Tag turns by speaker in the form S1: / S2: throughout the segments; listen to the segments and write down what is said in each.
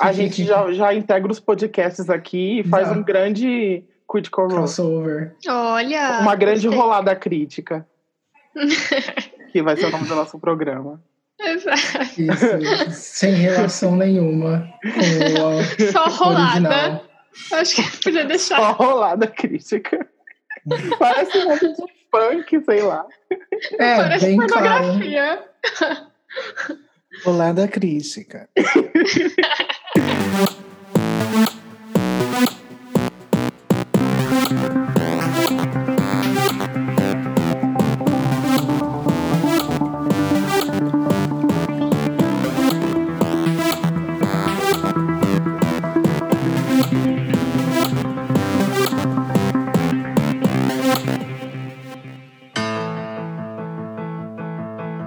S1: A gente já, já integra os podcasts aqui e faz
S2: Já.
S1: um grande critical role.
S2: Crossover.
S3: Olha.
S1: Uma grande
S3: gostei.
S1: rolada crítica. que vai ser o nome do nosso programa.
S3: Exato.
S2: Isso, sem relação nenhuma com
S3: Só
S2: o
S3: rolada.
S2: original.
S3: Acho que podia deixar.
S1: Só rolada crítica. Parece um nome de punk, sei lá.
S2: É,
S3: Parece
S2: bem claro.
S3: pornografia.
S4: Olá da crítica.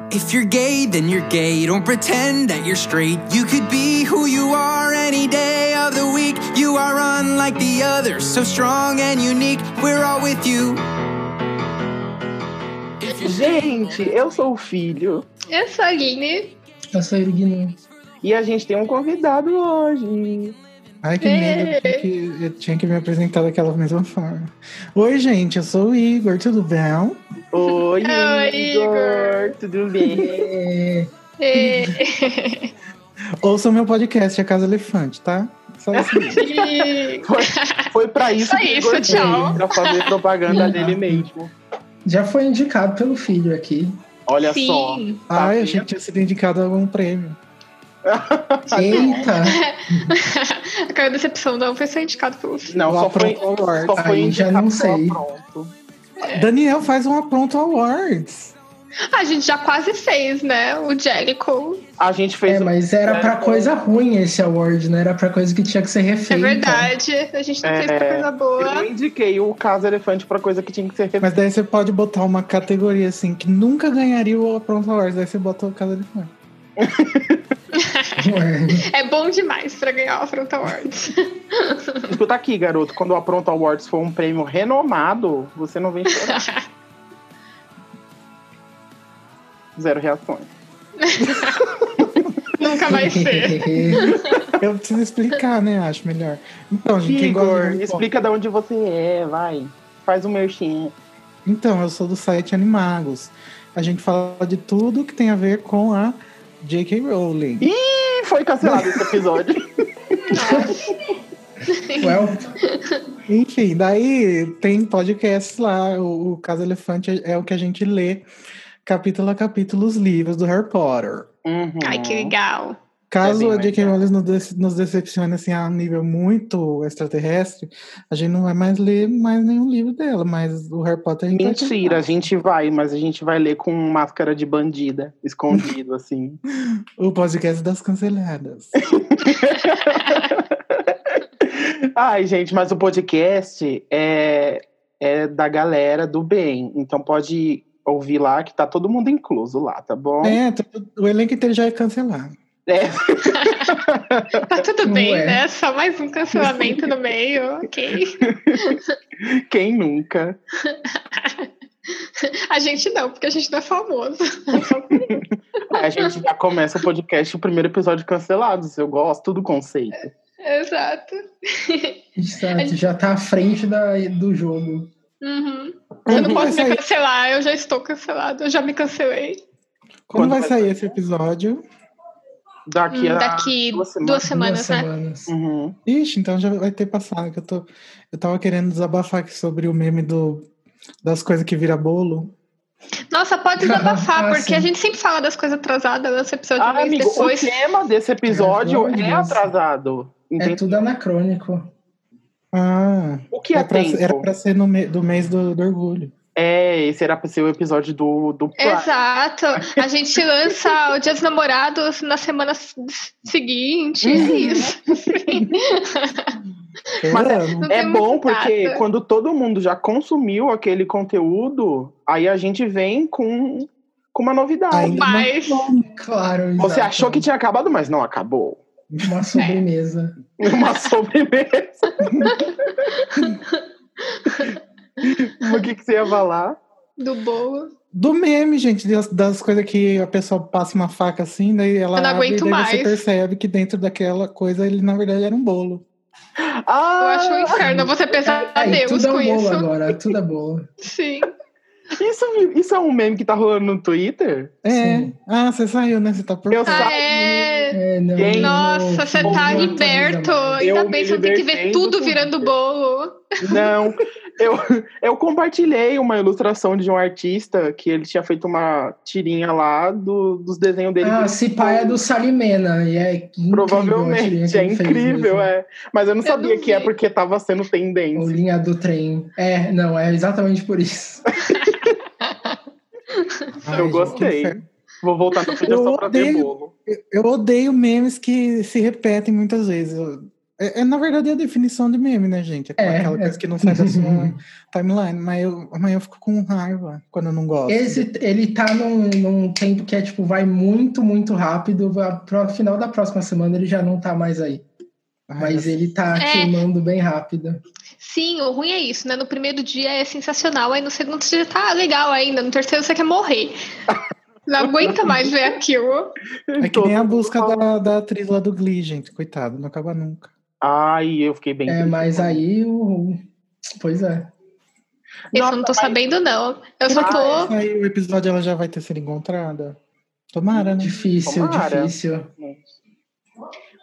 S5: If you're gay, then you're gay. Don't pretend that you're straight. You could be who you are any day of the week. You are unlike the others, so strong and unique. We're all with you. If you're
S1: Gente, eu sou o filho
S3: Eu sou a Guine.
S2: Eu sou Irguinho.
S1: e a gente tem um convidado hoje.
S4: Ai, que medo. Eu tinha que, eu tinha que me apresentar daquela mesma forma. Oi, gente, eu sou o Igor, tudo bem?
S1: Oi,
S3: Oi,
S1: Igor. Tudo bem?
S2: É,
S3: E-
S4: Ouça o meu podcast, A Casa Elefante, tá? Só isso mesmo.
S3: e-
S1: Foi, foi pra isso
S3: Só
S1: que o
S3: isso,
S1: Igor veio,
S3: tchau.
S1: Pra fazer propaganda dele mesmo.
S2: já foi indicado pelo filho aqui.
S1: Olha
S3: Sim.
S1: só. Tá
S4: Ai, Ah, achei que tinha sido indicado a algum prêmio.
S2: Eita!
S3: Aquela decepção não foi só indicado pelo filho.
S1: Não,
S4: O
S1: só foi,
S4: Apronto Awards.
S1: só foi
S2: Aí já
S1: indicado
S2: não
S1: só
S2: sei.
S1: pronto.
S4: Daniel faz um Apronto Awards.
S3: A Ah, gente já quase fez, né? O Jericho.
S1: A gente fez
S2: É,
S1: um-
S2: mas era pra coisa ruim esse award, né? Era pra coisa que tinha que ser
S3: É
S2: refeita.
S3: verdade. A gente não
S1: É.
S3: fez pra coisa
S1: Eu
S3: boa.
S1: indiquei o caso elefante pra coisa que tinha que ser
S4: Mas daí você pode botar uma categoria assim que nunca ganharia o Apronto Awards. Daí você bota o Casa Elefante.
S2: Ué,
S3: É bom demais pra ganhar o Afronta Awards.
S1: Escuta aqui, garoto, quando o Apronto Awards for um prêmio renomado, você não vem chorar. Zero reações.
S3: Nunca vai ser.
S4: Eu preciso explicar, né? Acho melhor. Então, gente, quem gosta
S1: Igor,
S4: de Harry Potter-
S1: explica de onde você é, vai. Faz um merchan.
S4: Então, eu sou do site Animagos. A gente fala de tudo que tem a ver com a J.K. Rowling.
S1: Ih, foi cancelado esse episódio.
S2: Well,
S4: Enfim, daí tem podcast lá, o, o Casa Elefante é, é o que a gente lê capítulo a capítulo os livros do Harry Potter.
S1: Uhum.
S3: Ai, que legal.
S4: Caso
S1: É bem
S4: a J.K.
S1: legal.
S4: Rowling nos, dece- nos decepcione assim, a um nível muito extraterrestre, a gente não vai mais ler mais nenhum livro dela, mas o Harry Potter a gente vai
S1: Mentira, a gente vai, mas a gente vai ler com máscara de bandida, escondido, assim.
S4: continuar. O podcast das canceladas.
S1: Ai, gente, mas o podcast é, é da galera do bem. Então pode ouvir lá, que tá todo mundo incluso lá, tá bom?
S4: é, todo- o elenco inteiro já é cancelado.
S1: É.
S3: Tá tudo
S2: Não
S3: bem,
S2: é.
S3: né? Só mais um cancelamento no meio, ok.
S1: Quem nunca?
S3: A gente não, porque a gente não é famoso.
S1: É, A gente já começa o podcast, o primeiro episódio cancelados. Eu gosto do conceito.
S3: Exato.
S2: exato, já tá à frente da, do jogo.
S3: Uhum. Eu não
S4: Quando vai
S3: posso me
S4: sair,
S3: cancelar, eu já estou cancelado, eu já me cancelei.
S4: quando
S1: Quando
S4: vai
S1: vai
S4: sair esse episódio?
S1: Daqui
S3: Hum,
S1: a
S3: daqui
S1: duas
S3: duas
S1: semanas.
S3: semanas,
S2: Duas
S3: né?
S2: semanas.
S1: Uhum.
S4: Ixi, então já vai ter passado. Que eu, tô, eu tava querendo desabafar aqui sobre o meme do, das coisas que vira bolo.
S3: Nossa, pode desabafar,
S2: Ah,
S3: porque
S2: sim.
S3: a gente sempre fala das coisas atrasadas nesse episódio um
S1: Ah,
S3: mês
S1: amigo,
S3: depois.
S1: o tema desse episódio
S2: Pelo amor de
S1: é
S2: Deus.
S1: atrasado.
S2: É
S1: Entende?
S2: tudo anacrônico.
S4: Ah,
S1: O que é,
S4: era pra,
S1: tempo?
S4: era pra ser no me- do mês do, do orgulho.
S1: É, esse era pra ser o episódio do, do Prime.
S3: Exato. A gente lança o Dia dos Namorados na semana s- seguinte. É
S1: Uhum.
S3: isso.
S4: Eu
S1: Mas
S4: amo.
S3: Não
S1: É
S3: tem
S1: bom
S3: muito
S1: porque
S3: data.
S1: quando todo mundo já consumiu aquele conteúdo, aí a gente vem com, com uma novidade.
S4: Ainda mais
S3: Mas.
S2: Claro.
S1: Você
S2: exato.
S1: achou que tinha acabado, mas não acabou.
S2: Uma sobremesa.
S1: Uma sobremesa. o que, que você ia falar?
S3: do bolo.
S4: do meme, gente, das, das coisas que a pessoa passa uma faca assim, daí ela
S3: Eu não
S4: abre,
S3: aguento
S4: daí você
S3: mais.
S4: percebe que dentro daquela coisa ele na verdade era um bolo.
S3: Eu
S1: Ah,
S3: acho um inferno você pensar a
S2: Ai,
S3: Deus
S2: tudo é
S3: com
S2: um bolo
S3: isso.
S2: agora, tudo é bolo.
S3: Sim.
S1: isso, isso é um meme que tá rolando no Twitter?
S4: É.
S2: Sim.
S4: Ah, você saiu, né? Você tá por
S1: Eu
S4: fora.
S3: Ah, é.
S2: É, não,
S1: Gente,
S3: Nossa, você
S2: não,
S3: tá
S2: não atualiza
S3: liberto.
S2: mais.
S1: Eu
S3: Ainda
S1: me
S3: bem que você não tem que ver
S1: libertei
S3: tudo
S1: do
S3: virando bolo.
S1: Não, eu, eu compartilhei uma ilustração de um artista que ele tinha feito uma tirinha lá do- dos desenhos dele.
S2: Ah, se pá é do Salimena. E é incrível, né?
S1: Provavelmente, é incrível, é. Mas eu não
S3: Eu
S1: sabia
S3: não
S1: que é
S3: vi.
S1: porque tava sendo
S2: Ou
S1: tendência.
S2: linha do trem. É, não, é exatamente por isso.
S4: Ai,
S1: eu
S4: gente,
S1: gostei.
S4: que inferno.
S1: Vou voltar no Twitter
S4: Eu
S1: só pra ver
S4: odeio-
S1: bolo.
S4: Eu- Eu odeio memes que se repetem muitas vezes. Eu- É, é, na verdade, é a definição de meme, né, gente? É
S2: É,
S4: aquela
S2: é.
S4: coisa que não sai da sua timeline. Mas eu, mas eu fico com raiva quando eu não gosto.
S2: Esse, ele tá num, num tempo que é tipo, vai muito, muito rápido. vai Pro final da próxima semana ele já não tá mais aí.
S4: Ai,
S2: Mas
S4: eu-
S2: ele tá
S3: É.
S2: queimando bem rápido.
S3: Sim, o ruim é isso, né? No primeiro dia é sensacional, aí no segundo você já tá legal ainda, no terceiro você quer morrer. Não aguenta mais ver aquilo.
S4: É que nem a busca da, da atriz lá do Glee, gente. Coitado, não acaba nunca.
S1: Ai, eu fiquei bem.
S2: É,
S1: triste.
S2: mas aí o. Pois é.
S3: Esse
S1: Nossa,
S3: eu não tô sabendo, não. Eu só
S1: Mas-
S2: é
S3: tô.
S4: Aí o episódio ela já vai ter sido encontrada. Tomara, né?
S2: Difícil,
S1: Tomara.
S2: difícil.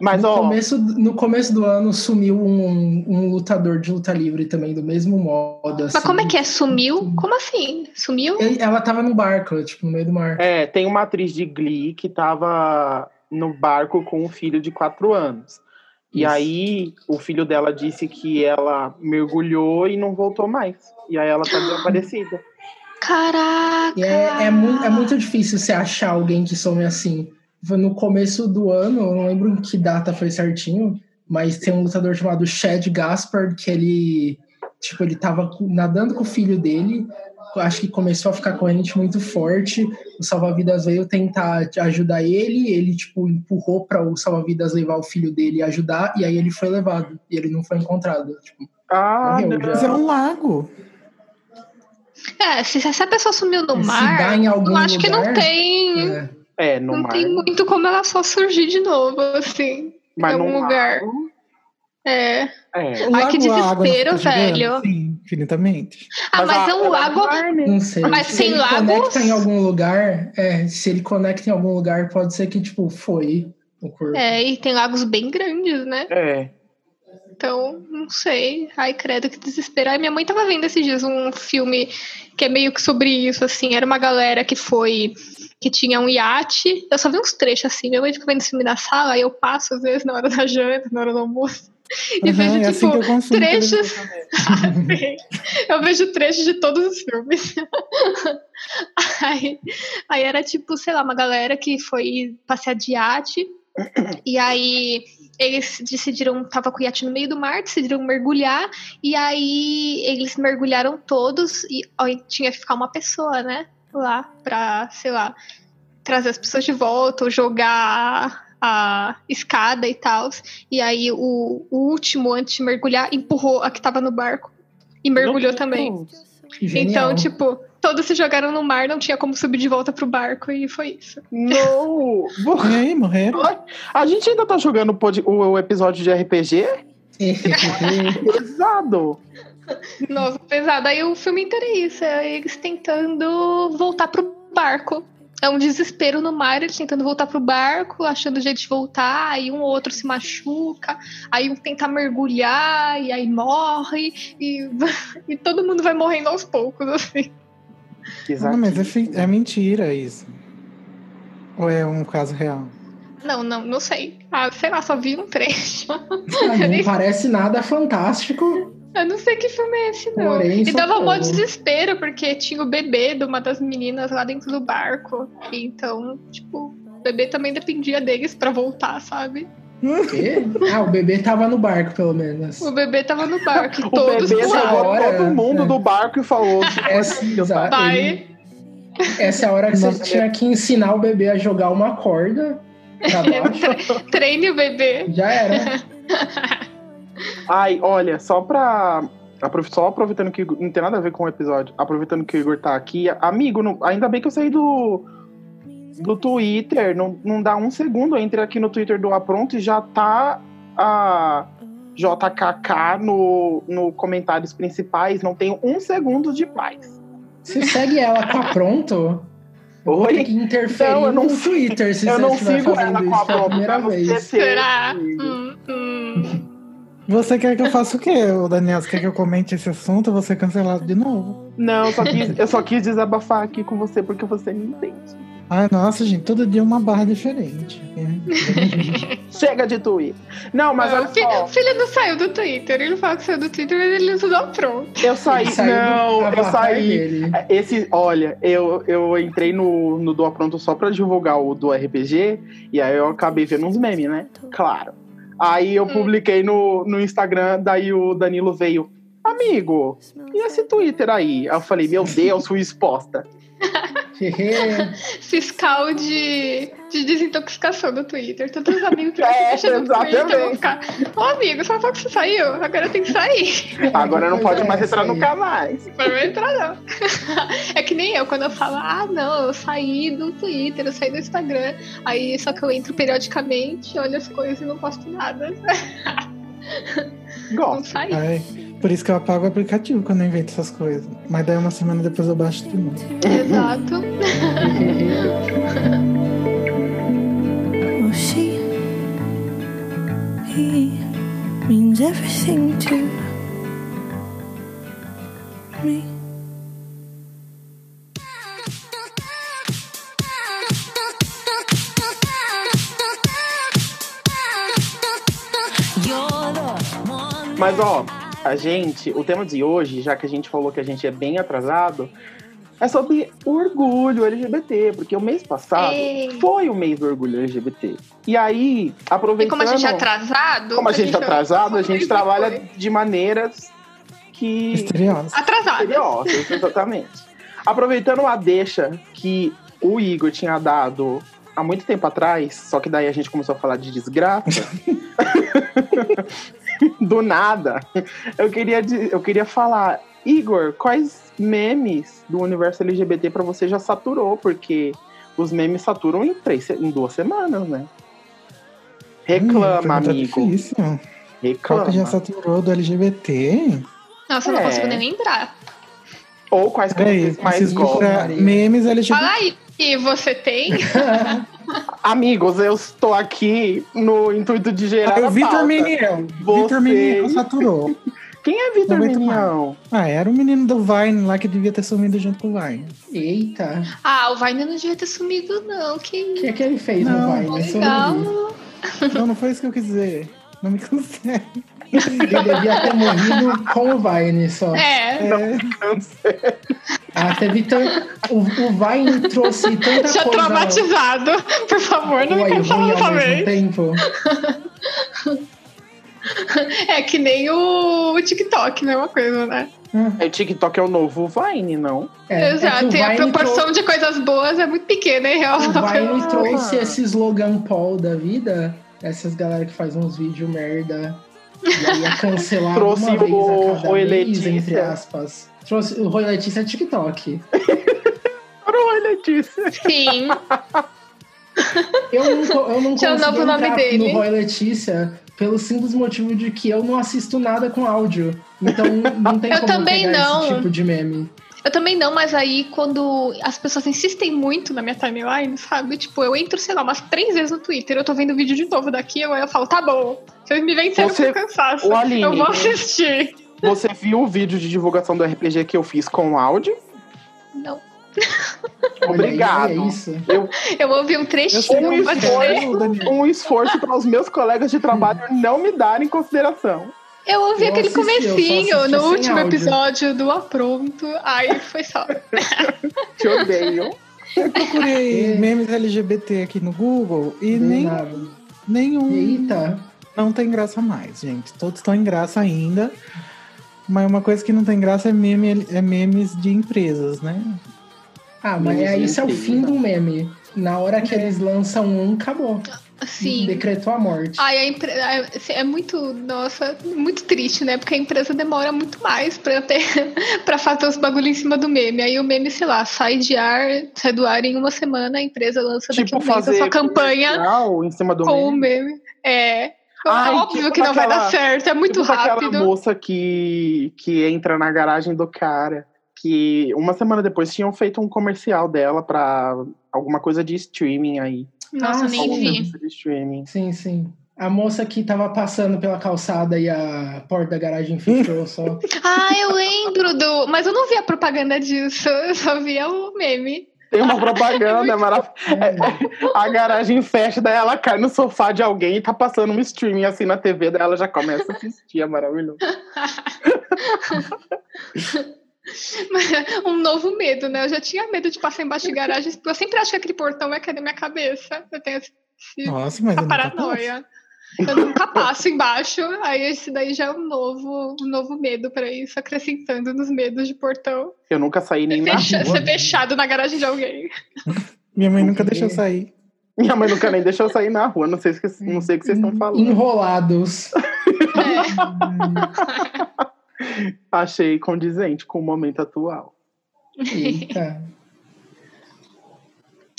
S1: Mas,
S2: no,
S1: ó,
S2: começo, no começo do ano sumiu um, um lutador de luta livre também, do mesmo modo. assim.
S3: Mas como é que é? Sumiu? Como assim? Sumiu?
S2: Ela tava no barco, tipo, no meio do mar.
S1: é, tem uma atriz de Glee que tava no barco com um filho de quatro anos. E
S2: Isso.
S1: aí, o filho dela disse que ela mergulhou e não voltou mais. E aí ela tá desaparecida.
S3: Caraca!
S2: E é, é, mu- é muito difícil você achar alguém que some assim. Foi No começo do ano, eu não lembro em que data foi certinho, mas tem um lutador chamado Chad Gaspard que ele, tipo, ele tava cu- nadando com o filho dele, acho que começou a ficar corrente muito forte, o salva-vidas veio tentar te ajudar ele, ele, tipo, empurrou para o salva-vidas levar o filho dele e ajudar, e aí ele foi levado, e ele não foi encontrado. Tipo,
S1: Ah,
S2: Morreu
S1: não.
S2: já.
S4: Mas é um lago.
S3: É, se, se a pessoa sumiu no
S2: Se dá
S3: mar,
S2: em
S3: eu
S2: algum
S3: acho que não
S2: lugar,
S3: tem.
S2: é,
S1: É, no
S3: Não
S1: mar.
S3: tem muito como ela só surgir de novo, assim.
S1: mas
S3: em
S1: num
S3: algum lugar.
S1: lago,
S3: É.
S1: É.
S4: O
S3: Ai,
S4: lago,
S3: que
S4: a água não
S3: desespero,
S4: fica chegando?
S3: velho.
S4: Sim, infinitamente.
S3: Ah, mas é um lago.
S2: Não sei.
S3: Mas
S2: se
S3: tem
S2: ele
S3: lagos?
S2: conecta em algum lugar, é, se ele conecta em algum lugar, pode ser que, tipo, foi o corpo.
S3: É,
S4: Uhum.
S3: e tem lagos bem grandes, né?
S1: É.
S3: Então, não sei. Ai, credo, que desespero. Ai, minha mãe tava vendo esses dias um filme que é meio que sobre isso, assim. Era uma galera que foi. que tinha um iate. Eu só vi uns trechos assim. Minha mãe fica vendo esse filme na sala, aí eu passo, às vezes, na hora da janta, na hora do almoço. E
S4: Aham,
S3: vejo,
S4: é assim que
S3: tipo.
S4: eu consumo televisão.
S3: trechos. Assim, eu vejo trechos de todos os filmes. aí, aí era tipo, sei lá, uma galera que foi passear de iate. E aí eles decidiram, tava com o iate no meio do mar, decidiram mergulhar. E aí eles mergulharam todos e ó, e tinha que ficar uma pessoa, né? Lá pra, sei lá, trazer as pessoas de volta ou jogar a escada e tal. E aí o, o último, antes de mergulhar, empurrou a que tava no barco. E mergulhou também.
S2: Genial.
S3: Então, tipo, todos se jogaram no mar, não tinha como subir de volta pro barco e foi isso.
S1: Não! Vou-
S4: E aí, morreram?
S1: A gente ainda tá jogando o pod- o, o episódio de RPG? Pesado!
S3: Nossa, pesado. Aí o filme inteiro é isso, é eles tentando voltar pro barco. É um desespero no mar, eles tentando voltar pro barco, achando jeito de voltar, aí um ou outro se machuca, aí um tenta mergulhar e aí morre, e, e todo mundo vai morrendo aos poucos, assim.
S4: Ah,
S1: Exato.
S4: mas é, fi- é mentira isso. Ou é um caso real?
S3: Não, não, não sei. Ah, sei lá, só vi um trecho.
S2: Ah, não parece nada fantástico.
S3: Eu não sei que filme é esse, não.
S2: Porém,
S3: e dava um
S2: socorro.
S3: maior desespero, porque tinha o bebê de uma das meninas lá dentro do barco. E Então, tipo, o bebê também dependia deles pra voltar, sabe?
S2: O quê? Ah, o bebê tava no barco, pelo menos.
S3: O bebê tava no barco e
S1: O
S3: todos
S1: bebê
S2: voaram.
S1: jogou
S2: Hora,
S1: todo mundo
S2: é.
S1: do barco e falou: tipo,
S2: Essa, exa- ele-
S3: vai.
S2: essa é a hora que você
S1: Nossa,
S2: tinha que ensinar o bebê a jogar uma corda pra baixo.
S3: Treine o bebê.
S2: Já era.
S1: Ai, olha, só pra Aprove- Só aproveitando que o Igor- não tem nada a ver com o episódio, aproveitando que o Igor tá aqui, amigo, não- ainda bem que eu saí do do Twitter, não, não dá um segundo, eu entrei aqui no Twitter do Apronto e já tá a JKK no, no comentários principais, não tenho um segundo de paz.
S2: Você segue ela com a pronto? Eu vou
S1: Oi?
S2: ter que interferir
S1: Não, eu não
S2: no Twitter se
S1: eu
S2: você
S1: não
S2: estiver
S1: sigo
S2: fazendo
S1: ela com
S2: isso
S1: a
S2: pela
S1: Pronto,
S2: primeira
S1: tá no
S2: vez.
S1: CT,
S3: Será?
S1: amigo.
S3: Hum, hum.
S4: Você quer que eu faça o quê, ô Daniel? Você quer que eu comente esse assunto? Eu vou ser cancelado de novo.
S1: Não, eu só quis, eu só quis desabafar aqui com você porque você me entende.
S4: Ai, nossa, gente, todo dia uma barra diferente. né?
S1: Chega de Twitter. Não, mas
S3: Não,
S1: olha
S3: fi-
S1: só,
S3: O filho não saiu do Twitter. Ele fala que saiu do Twitter, mas ele usou a pronto.
S1: eu saí.
S2: Ele saiu do
S1: Não, eu
S2: avatar
S1: saí.
S2: dele.
S1: Esse, olha, eu, eu entrei no, no Do Apronto só pra divulgar o do RPG, e aí eu acabei vendo uns memes, né? Claro. Aí
S3: Hum.
S1: eu publiquei no, no Instagram, daí o Danilo veio, amigo, e esse Twitter aí? Aí eu falei, meu Deus, fui exposta.
S3: Fiscal de, de desintoxicação do Twitter. Todos os amigos que você
S1: É,
S3: deixa no Twitter vão
S1: exatamente.
S3: ficar. Ô, amigo, só falou que você saiu. Agora tem que sair.
S1: Agora não pode
S2: Pois é,
S1: mais entrar
S2: isso aí.
S1: nunca mais.
S3: Não vai entrar, não. É que nem eu, quando eu falo, ah, não, eu saí do Twitter, eu saí do Instagram. Aí só que eu entro periodicamente, olho as coisas e não posto nada. Não
S1: Gosto.
S3: saí.
S4: Ai, por isso que eu apago o aplicativo quando eu invento essas coisas. Mas daí uma semana depois eu baixo de novo.
S3: Exato.
S6: Oh, she, he means everything to me.
S1: Mas ó, a gente, o tema de hoje, já que a gente falou que a gente é bem atrasado, é sobre orgulho LGBT, porque o mês passado
S3: Ei.
S1: foi o mês do orgulho LGBT. E aí, aproveitando.
S3: E como a gente é atrasado.
S1: como a gente é atrasado, a
S3: Sempre
S1: gente trabalha
S3: foi.
S1: de maneiras que.
S4: Misteriosa.
S3: Atrasado.
S1: misteriosas, exatamente. Aproveitando a deixa que o Igor tinha dado há muito tempo atrás, só que daí a gente começou a falar de desgraça. Do nada. Eu queria, di- eu queria falar, Igor, quais memes do universo LGBT pra você já saturou? Porque os memes saturam em, três, se- em duas semanas, né? Reclama,
S4: Hum, pergunta
S1: amigo.
S4: Difícil. Qual que já
S1: Reclama.
S4: saturou do LGBT?
S3: Nossa, eu não
S1: É.
S3: consigo nem lembrar.
S1: Ou quais que
S4: Peraí,
S1: vocês mais
S4: preciso
S1: gostam.
S4: procurar memes LGBT.
S1: Tipo-
S3: Fala aí. E você tem?
S1: Amigos, eu estou aqui no intuito de gerar.
S4: Ah,
S1: a
S4: o Vitor
S1: pauta.
S4: Meniel.
S1: Você-
S4: Vitor Meniel saturou.
S1: Quem é Vitor
S4: Momento
S1: Minião?
S4: Ah, era o menino do Vine lá que devia ter sumido junto com o Vine.
S2: Eita.
S3: Ah, o Vine não devia ter sumido, não. Que
S2: O
S3: isso.
S2: que é que ele fez
S4: Não,
S2: no Vine? Isso eu
S3: Legal.
S2: não vi.
S4: Não, não foi isso que eu quis dizer. Não me cancele.
S2: Ele devia ter morrido com o Vine só.
S3: É.
S4: É,
S2: Ah, teve tan... o, o Vine trouxe tanta
S3: Já
S2: coisa.
S3: traumatizado. Por favor, não
S2: boa
S3: me
S2: e ruim
S3: cancela
S2: ao
S3: dessa
S2: mesmo
S3: vez.
S2: tempo.
S3: É que nem o o TikTok, mesma coisa, né?
S1: É, o TikTok é o novo Vine, não?
S2: É,
S3: Exato.
S2: é que
S3: e
S2: o
S3: a
S2: Vine
S3: proporção de coisas boas é muito pequena, em real.
S2: trou- O Vine trouxe
S1: Ah.
S2: esse slogan Paul da vida, essas galera que faz uns vídeos merda. E aí é cancelado
S1: Trouxe
S2: uma vez
S1: o
S2: a cada
S1: Rui
S2: mês,
S1: Letícia.
S2: entre aspas. Trouxe o Roy Letícia é TikTok.
S1: Olha disso.
S3: Sim.
S2: Eu não, co- eu não
S3: Tinha o
S2: consigo
S3: novo nome
S2: entrar
S3: dele.
S2: no Roy Letícia pelo simples motivo de que eu não assisto nada com áudio. Então não tem
S3: Eu
S2: como
S3: também
S2: pegar
S3: não.
S2: esse tipo de meme.
S3: Eu também não, mas aí quando as pessoas insistem muito na minha timeline, sabe? Tipo, eu entro, sei lá, umas três vezes no Twitter, eu tô vendo vídeo de novo daqui, eu, eu falo, tá bom, vocês me venceram
S1: Você-
S3: com cansaço.
S1: Ô, Aline.
S3: Eu vou
S2: né?
S3: assistir.
S1: Você viu o vídeo de divulgação do RPG que eu fiz com áudio?
S3: Não.
S2: Olha aí,
S1: Obrigado.
S2: É isso.
S3: Eu ouvi um trechinho,
S1: um
S3: mas
S1: esforço, um esforço para os meus colegas de trabalho não me darem consideração.
S3: eu ouvi
S2: Eu
S3: aquele
S2: assisti, eu só
S3: comecinho
S2: assisti
S3: no
S2: sem
S3: último
S2: áudio.
S3: episódio do Apronto. Aí foi só.
S1: Te odeio.
S4: eu procurei memes LGBT aqui no Google e
S2: Não
S4: nem,
S2: nada. tá.
S4: nenhum
S2: Eita.
S4: não tem graça mais, gente. Todos estão em graça ainda. Mas uma coisa que não tem graça é, meme, é memes de empresas, né?
S2: Ah, mas
S1: Memes
S2: é, isso é o
S1: incríveis,
S2: fim
S1: né?
S2: do meme. Na hora que eles lançam um, acabou.
S3: Sim.
S2: Decretou a morte.
S3: Ai, a empre... ai, assim, é muito, nossa, muito triste, né? Porque a empresa demora muito mais pra, ter... pra fazer os bagulho em cima do meme. Aí o meme, sei lá, sai de ar, sai do ar em uma semana, a empresa lança daqui a
S1: Tipo,
S3: um mês a
S1: fazer
S3: sua campanha
S1: comercial em cima do
S3: com o
S1: meme.
S3: meme. É.
S1: Ai,
S3: Óbvio
S1: tipo
S3: que não vai dar
S1: daquela-
S3: certo, é muito
S1: tipo
S3: rápido.
S1: aquela moça que, que entra na garagem do cara. Que uma semana depois tinham feito um comercial dela pra alguma coisa de streaming aí.
S3: Nossa,
S2: Ah,
S3: nem
S2: sim.
S3: vi.
S1: Coisa de streaming.
S2: Sim, sim. A moça que tava passando pela calçada e a porta da garagem fechou só.
S3: Ah, eu lembro do. Mas eu não vi a propaganda disso, eu só via o meme.
S1: Tem uma propaganda maravilhosa. A garagem fecha, daí ela cai no sofá de alguém e tá passando um streaming assim na TV, daí ela já começa a assistir, é maravilhoso.
S3: um novo medo, né? Eu já tinha medo de passar embaixo de garagens, porque eu sempre acho que aquele portão é que é da minha cabeça. Eu tenho esse-
S4: Nossa, mas eu
S3: essa
S4: nunca passo.
S3: Tá paranoia. Eu nunca passo embaixo, aí esse daí já é um novo, um novo medo pra isso, acrescentando nos medos de portão.
S1: Eu nunca saí nem na
S3: Deixa-
S1: rua.
S3: ser fechado na garagem de alguém.
S4: Minha mãe nunca
S2: Porque-
S4: deixou eu sair.
S1: Minha mãe nunca nem deixou eu sair na rua, não sei, o que- não sei o que vocês
S3: Uhum.
S1: estão falando.
S2: Enrolados.
S3: É.
S1: Achei condizente com o momento atual.
S2: Eita.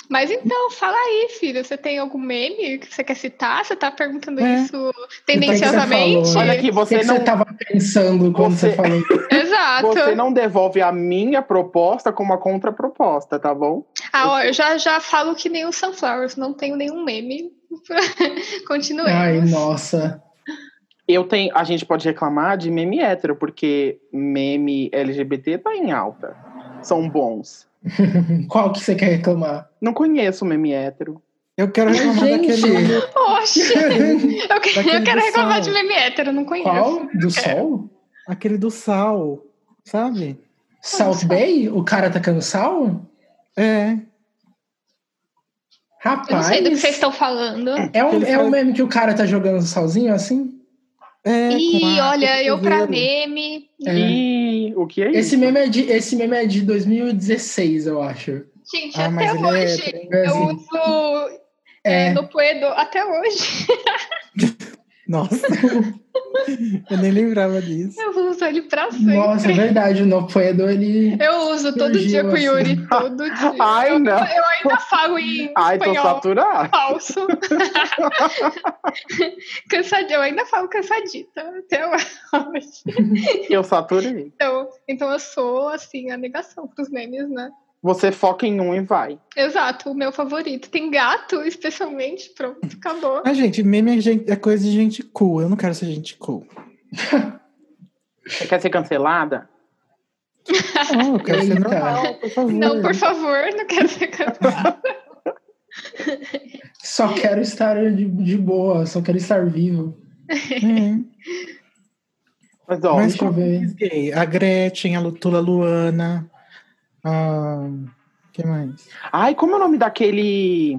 S3: Mas então, fala aí, filho. Você tem algum meme que você quer citar? Você tá perguntando
S4: É.
S3: isso
S2: Você
S3: tendenciosamente?
S2: falou.
S1: Olha aqui,
S2: O que
S1: você
S2: que
S1: não,
S2: você tava pensando quando você,
S1: Você-
S2: falou?
S3: Exato.
S1: você não devolve a minha proposta com uma contraproposta, tá bom?
S3: Ah, ó, eu já, já falo que nem o Sunflowers, não tenho nenhum meme. Continuemos.
S2: Ai, nossa.
S1: Eu tenho, a gente pode reclamar de meme hétero, porque meme LGBT tá em alta. São bons.
S2: Qual que você quer reclamar?
S1: Não conheço meme hétero.
S4: Eu quero
S2: Gente. é
S4: reclamar É daquele. né?
S3: Oxe, eu, que- eu
S4: Daquele
S3: quero
S4: do
S3: reclamar
S4: sal.
S3: de meme hétero, não conheço.
S2: Qual?
S3: É.
S2: Do sol?
S4: Aquele do sal, sabe?
S2: South Bay? O cara tá tacando sal?
S4: É.
S2: Rapaz.
S3: Eu não sei do que vocês estão falando.
S2: É um,
S4: Ele
S2: é
S4: fala-
S2: um meme que o cara tá jogando salzinho assim?
S4: é com
S3: Ih,
S4: a-
S3: olha, eu pra
S4: cotovelo.
S3: meme.
S2: É.
S1: E o que é isso?
S2: Esse meme é, de, esse meme é de 2016, eu acho.
S3: Gente,
S4: Ah,
S3: até
S4: mas ele é
S3: hoje.
S4: hétero, hein?
S2: É,
S3: Eu
S2: assim,
S3: uso é,
S2: é,
S3: no Puedo até hoje.
S4: Nossa. eu nem lembrava disso.
S3: Eu uso ele pra sempre.
S2: nossa, é verdade. O Nopoedo, ele...
S3: Eu uso todo
S2: Surgiu
S3: dia com o Yuri, todo
S2: é
S3: dia.
S1: Ai,
S3: eu,
S1: não.
S3: eu ainda falo em
S4: assim.
S1: Ai, tô
S3: espanhol
S1: saturado.
S3: falso. Cansad... Eu ainda falo cansadita até hoje.
S1: Eu saturei.
S3: Então, então eu sou, assim, a negação pros memes, né?
S1: Você foca em um e vai.
S3: Exato, o meu favorito. Tem gato, especialmente, pronto, acabou.
S4: Ah, gente, meme é, gente- é coisa de gente cool. Eu não quero ser gente cool.
S1: Você quer ser cancelada?
S4: Não, Ah, eu quero ser
S2: Eita.
S4: normal, por favor.
S3: Não, por favor, não quero ser cancelado.
S2: Só quero estar de, de boa, só quero estar vivo.
S4: É.
S1: Mas ó,
S4: Mas
S2: deixa eu
S4: qual
S2: ver.
S4: que é gay? A Gretchen, a Lutula Luana. A... que mais?
S1: ai, como é o nome daquele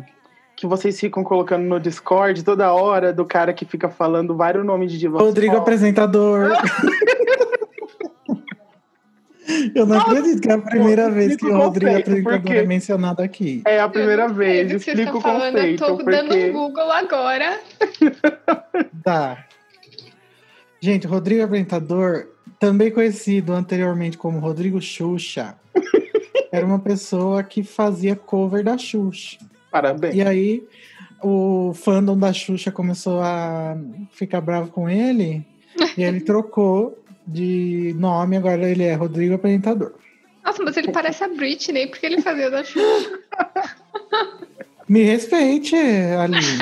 S1: que vocês ficam colocando no Discord toda hora do cara que fica falando vários nomes de divas?
S4: Rodrigo apresentador. Eu não acredito que é a primeira vez que o
S1: explica o
S4: Rodrigo
S1: conceito,
S4: apresentador
S1: porque-
S4: é mencionado aqui.
S1: É a primeira
S3: Eu não sei
S1: vez,
S3: do que vocês
S1: explica
S3: estão
S1: o
S3: falando,
S1: conceito.
S3: Eu tô dando um
S1: porque...
S3: Google agora.
S4: Tá. Gente, Rodrigo Apresentador, também conhecido anteriormente como Rodrigo Xuxa, era uma pessoa que fazia cover da Xuxa.
S1: Parabéns.
S4: E aí o fandom da Xuxa começou a ficar bravo com ele e ele trocou de nome, agora ele é Rodrigo Apresentador.
S3: Nossa, mas ele parece a Britney, porque ele fazia da Xuxa.
S4: Me respeite, Aline.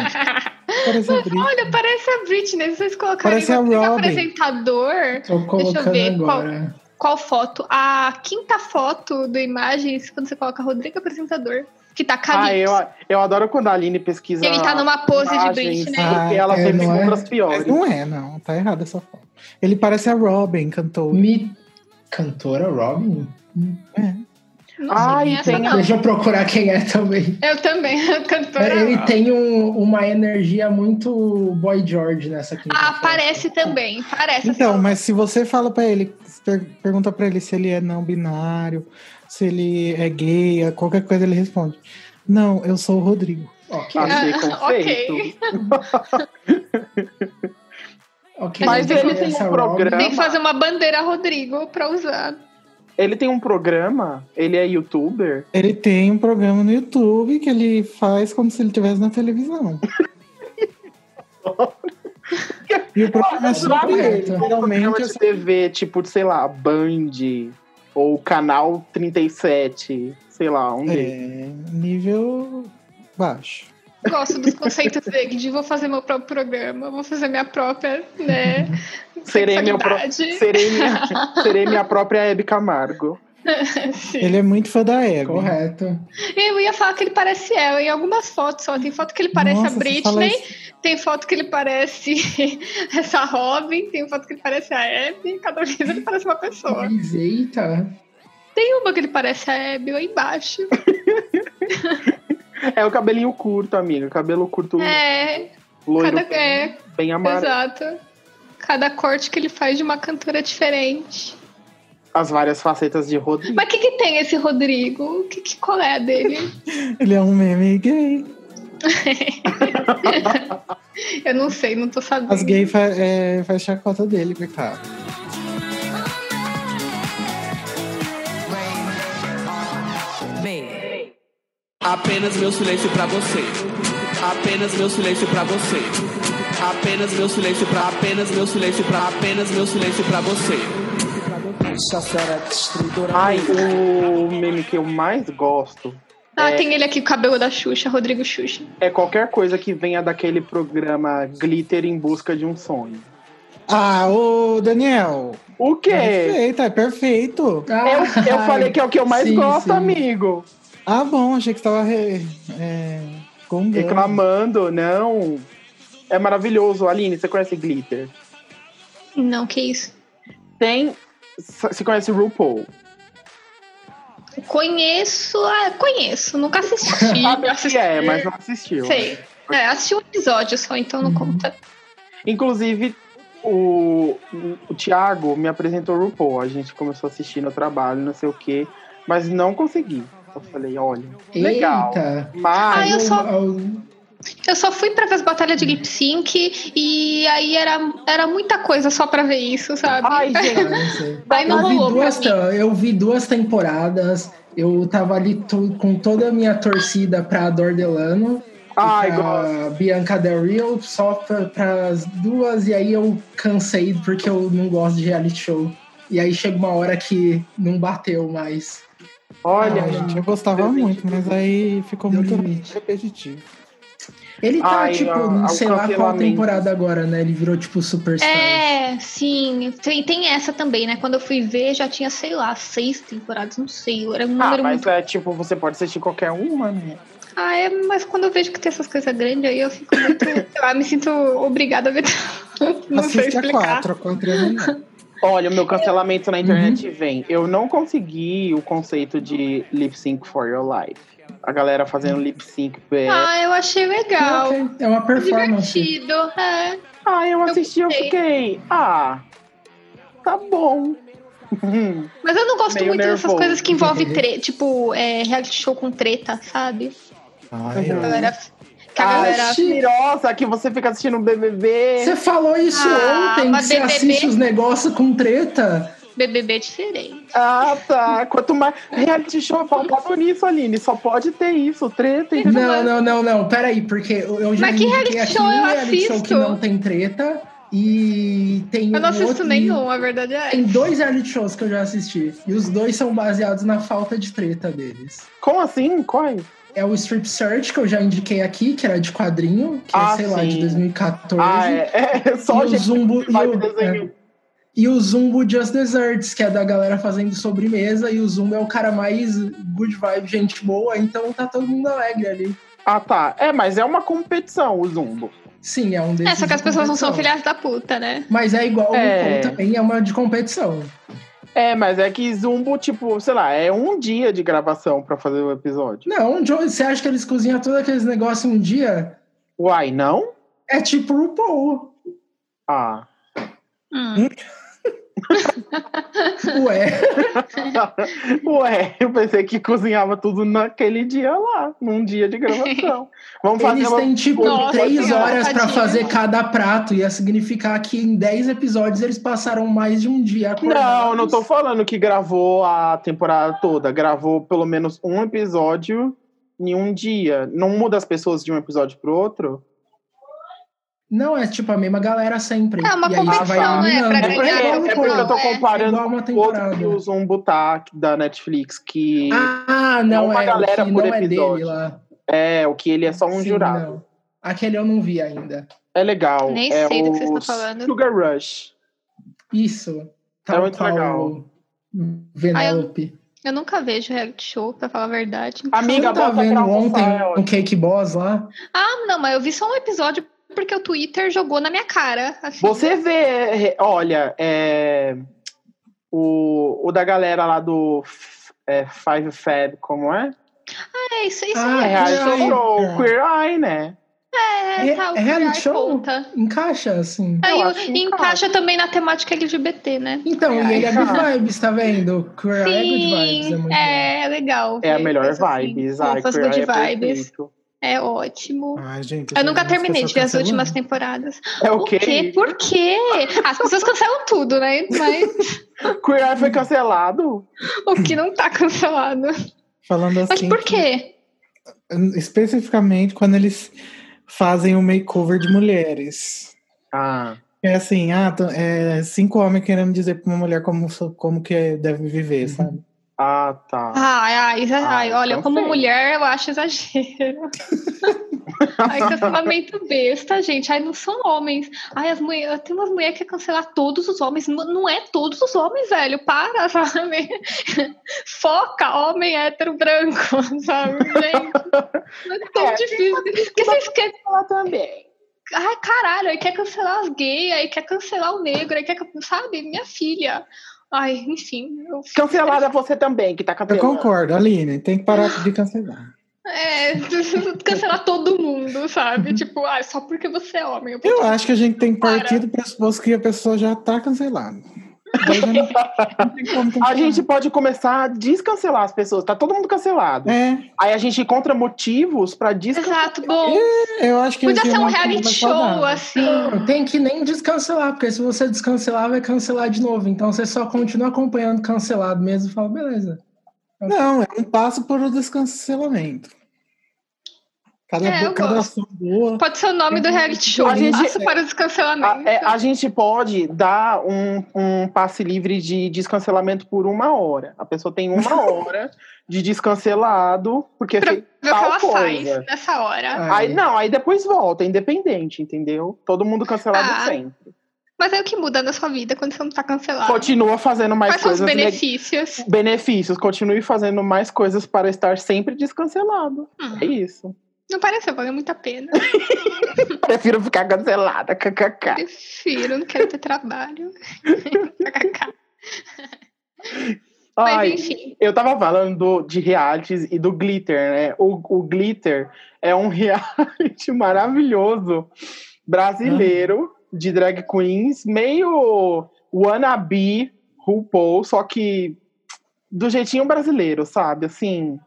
S4: Parece a Britney.
S3: Olha, parece a Britney. Se vocês colocarem
S4: Parece a
S3: Rodrigo
S4: Robin.
S3: apresentador,
S2: Tô colocando
S3: ver qual-
S2: agora.
S3: Qual foto? A quinta foto do Imagens, quando você coloca Rodrigo Apresentador, que tá
S1: Ah, eu,
S3: Calypso.
S1: eu adoro quando a Aline pesquisa.
S3: ele tá numa pose de né?
S1: imagens,
S3: Britney.
S4: ah,
S1: Porque ela
S2: é,
S1: sempre
S2: não é?
S1: encontra as
S4: Mas
S1: piores.
S4: não é, não. Tá errada essa foto. Ele parece a Robin, cantora.
S2: Me... Cantora Robin?
S3: Não
S1: Ai,
S3: sei quem é essa,
S1: tem-
S3: não.
S2: Deixa eu procurar quem é também.
S3: Eu também, a cantora.
S2: É,
S4: É
S2: Ele tem um- uma energia muito Boy George nessa quinta
S3: Ah,
S2: foto.
S3: parece também, parece.
S4: Então,
S3: essa-
S4: mas se você fala pra ele, per- pergunta pra ele se ele é não é binário, se ele é gay, qualquer coisa ele responde. Não, eu sou o Rodrigo.
S2: Ok.
S1: Achei
S3: Ah,
S1: conceito.
S3: ok.
S2: ok.
S1: Mas
S2: então
S1: ele
S2: foi
S1: tem
S2: essa
S1: um
S2: Robin.
S1: programa.
S3: Tem que fazer uma bandeira Rodrigo pra usar.
S1: Ele tem um programa, ele é youtuber.
S4: Ele tem um programa no YouTube que ele faz como se ele estivesse na televisão. e o programa é sobre ele.
S1: Programa
S4: Geralmente,
S1: de TV, tipo, sei lá, Band, ou Canal 37, sei lá, um deles.
S4: é nível baixo.
S3: Gosto dos conceitos dele de vou fazer meu próprio programa, vou fazer minha própria, né?
S1: Serei meu pró-
S3: sexualidade.
S1: Serei minha, serei minha própria Hebe Camargo.
S3: Sim.
S4: Ele é muito fã da Abby.
S2: Correto.
S3: Eu ia falar que ele parece ela em algumas fotos só. Tem foto que ele parece
S4: Nossa,
S3: a
S4: você fala
S3: Britney,
S4: isso-
S3: tem foto que ele parece essa Robin, tem foto que ele parece a Abby. Cada vez ele parece uma pessoa.
S2: Mas, Eita.
S3: Tem uma que ele parece a Abby lá embaixo.
S1: É o cabelinho curto, amiga. Cabelo curto,
S3: É,
S1: loiro,
S3: cada, é
S1: bem amarelo.
S3: exato. Cada corte que ele faz de uma cantora diferente.
S1: As várias facetas de Rodrigo.
S3: Mas o que, que tem esse Rodrigo? O que, que qual é a dele?
S4: Ele é um meme gay.
S3: Eu não sei, não tô sabendo.
S4: As gays fa é, faz chacota dele, coitado.
S7: Apenas meu silêncio pra você. Apenas meu silêncio pra você. Apenas meu silêncio pra apenas meu silêncio pra apenas meu silêncio pra você.
S1: Ai, o meme que eu mais gosto
S3: Ah,
S1: É.
S3: tem ele aqui com o cabelo da Xuxa, Rodrigo Xuxa.
S1: é qualquer coisa que venha daquele programa Glitter em Busca de um Sonho.
S4: Ah, ô Daniel!
S1: O quê?
S4: Perfeito, é perfeito.
S2: Ah,
S1: Eu, eu falei que é o que eu mais
S2: Sim,
S1: gosto,
S2: sim.
S1: amigo.
S4: Ah, bom, achei que você tava re, é, gongando.
S1: Reclamando, não. É maravilhoso. Aline, você conhece Glitter?
S3: Não, que isso.
S1: Tem. S- Você conhece RuPaul?
S3: Conheço, ah, conheço, nunca assisti.
S1: Sabe o que
S3: assisti
S1: é, mas não assistiu.
S3: Sei. É, assisti um episódio só, então não conta.
S1: Inclusive, o, o Thiago me apresentou o RuPaul. A gente começou a assistir no trabalho, não sei o quê, mas não consegui. Eu falei, olha, legal.
S2: Eita.
S3: Ah,
S1: Mas
S3: eu só-
S2: Algum-
S3: Eu só fui pra ver as batalhas de lip sync e aí era, era muita coisa só pra ver isso, sabe?
S1: Ai, gente.
S2: Ah, não sei.
S3: Daí não
S2: Eu vi,
S3: rolou pra
S2: duas,
S3: mim.
S2: te- eu vi duas temporadas. Eu tava ali to- com toda a minha torcida pra Ador Delano.
S1: ai, gosto.
S2: pra Bianca Del Rio, só pra, pras duas. E aí eu cansei porque eu não gosto de reality show. E aí chega uma hora que não bateu mais.
S1: Olha,
S4: Olha,
S1: gente.
S4: Ah, gente, eu gostava
S1: Deu
S4: muito, mas aí ficou
S2: Deu
S4: muito
S2: limite.
S4: repetitivo.
S2: Ele tá,
S1: Ai,
S2: tipo,
S1: ó,
S2: não
S1: ao
S2: sei lá qual
S1: cancelamento.
S2: temporada agora, né? Ele virou, tipo, superstar.
S3: É, sim. Tem, tem essa também, né? Quando eu fui ver, já tinha, sei lá, seis temporadas, não sei. Era um
S1: Ah,
S3: número
S1: mas
S3: muito.
S1: é tipo, você pode assistir qualquer uma, né?
S3: Ah, é, mas quando eu vejo que tem essas coisas grandes, aí eu fico muito. sei lá, me sinto obrigada a ver. Não sei
S4: Assiste a
S3: explicar.
S4: quatro, a quatro é melhor.
S1: Olha, o meu cancelamento na internet vem. Eu não consegui o conceito de lip sync for your life. A galera fazendo lip sync. É...
S3: Ah, eu achei legal.
S2: Ok, É uma performance.
S3: então, Divertido. É.
S1: Ah, eu assisti, eu
S3: gostei.
S1: fiquei. Ah, tá bom.
S3: Mas eu não gosto
S1: Meio
S3: muito dessas
S1: nervoso.
S3: coisas que envolvem tre- tipo, é, reality show com treta, sabe?
S4: Ai,
S3: A galera- que a
S1: Ah,
S3: galera.
S1: cheirosa que você fica assistindo o BBB.
S2: Você falou isso
S3: Ah,
S2: ontem, que
S3: mas
S2: você
S3: BBB?
S2: assiste os negócios com treta.
S3: BBB é diferente.
S1: Ah, tá. Quanto mais. Reality show é pautado nisso, Aline. Só pode ter isso. Treta. e-
S2: Não, não, não, não. Peraí, porque eu eu já
S3: Mas que
S2: indiquei
S3: reality
S2: aqui
S3: show eu
S2: um reality show
S3: assisto?
S2: que não tem treta e tem
S3: Eu não
S2: um
S3: assisto
S2: outro-
S3: nenhum, a verdade é.
S2: Tem dois reality shows que eu já assisti. E os dois são baseados na falta de treta deles.
S1: Como assim? Quais?
S2: É o Strip Search, que eu já indiquei aqui, que era de quadrinho, que
S1: Ah,
S2: é, sei lá,
S1: sim.
S2: de 2014.
S1: Ah, é, é só
S2: e, o
S1: gente
S2: Zumbo,
S1: que
S2: e,
S1: vai
S2: o, é,
S1: desenho.
S2: e o Zumbo Just Desserts, que é da galera fazendo sobremesa, e o Zumbo é o cara mais good vibe, gente boa, então tá todo mundo alegre ali.
S1: Ah, tá. É, mas é uma competição o Zumbo.
S2: Sim, é um desses.
S3: É, só que as
S2: de
S3: pessoas não
S2: competição.
S3: são filhas da puta, né?
S2: Mas é igual
S1: É.
S2: o também, é uma de competição.
S1: É, mas é que Zumbo, tipo, sei lá, é um dia de gravação pra fazer o episódio.
S2: Não, Joe, você acha que eles cozinham todos aqueles negócios em um dia?
S1: Uai, não?
S2: É tipo RuPaul.
S1: Ah.
S3: Hum.
S2: Ué,
S1: Ué, eu pensei que cozinhava tudo naquele dia lá, num dia de gravação. Vamos fazer
S2: eles
S1: uma-
S2: têm tipo
S3: Nossa,
S2: três
S3: senhora,
S2: horas pra
S3: tadinho.
S2: fazer cada prato. Ia significar que em 10 episódios eles passaram mais de um dia acordados.
S1: Não, não tô falando que gravou a temporada toda. Gravou pelo menos um episódio em um dia. Não muda as pessoas de um episódio pro outro?
S2: Não, é tipo a mesma galera sempre.
S3: É uma
S2: e aí
S3: competição,
S2: vai
S3: né, pra
S2: eliminando.
S1: É porque,
S3: ganhar
S1: é
S3: não,
S1: porque eu tô
S3: é.
S1: comparando
S2: Igual uma
S1: com o outro
S2: temporada.
S1: que usa um butac da Netflix, que
S2: Ah,
S1: É
S2: não, é,
S1: uma
S2: o
S1: galera
S2: que
S1: por
S2: não é dele
S1: episódio.
S2: lá.
S1: é o que ele é só um
S2: Sim,
S1: jurado.
S2: não. Aquele eu não vi ainda.
S1: É legal.
S3: Nem
S1: é
S3: sei do
S1: o
S3: que vocês estão falando.
S1: Sugar Rush.
S2: Isso.
S1: É
S2: Tal
S1: muito
S2: qual
S1: legal.
S2: Venelope.
S3: Eu nunca vevejo reality show, pra falar a verdade.
S1: Amiga,
S2: Você não tá
S1: volta
S2: vendo
S1: pra almoçar,
S2: ontem
S1: é ótimo.
S2: um Cake Boss lá?
S3: Ah, não, mas eu vi só um episódio porque o Twitter jogou na minha cara. assim.
S1: Você vê, é, olha, é, o, o da galera lá do é, Five Fab, como é?
S3: É isso, isso
S2: Ah,
S1: É
S3: é,
S1: reality
S2: Queer Eye.
S1: show, Queer Eye, né?
S3: é,
S2: é-
S3: tá, o
S2: é reality
S3: PR
S2: show?
S3: conta.
S2: Encaixa, assim.
S3: tá. Aí
S1: Eu
S3: o-
S1: acho que
S3: e
S1: encaixa.
S3: encaixa também na temática LGBT, né?
S2: Então, e ele é good vibes, tá vendo? Queer Eye é good vibes. É
S3: Sim,
S2: muito bom.
S3: é, legal.
S1: É a
S3: ver
S1: melhor
S3: coisa assim.
S1: vibe, Zai,
S3: Roupas
S1: Queer Eye
S3: good
S1: é
S3: vibes.
S1: perfeito.
S3: É
S2: Ah,
S3: ótimo.
S4: Ai, gente.
S3: Eu nunca
S4: gente, as
S3: terminei de ver
S4: pessoas
S3: as últimas
S4: cancelando.
S3: temporadas.
S1: É o
S3: Por quê?
S1: quê?
S3: Por quê? As pessoas cancelam tudo, né? Mas
S1: Queer Eye foi cancelado?
S3: o que não tá cancelado.
S4: Falando
S3: Mas
S4: assim.
S3: por quê?
S4: que, Especificamente quando eles fazem o makeover de mulheres.
S1: Ah,
S4: É assim, ah, tão- é, cinco homens querendo dizer pra uma mulher como, so- como que deve viver, sabe?
S1: ah tá.
S3: Ai, ai, exa-
S1: Ai,
S3: ai, olha,
S1: então
S3: como
S1: sei.
S3: mulher eu acho exagero. ai, cancelamento besta, gente. Ai, não são homens. Ai, as mulheres. Tem umas mulheres que quer cancelar todos os homens. Não não é todos os homens, velho. Para, sabe? Foca, homem hétero branco, sabe? Gente, não é tão
S1: É,
S3: difícil. Porque vocês querem
S1: Ela também.
S3: Ai, caralho, aí quer cancelar as gays, aí quer cancelar o negro, aí quer, can- sabe, minha filha. Ai, enfim, eu fico-
S1: Cancelada você também, que tá
S4: Eu
S3: Uhum.
S1: cancelando.
S4: concordo, Aline, tem que parar de cancelar.
S3: É, cancelar todo mundo, sabe? Tipo, ai, só porque você é homem.
S4: Eu acho que a gente tem que
S3: Para.
S4: partir do pressuposto que a pessoa já tá cancelada. Daí já não- não tem como
S1: A
S4: cancelar.
S1: gente pode começar a descancelar as pessoas. Tá todo mundo cancelado.
S4: É,
S1: Aí a gente encontra motivos pra descancelar.
S3: Exato, bom.
S4: eu acho que...
S3: Podia
S4: eles
S3: ser um
S4: iam achar
S3: reality
S4: mais
S3: show,
S4: saudável.
S3: assim.
S2: Não, Tem que nem descancelar, porque se você descancelar, vai cancelar de novo. Então você só continua acompanhando cancelado mesmo e fala, beleza.
S3: assim.
S4: Não, é um passo para o descancelamento. Cada,
S3: É,
S4: bo-
S3: eu
S4: cada
S3: gosto.
S4: ação boa...
S3: Pode ser o nome do reality show.
S1: A gente-
S3: Passo para o
S1: A,
S3: descancelamento.
S1: é, a gente pode dar um, um passe livre de descancelamento por uma hora. A pessoa tem uma hora de descancelado, porque
S3: Pra-
S1: fez
S3: Ver o que
S1: tal
S3: ela
S1: coisa.
S3: faz nessa hora.
S1: Aí,
S2: É.
S1: não, aí depois volta, independente, entendeu? Todo mundo cancelado
S3: Ah.
S1: sempre.
S3: Mas é o que muda na sua vida quando você não tá cancelado.
S1: Continua fazendo mais né?
S3: Quais são os
S1: coisas. le-
S3: benefícios?
S1: Benefícios, continue fazendo mais coisas para estar sempre descancelado.
S3: Hum.
S1: É isso.
S3: Não pareceu valer muito a pena.
S1: Prefiro ficar cancelada, kkk.
S3: Prefiro, não quero ter trabalho. KKK.
S1: Ai,
S3: Mas então, enfim,
S1: Eu tava falando do- de realities e do Glitter, né? O, o Glitter é um reality maravilhoso brasileiro de drag queens, meio wannabe RuPaul, só que do jeitinho brasileiro, sabe? Assim,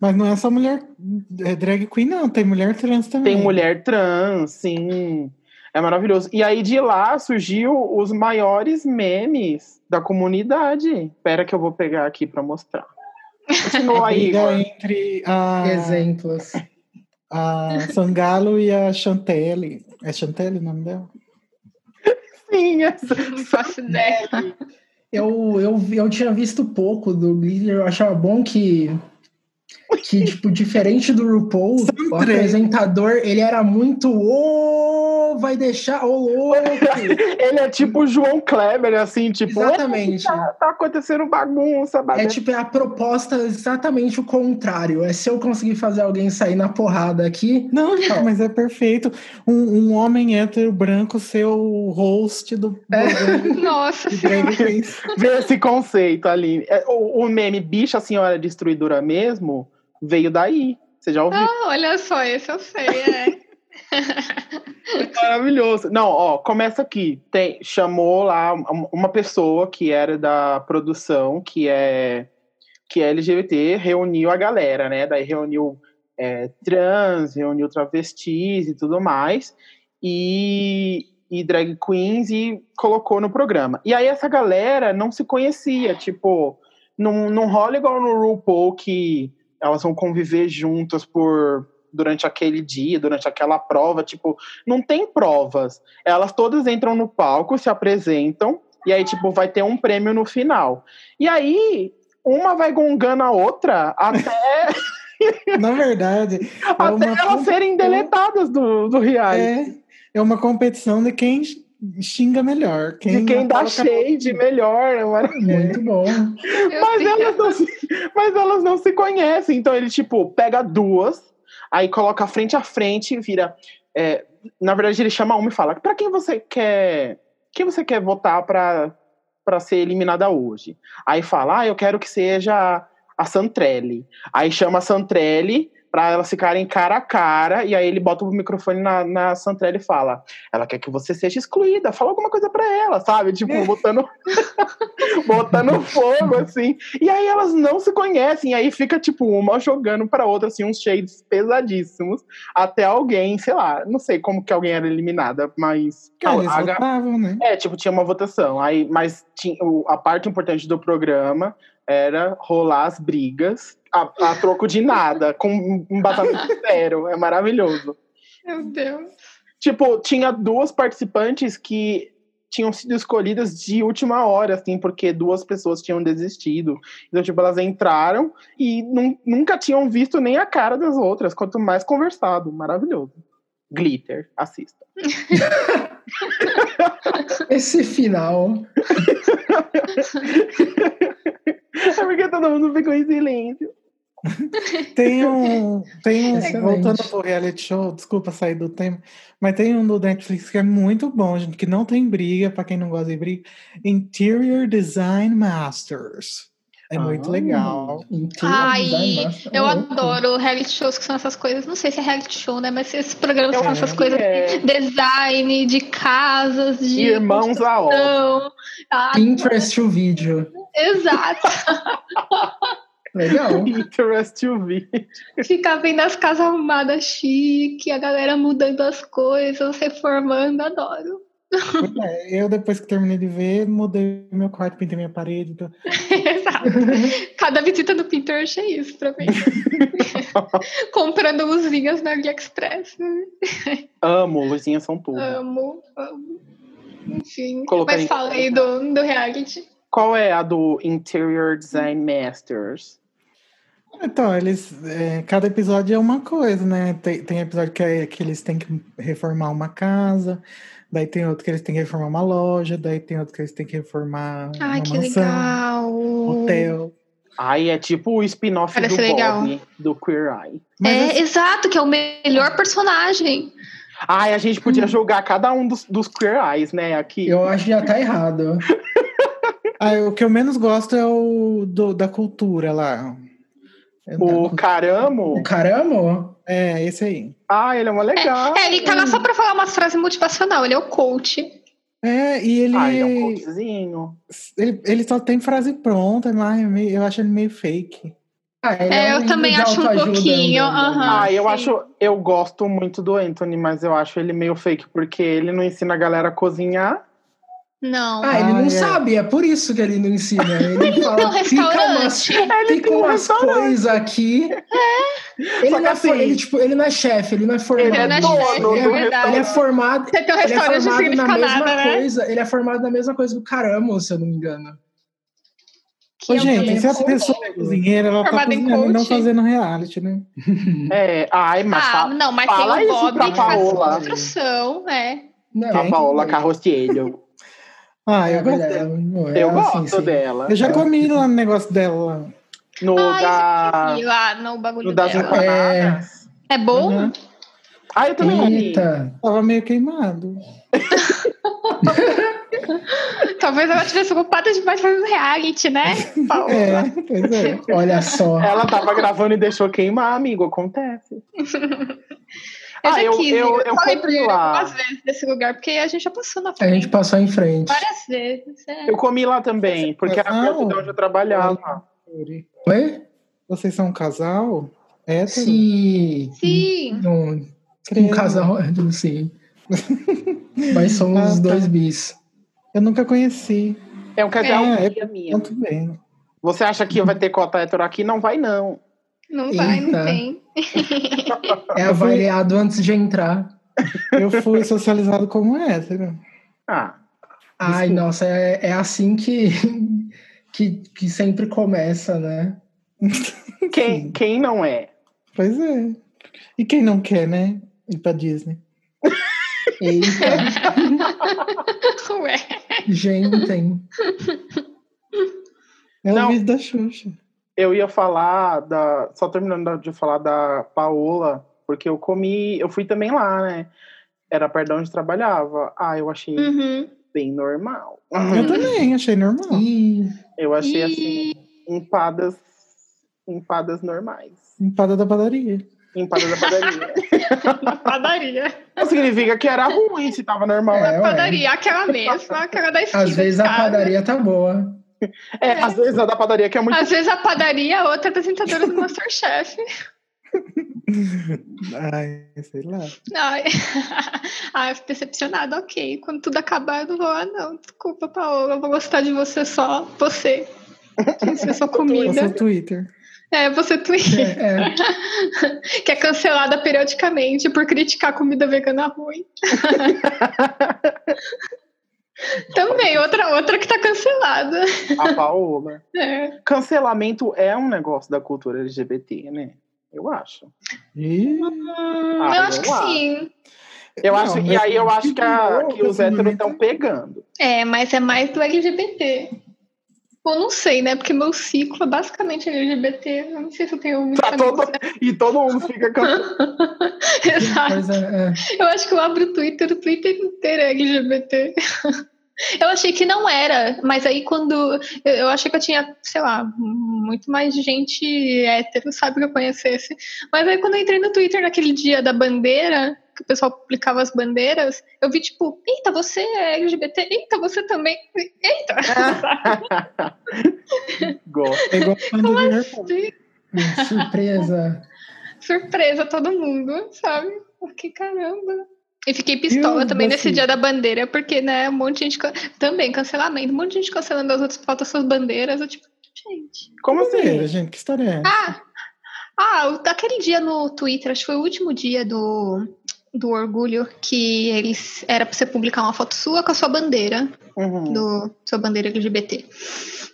S4: Mas não é só mulher é drag queen, não. Tem mulher trans também.
S1: tem mulher trans, sim. É maravilhoso. E aí de lá surgiu os maiores memes da comunidade. Espera que eu vou pegar aqui pra mostrar. Continua aí,
S4: É briga
S1: Igor.
S4: entre a,
S2: Exemplos.
S4: a Sangalo e a Chantelle. É Chantelle o nome dela?
S1: Sim, essa-
S3: não faço ideia.
S2: Eu, eu, vi- eu tinha visto pouco do Glitter, eu achava bom que, que tipo, diferente do RuPaul, o
S4: três.
S2: apresentador, ele era muito ô, vai deixar, ô louco.
S1: Ele é tipo
S2: Hum.
S1: o João Kleber, assim, tipo,
S2: Exatamente.
S1: tá acontecendo bagunça,
S2: É
S1: bagunça.
S2: tipo, é a proposta exatamente o contrário. É se eu conseguir fazer alguém sair na porrada aqui,
S4: Não, gente, mas é perfeito. Um, um homem hétero branco ser o host do
S1: É.
S4: programa
S3: Nossa
S4: de
S3: senhora.
S4: drag queens.
S1: Vê esse conceito ali. É, o, o meme Bicha Senhora Destruidora mesmo veio daí. Você já ouviu?
S3: Ah, olha só, esse eu sei, é.
S1: Maravilhoso. Não, ó, começa aqui. Tem, chamou lá um- uma pessoa que era da produção, que é que é LGBT, reuniu a galera, né? Daí reuniu é, trans, reuniu travestis e tudo mais, e, e drag queens e colocou no programa. E aí essa galera não se conhecia, tipo, não, não rola igual no RuPaul que elas vão conviver juntas por durante aquele dia, durante aquela prova, tipo, não tem provas. Elas todas entram no palco, se apresentam, e aí, tipo, vai ter um prêmio no final. E aí, uma vai gongando a outra até,
S4: Na verdade,
S1: até
S4: É uma
S1: elas
S4: puta-
S1: serem deletadas do, do reality.
S4: é, é uma competição de quem xinga melhor. Quem
S1: de quem dá
S4: coloca-
S1: shade melhor, né, mano?
S2: Muito bom.
S3: Meu
S1: Mas
S3: Deus.
S1: elas, não se, mas elas não se conhecem. Então ele, tipo, pega duas, aí coloca frente a frente e vira. é, na verdade, ele chama uma e fala: pra quem você quer. Quem você quer votar pra, pra ser eliminada hoje? Aí fala: ah, eu quero que seja a Santrelli. Aí chama a Santrelli pra elas ficarem cara a cara. E aí ele bota o microfone na, na Santrelli e fala: ela quer que você seja excluída, fala alguma coisa pra ela, sabe? Tipo, botando, botando fogo, assim. E aí elas não se conhecem, aí fica, tipo, uma jogando pra outra, assim, uns shades pesadíssimos, até alguém, sei lá, não sei como que alguém era eliminada, mas.
S4: Cara, é eles
S1: a Ga-
S4: votavam, né?
S1: é, tipo, tinha uma votação. Aí, mas tinha, o- a parte importante do programa era rolar as brigas a, a troco de nada, com um um batamento zero. É maravilhoso.
S3: Meu Deus.
S1: Tipo, tinha duas participantes que tinham sido escolhidas de última hora, assim, porque duas pessoas tinham desistido. Então, tipo, elas entraram e nun- nunca tinham visto nem a cara das outras, quanto mais conversado. Maravilhoso. Glitter, assista.
S2: Esse final.
S1: É porque todo mundo ficou em silêncio.
S4: Tem um. Tem um
S2: Excelente.
S4: voltando pro reality show, desculpa sair do tema, mas tem um do Netflix que é muito bom, gente, que não tem briga, pra quem não gosta de briga. Interior Design Masters. É muito
S1: Ah.
S4: legal.
S2: Inteiro, é um design
S3: Ai,
S2: master,
S3: eu
S2: é louco.
S3: adoro reality shows que são essas coisas. Não sei se é reality show, né? Mas esses programas
S1: Eu
S3: que são
S4: acho
S3: essas coisas.
S1: É,
S3: Design, de casas, de.
S1: irmãos à obra.
S3: construção. Ah,
S2: Pinterest o vídeo.
S3: exato.
S2: Legal.
S1: Interest UV.
S3: Ficar vendo as casas arrumadas chique, a galera mudando as coisas, reformando, adoro.
S4: Pois é, Eu, depois que terminei de ver, mudei meu quarto, pintei minha parede. então-
S3: Exato. Cada visita no Pinterest é isso pra mim. Comprando luzinhas na AliExpress.
S1: Uhum. Amo, luzinhas são tudo.
S3: Amo, amo. Enfim,
S1: Colocar em-
S3: mas fala aí do, do reality.
S1: Qual é a do Interior Design Masters?
S4: Então, eles. é, cada episódio é uma coisa, né? Tem, tem episódio que, é, que eles têm que reformar uma casa, daí tem outro que eles têm que reformar uma loja, daí tem outro que eles têm que reformar
S3: Ai,
S4: uma
S3: que
S4: mansão, um
S3: legal.
S4: hotel.
S1: Ai, é tipo o spin-off do
S3: Parece legal.
S1: Bob, do Queer Eye.
S4: Mas
S3: é,
S4: assim,
S3: exato, que é o melhor personagem.
S1: Ai, a gente
S3: Hum.
S1: podia jogar cada um dos, dos Queer Eyes, né? Aqui.
S2: Eu acho que já tá errado.
S4: ah, o que eu menos gosto é o do- da cultura lá. É, da
S1: O
S4: cu-
S1: Caramo.
S2: O caramba,
S4: é, esse aí.
S1: Ah, ele é mó legal.
S3: É, ele tá lá só pra falar umas frases motivacional, ele é o coach.
S4: É, e ele,
S1: Ah, ele é um
S4: ele,
S1: coachzinho.
S4: ele só tem frase pronta, mas é meio- eu acho ele meio fake.
S2: Ah, ele
S3: É, eu
S2: livro
S3: também
S2: de
S3: acho um
S2: autoajuda
S3: pouquinho,
S2: andando, né?
S3: aham.
S1: Ah, eu
S3: sim.
S1: acho. Eu gosto muito do Anthony, mas eu acho ele meio fake, porque ele não ensina a galera a cozinhar.
S3: Não.
S2: Ah, ele não
S4: Ah, é.
S2: sabe, é por isso que ele não ensina. Ele, fala,
S3: tem um
S2: fica umas,
S3: restaurante."
S1: Ele
S2: fica
S1: tem um
S2: umas coisas aqui. Ele,
S1: Só
S2: não
S1: que
S2: é
S1: assim-
S2: for- ele, tipo, ele não é chefe, ele não é formado.
S1: Ele
S3: não é
S1: é
S2: nisso.
S3: chefe,
S1: dono
S2: ele,
S1: do
S2: é,
S3: verdade.
S2: ele é formado.
S3: Você tem um
S2: Ele é
S3: restaurante não
S2: formado na
S3: significa
S2: mesma
S3: nada, né?
S2: coisa. Ele é formado na mesma coisa que o Caramo, se eu não me engano.
S3: Que
S4: Ô,
S3: é o
S4: gente,
S3: que
S4: se a
S3: eu-
S4: pessoa é cozinheira, ela tá
S3: Formada em
S4: cozinhando e não
S3: coaching.
S4: fazendo reality, né?
S1: É, ai, mas.
S3: Ah,
S1: fa-
S3: não, mas
S1: fala
S3: tem o
S1: isso pra
S3: Bob que faz
S1: Paola.
S3: construção, é.
S2: Não,
S1: A Paola Carrocelho.
S4: Ah,
S2: é
S4: eu gostei.
S2: verdade, não, é
S1: Eu
S2: ela, sim,
S1: gosto
S2: sim.
S1: dela.
S4: Eu já comi lá no negócio dela.
S1: No
S3: Ah,
S1: da.
S3: isso aqui, lá no bagulho
S1: No das
S3: dela.
S1: empanadas.
S3: É bom?
S4: Uhum.
S1: Ah, eu também comi.
S2: Eita.
S4: Tava meio queimado.
S3: Talvez ela tivesse ocupada demais fazendo reality, né? Paola?
S4: É, pois é.
S2: Olha só.
S1: Ela tava gravando e deixou queimar, amigo. Acontece.
S3: Eu
S1: Ah,
S3: já
S1: eu-
S3: quis ir.
S1: eu- eu
S3: só
S1: comprei
S3: lembrei
S1: lá.
S3: algumas vezes desse lugar, porque a gente já passou na
S2: A
S3: frente
S2: gente passou em frente.
S3: várias vezes.
S2: Uhum.
S3: é.
S1: Eu comi lá também, porque era
S4: Não. Ah.
S1: perto de onde eu trabalhava.
S4: Yuri?
S2: Oi?
S4: Vocês são um casal? É,
S2: Sim.
S3: Sim.
S2: Um, um casal, sim. Mas
S4: Ah,
S2: somos os
S4: tá.
S2: dois bis.
S4: Eu nunca conheci.
S1: É um casal
S4: É,
S1: guia minha.
S4: Muito bem.
S1: Você acha que vai ter cota hétero aqui? Não vai, não.
S3: Não vai,
S2: Eita.
S3: não tem.
S2: É avaliado antes de entrar.
S4: Eu fui socializado como hétero.
S1: Ah,
S2: Ai,
S4: Desculpa.
S2: nossa, é, é assim que, que, que sempre começa, né?
S1: quem, quem não é?
S4: Pois é. E quem não quer, né? Ir pra Disney.
S2: Eita,
S3: Ué.
S2: gente, hein?
S4: É
S1: Não.
S4: o vídeo da Xuxa.
S1: Eu ia falar da. Só terminando de falar da Paola, porque eu comi. Eu fui também lá, né? Era perto de onde eu trabalhava. Ah, eu achei
S3: Uhum.
S1: bem normal.
S4: Eu também, achei normal.
S2: Ih,
S1: Eu achei assim,
S3: E-
S1: empadas. Empadas normais.
S4: Empada da padaria.
S1: Empadas da padaria.
S3: Uma padaria.
S1: Não significa que era ruim se tava normal.
S2: É,
S1: É,
S2: ué.
S3: Padaria, aquela mesma, aquela da esquina.
S2: às
S3: de
S2: vezes a
S3: casa.
S2: padaria tá boa.
S1: É, às vezes a da padaria que é muito.
S3: Às vezes a padaria é outra apresentadora do Masterchef.
S4: Ai, sei lá.
S3: Ai, ah, eu fico decepcionada, ok. Quando tudo acabar, eu não vou lá, não. Desculpa, Paola, eu vou gostar de você só, você. Você é só
S4: Esse é o
S3: comida.
S4: Twitter.
S3: É, você Twitter,
S2: É, é.
S3: que é cancelada periodicamente por criticar comida vegana ruim. Também, outra, outra que tá cancelada.
S1: A
S4: né?
S1: Paola.
S3: É.
S1: Cancelamento é um negócio da cultura LGBT, né? Eu acho.
S4: Ih,
S3: Hum,
S1: Ah,
S3: eu acho que
S1: vamos lá.
S3: sim.
S1: Eu
S4: Não,
S1: acho, e
S4: mas tipo, assim, né?
S1: aí eu acho que, a-
S4: virou
S1: que os héteros
S4: ultimamente.
S1: estão pegando.
S3: É, mas é mais do LGBT. Bom, não sei, né? Porque meu ciclo é basicamente LGBT. Eu não sei se eu tenho muito.
S1: Tá todo, e todo mundo fica can-
S3: Exato.
S2: Pois é, é.
S3: Eu acho que eu abro o Twitter, o Twitter inteiro é LGBT. Eu achei que não era, mas aí quando. Eu, eu achei que eu tinha, sei lá, muito mais gente hétero, sabe, que eu conhecesse. Mas aí quando eu entrei no Twitter naquele dia da bandeira, que o pessoal publicava as bandeiras, eu vi tipo, eita, você é LGBT, eita, você também. Eita!
S1: gosta.
S4: é igual fã de Liverpool.
S3: Sim.
S2: Hum, Surpresa.
S3: surpresa todo mundo, sabe? Porque caramba. E fiquei pistola
S4: Eu,
S3: também nesse
S4: assim-
S3: dia da bandeira, porque, né, um monte de gente. can- Também, cancelamento, um monte de gente cancelando as outras faltas suas bandeiras. Eu, tipo, gente.
S1: Como
S4: Bandeira,
S1: assim?
S4: gente, que história é?
S3: Ah! Ah, o- aquele dia no Twitter, acho que foi o último dia do, do orgulho, que eles era pra você publicar uma foto sua com a sua bandeira
S1: Uhum.
S3: do sua bandeira LGBT.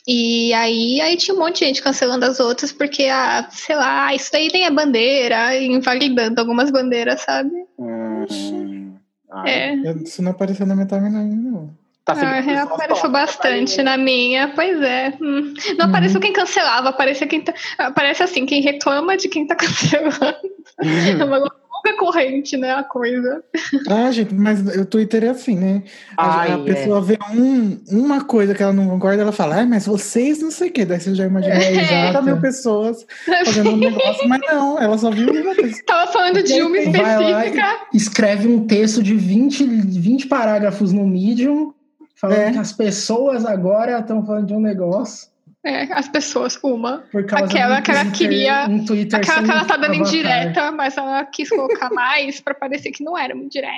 S3: E aí, aí tinha um monte de gente cancelando as outras porque, ah, sei lá, "Ah, isso daí nem é bandeira, e invalidando algumas bandeiras, sabe?
S1: Hum. Ai,
S3: É,
S4: Eu- Isso não apareceu na minha timeline, não.
S1: Tá
S3: ah,
S1: seguindo pessoas
S3: apareceu
S1: tóxicas, tá né?
S3: bastante
S1: Marina.
S3: na minha, pois é. Hum. Não
S4: Uhum.
S3: apareceu quem cancelava, aparece quem tá, aparece assim, quem reclama de quem tá cancelando. É uma longa corrente, né, a coisa.
S4: Ah, gente, mas o Twitter é assim, né? A,
S1: Ai,
S4: a
S1: é.
S4: pessoa vê um, uma coisa que ela não concorda, ela fala, ai, mas vocês não sei o quê. Daí você já imagina
S2: É,
S4: 30
S2: exato.
S4: mil pessoas fazendo um negócio, mas não, ela só viu uma pessoa.
S3: Tava falando de uma
S2: Vai lá e-
S3: específica.
S2: escreve um texto de 20, 20 parágrafos no Medium, falando
S4: É.
S2: que as pessoas agora estão falando de um negócio.
S3: É, as pessoas, uma.
S2: Por causa
S3: Aquela
S2: de um
S3: que ela
S2: Twitter-
S3: queria-
S2: Um Twitter
S3: Aquela
S2: sem
S3: que ela tá dando
S2: avatar.
S3: indireta, mas ela quis colocar mais pra parecer que não era muito direta.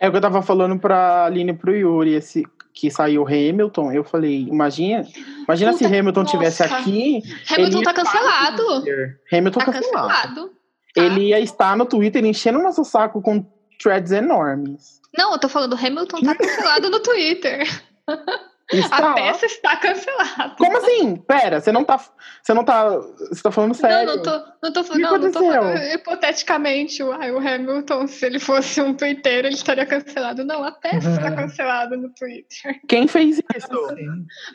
S1: É o que eu tava falando pra Aline e pro Yuri, esse que saiu o Hamilton. Eu falei, imagina, imagina se
S3: Puta-
S1: Hamilton tivesse
S3: nossa.
S1: aqui.
S3: Hamilton
S1: Ele
S3: tá
S1: fala
S3: cancelado.
S1: Hamilton
S3: Tá
S1: cancelado.
S3: cancelado. tá?
S1: Ele ia estar no Twitter enchendo o nosso saco com threads enormes.
S3: Não, eu tô falando, Hamilton tá cancelado no Twitter.
S1: Está
S3: A
S1: lá.
S3: peça está cancelada.
S1: Como assim? Pera, você não tá. Você não tá. Você tá falando sério.
S3: Não, não tô, não tô,
S1: O que
S3: não, não tô
S1: aconteceu?
S3: falando hipoteticamente. Uai, o Hamilton, se ele fosse um Twitter, ele estaria cancelado. Não, a peça está cancelada no Twitter.
S1: Quem fez isso?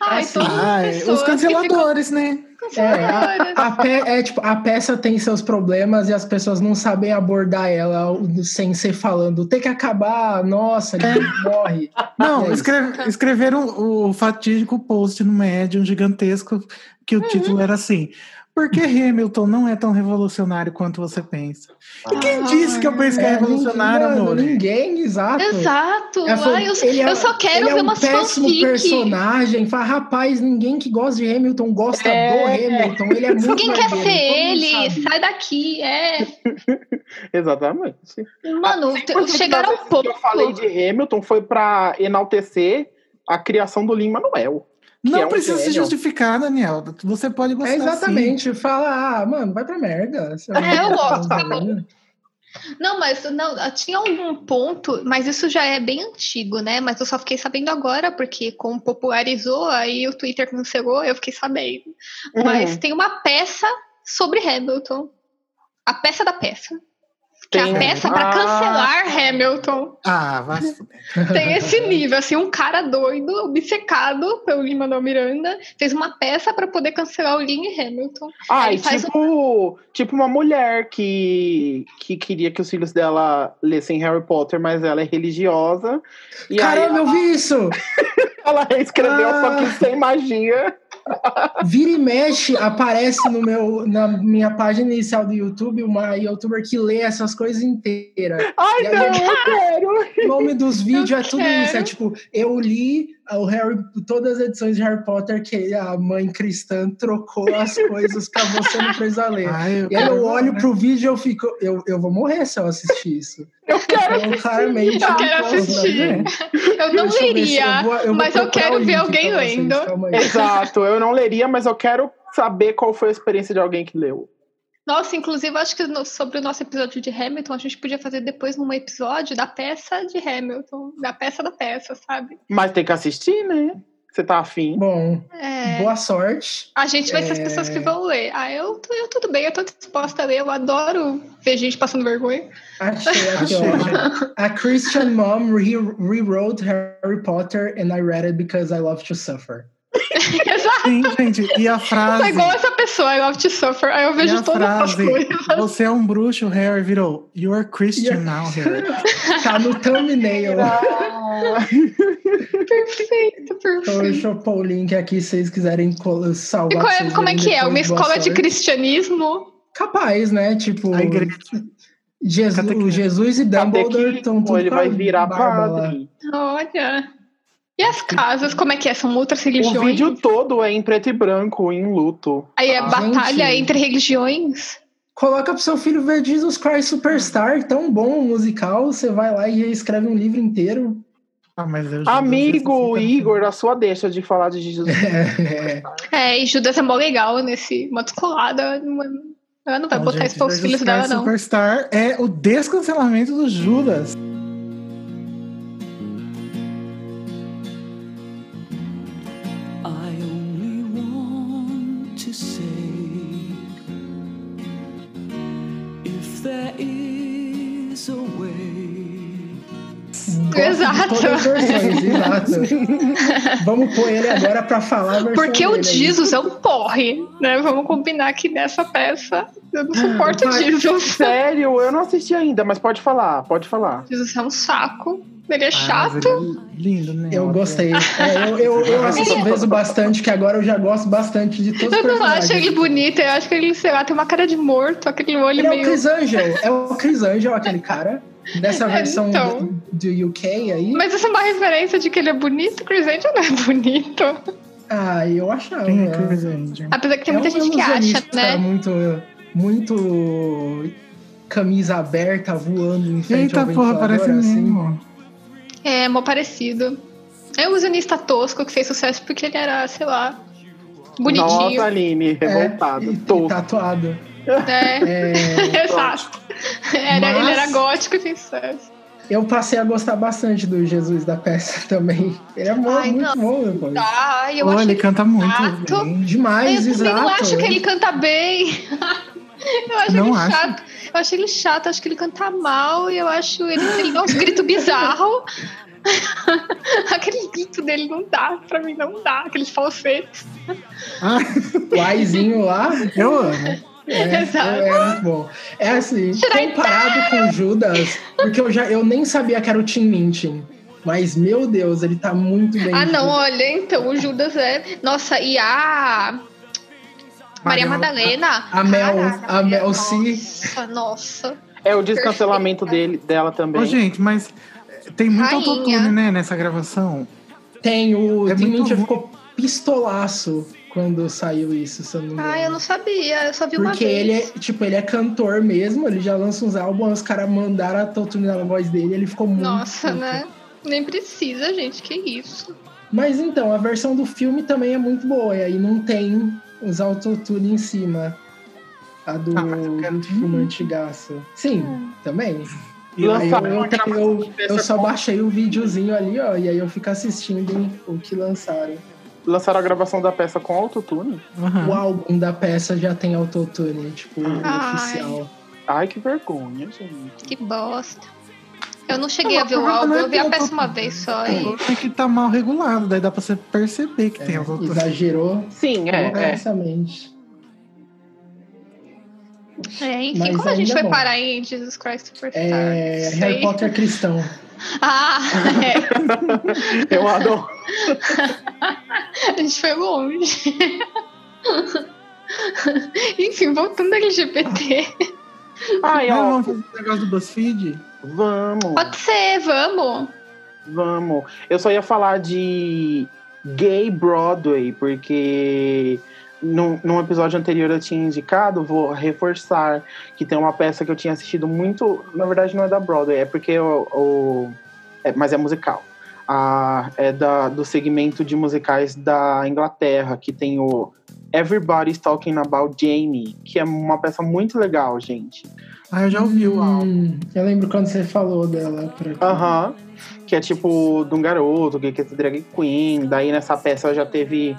S3: Ai,
S2: Assim,
S3: todas
S4: Ah,
S3: as
S4: é,
S3: pessoas
S4: os canceladores, né?
S3: que ficam canceladoras.
S2: É, a, pe- é, tipo, a peça tem seus problemas e as pessoas não sabem abordar ela o- sem ser falando tem que acabar, nossa, ele morre.
S4: Não,
S2: É isso.
S4: escre- escreveram o fatídico post no médium gigantesco que o título era assim: Porque Hamilton não é tão revolucionário quanto você pensa. E quem
S3: Ah,
S4: disse que eu penso que é revolucionário,
S2: ninguém,
S4: amor?
S2: Ninguém, exato.
S3: Exato.
S2: É, foi-
S3: Tipo, Ai, eu,
S2: ele é-
S3: eu só quero
S2: Ele é
S3: ver
S2: um
S3: umas
S2: péssimo
S3: fanfic.
S2: personagem. Fala, rapaz, ninguém que gosta de Hamilton gosta
S1: É.
S2: do Hamilton. Ele é muito
S3: Ninguém quer
S2: barbeiro,
S3: ser
S2: todo mundo
S3: ele,
S2: sabe.
S3: sai daqui. É.
S1: Exatamente.
S3: Mano,
S1: Porque
S3: chegaram
S1: das vezes Ah,
S3: ao
S1: que Eu falei
S3: ponto.
S1: de Hamilton foi pra enaltecer a criação do Lin-Manuel. que
S4: Não
S1: é um
S4: precisa se
S1: gênio.
S4: justificar, Daniel. Você pode
S2: É
S4: gostar. sim.
S2: exatamente. Fala, ah, mano, vai pra merda. Você
S3: assim. É, eu gosto.
S2: Não,
S3: Não, mas não, tinha algum ponto, mas isso já é bem antigo, né? Mas eu só fiquei sabendo agora, porque como popularizou, aí o Twitter cancelou, eu fiquei sabendo. Mas
S1: Uhum.
S3: tem uma peça sobre Hamilton. A peça da peça. Que é
S1: Tem-
S3: a peça
S1: Ah.
S3: pra cancelar Hamilton.
S4: Ah, vai. se fuder.
S3: Tem esse nível, assim, um cara doido, obcecado pelo Lin-Manuel Miranda, fez uma peça pra poder cancelar o Lin e Hamilton.
S1: Ah,
S3: Ele
S1: e
S3: faz
S1: tipo, tipo uma mulher que, que queria que os filhos dela lessem Harry Potter, mas ela é religiosa. E
S2: Caramba, eu vi isso!
S1: aí ela reescreveu,
S2: Ah.
S1: só que sem magia.
S2: Vira e mexe, aparece no meu, na minha página inicial do YouTube uma youtuber que lê essas coisas inteiras.
S1: Ai,
S2: E aí,
S1: não, eu quero!
S2: O nome dos vídeos é tudo
S3: quero.
S2: isso. É tipo, eu li ah, o Harry, todas as edições de Harry Potter que a mãe cristã trocou as coisas pra você não precisar ler.
S4: Ai,
S2: E aí Ah, eu olho
S4: né?
S2: pro vídeo e eu fico, eu, eu vou morrer se eu assistir isso.
S1: Eu quero!
S2: Então, claramente,
S3: Eu quero
S2: não posso,
S3: assistir.
S2: né?
S3: Eu não
S2: Deixa eu ver se
S3: leria,
S2: vou- vou
S3: mas eu
S2: procurar
S3: quero
S2: o
S3: ver
S2: link
S3: alguém
S2: pra vocês,
S3: lendo.
S2: calma aí.
S1: Exato, eu não leria, mas eu quero saber qual foi a experiência de alguém que leu.
S3: Nossa, inclusive, eu acho que no- sobre o nosso episódio de Hamilton, a gente podia fazer depois um episódio da peça de Hamilton, da peça da peça, sabe?
S1: Mas tem que assistir, né? Você tá afim.
S2: Bom,
S3: É,
S2: boa sorte.
S3: a gente vai ser as
S2: é.
S3: pessoas que vão ler. Ah, eu, tô- eu tudo bem, eu tô disposta a ler, eu adoro ver gente passando vergonha.
S2: Achei aqui, ó. A Christian mom re rewrote Harry Potter and I read it because I love to suffer.
S3: Exato,
S4: Sim, gente. E a
S3: eu sou
S4: frase.
S3: igual essa pessoa, I love to suffer. Aí eu vejo
S4: a
S3: todas essas
S4: frase?
S3: coisas.
S4: Você é um bruxo, Harry virou. You're Christian
S2: You're-
S4: now, Harry.
S2: Tá no thumbnail.
S3: Tá. Perfeito,
S2: Então eu
S3: perfeito.
S2: chopou o link aqui se vocês quiserem col-
S3: E
S2: salvar.
S3: qual
S2: pra
S3: é-
S2: vocês
S3: como é
S2: verem
S3: que é? Uma
S2: depois, boa
S3: escola de
S2: sorte.
S3: cristianismo?
S2: Capaz, né? Tipo,
S4: A igreja.
S2: Jesus,
S4: Catequismo.
S2: o Jesus e Dumbledore então, tá estão
S1: Catequismo,
S2: tudo
S1: ele vai
S2: pra
S1: virar
S2: Bárbara.
S1: padre.
S3: Olha. E as casas, como é que é? São outras
S1: O
S3: religiões?
S1: vídeo todo é em preto e branco, em luto.
S3: Aí é
S2: Ah,
S3: batalha
S2: gente.
S3: entre religiões?
S2: Coloca pro seu filho ver Jesus Christ Superstar, tão bom o musical, você vai lá e escreve um livro inteiro.
S4: Ah, mas eu já-
S1: Amigo
S4: eu já-
S1: Igor, a sua deixa de falar de Jesus.
S2: É.
S3: É, e Judas é mó legal nesse uma descolada. uma- Ela não vai
S4: Não,
S3: botar
S4: gente,
S3: isso para os
S4: Jesus
S3: filhos dela,
S4: Christ
S3: não.
S4: Superstar é o descancelamento do Judas.
S5: I only want to say if there is a way.
S3: Exato.
S2: Todas as versões, exato. Vamos pôr ele agora pra falar a versão
S3: Porque o
S2: dele aí.
S3: Jesus é um porre, né? Vamos combinar que nessa peça eu não suporto o
S1: Vai.
S3: Jesus.
S1: Sério, eu não assisti ainda, mas pode falar, pode falar.
S3: Jesus é um saco. Ele é
S4: Ah, mas
S3: chato.
S4: ele é lindo, né?
S2: Eu
S4: Olha.
S2: gostei. É, eu, eu, eu assisto mesmo bastante, que agora eu já gosto bastante um de todos os
S3: Eu não
S2: personagens.
S3: acho ele bonito, eu acho que ele, sei lá, tem uma cara de morto, aquele olho
S2: Ele é o
S3: meio.
S2: Chris Angel, é o Chris Angel, aquele cara. Dessa
S3: É,
S2: versão
S3: então.
S2: do, do UK aí.
S3: Mas essa é uma referência de que ele é bonito, Chris Angel não é bonito.
S2: Ah, eu achava.
S4: Quem é Chris Angel?
S3: Apesar que tem
S2: É
S3: muita
S2: um
S3: gente que acha,
S2: ilusionista
S3: né?
S2: Muito, muito camisa aberta voando em frente
S4: Eita
S2: ao
S4: porra,
S2: ventilador,
S4: parece
S2: assim.
S4: mesmo.
S3: É, mó parecido. É um ilusionista tosco que fez sucesso porque ele era, sei lá, bonitinho,
S1: Nossa, Aline,
S2: É,
S1: revoltado.
S2: e-
S1: Tô.
S2: e tatuado.
S3: né?
S2: É,
S3: Exato. Era, Ele era
S2: Mas-
S3: gótico e fez sucesso.
S2: Eu passei a gostar bastante do Jesus da peça também. Ele é mo-
S3: Ai,
S2: muito
S3: não.
S2: bom, depois.
S3: Ah, eu
S4: Olha,
S3: acho
S4: ele canta muito.
S3: chato.
S4: bem.
S2: Demais,
S3: Eu também
S2: exato.
S3: não acho que ele canta bem. Eu acho
S4: Não
S3: ele
S4: acho.
S3: chato. Eu acho ele chato, acho que ele canta mal e eu acho ele, ele dá uns gritos bizarros. Aquele grito dele não dá, pra mim não dá, aqueles falsetes.
S4: Ah,
S2: O aizinho lá.
S4: eu amo.
S2: É,
S3: Exato.
S2: é, é muito bom. É assim, comparado com Judas, porque eu já eu nem sabia que era o Tim Minchin. Mas, meu Deus, ele tá muito bem.
S3: Ah, não, olha, então o Judas é. Nossa, e a. Maria Madalena.
S2: a Mel-
S3: Caraca,
S2: a Mel
S3: nossa,
S2: C.
S3: Nossa.
S1: É o descancelamento dele, dela também.
S4: Ô, gente, mas eh, tem muito
S3: Rainha.
S4: autotune, né, nessa gravação.
S2: Tem o.
S4: É
S2: tem
S4: muito
S2: gente que
S4: ruim.
S2: ficou pistolaço quando saiu isso, se eu não me engano.
S3: Ah, eu não sabia. Eu só vi uma
S2: Porque
S3: vez.
S2: ele é, tipo, ele é cantor mesmo, ele já lança uns álbuns, os caras mandaram a autotune na voz dele, ele ficou muito.
S3: Nossa,
S2: puto.
S3: né? Nem precisa, gente. Que isso.
S2: Mas então, a versão do filme também é muito boa, e aí não tem os autotune em cima. A do,
S4: Ah, mas eu quero-
S2: do filme antigaço. Sim,
S3: É.
S2: também.
S1: E
S2: Aí eu,
S1: lançaram
S2: eu,
S1: uma gravação
S2: eu- eu
S1: dessa
S2: só
S1: com-
S2: baixei o videozinho ali, ó, e aí eu fico assistindo o que lançaram.
S1: Lançaram a gravação da peça com autotune.
S3: Ah.
S4: Aham.
S2: O álbum da peça já tem autotune, tipo,
S3: Ai.
S2: oficial.
S1: Ai, que vergonha, gente.
S3: Que bosta. Eu não cheguei
S4: Não,
S3: a ver o
S4: mas
S3: álbum.
S4: não é
S3: Eu vi a
S4: que eu tô-
S3: peça uma vez só. E...
S4: É que tá mal regulado, daí dá pra você perceber que
S1: É,
S4: tem autotune.
S2: É, Exagerou
S1: Sim, é, é.
S2: imensamente.
S3: É, enfim,
S2: Mas
S3: como a gente
S2: ainda
S3: foi
S2: bom.
S3: parar em Jesus Christ Superstar?
S4: Ah,
S2: É,
S3: Não
S2: Harry
S3: sei.
S2: Potter cristão.
S3: Ah, é.
S1: Eu adoro.
S3: A gente foi longe. Enfim, voltando ao LGBT.
S2: Ah.
S1: Ai,
S4: Não,
S1: ó,
S4: vamos fazer o negócio do BuzzFeed?
S1: vamos,
S3: Pode ser, vamos.
S1: vamos. Eu só ia falar de Gay Broadway, porque num, num episódio anterior eu tinha indicado, vou reforçar, que tem uma peça que eu tinha assistido muito. Na verdade, não é da Broadway, é porque o. o- é, mas é musical. A- é da, do segmento de musicais da Inglaterra, que tem o Everybody's Talking About Jamie, que é uma peça muito legal, gente.
S4: Ah, eu já ouvi o álbum.
S2: Hum, eu lembro quando você falou dela. por aqui.
S1: Aham. Que é tipo de um garoto que quer ser drag queen. Daí nessa peça já teve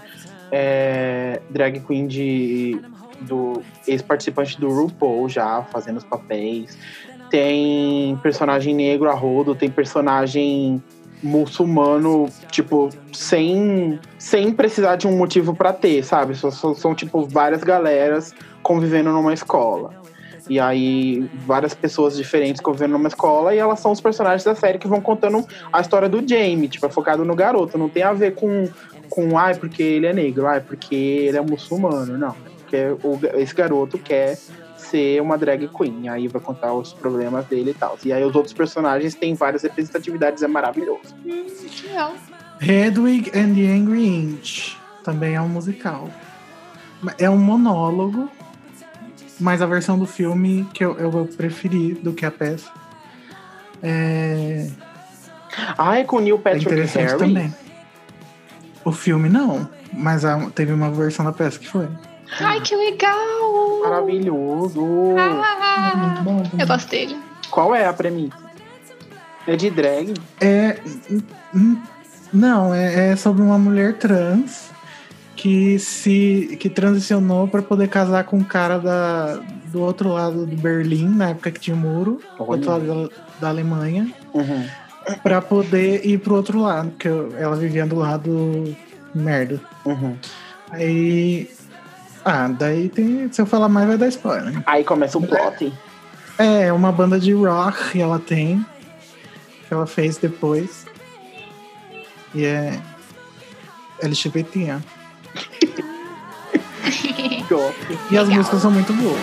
S1: é, drag queen de, do ex-participante do RuPaul já fazendo os papéis. Tem personagem negro a rodo, tem personagem muçulmano, tipo, sem, sem precisar de um motivo pra ter, sabe? Só- só- são, tipo, várias galeras convivendo numa escola. E aí, várias pessoas diferentes convivendo numa escola, e elas são os personagens da série que vão contando a história do Jamie, tipo, é focado no garoto. Não tem a ver com, com ai, porque ele é negro, ai, porque ele é muçulmano, não. Porque o, ga- esse garoto quer ser uma drag queen, aí vai contar os problemas dele e tal. E aí, os outros personagens têm várias representatividades, é maravilhoso.
S3: Não.
S4: Hedwig and the Angry Inch. Também é um musical. É um monólogo, mas a versão do filme que eu, eu preferi do que a peça. É,
S1: Ai, com o Neil
S4: é
S1: Patrick
S4: interessante
S1: Harris.
S4: também. O filme não, mas a- teve uma versão da peça que foi.
S3: Ai, que legal!
S1: Maravilhoso.
S3: Ah,
S2: Muito bom.
S3: eu gosto dele.
S1: Qual é a premissa? É de drag?
S4: É. hum, Não, é, é sobre uma mulher trans que se que transicionou para poder casar com um cara da, do outro lado do Berlim, na época que tinha muro, do outro
S1: Olha.
S4: lado da, da Alemanha,
S1: Uhum.
S4: para poder ir pro outro lado, porque ela vivia do lado merda.
S1: Uhum.
S4: Aí. Ah, daí tem. Se eu falar mais, vai dar spoiler. né?
S1: Aí começa o plot.
S4: É, uma banda de rock que ela tem, que ela fez depois. E é. LGBT. né? E as músicas são muito boas.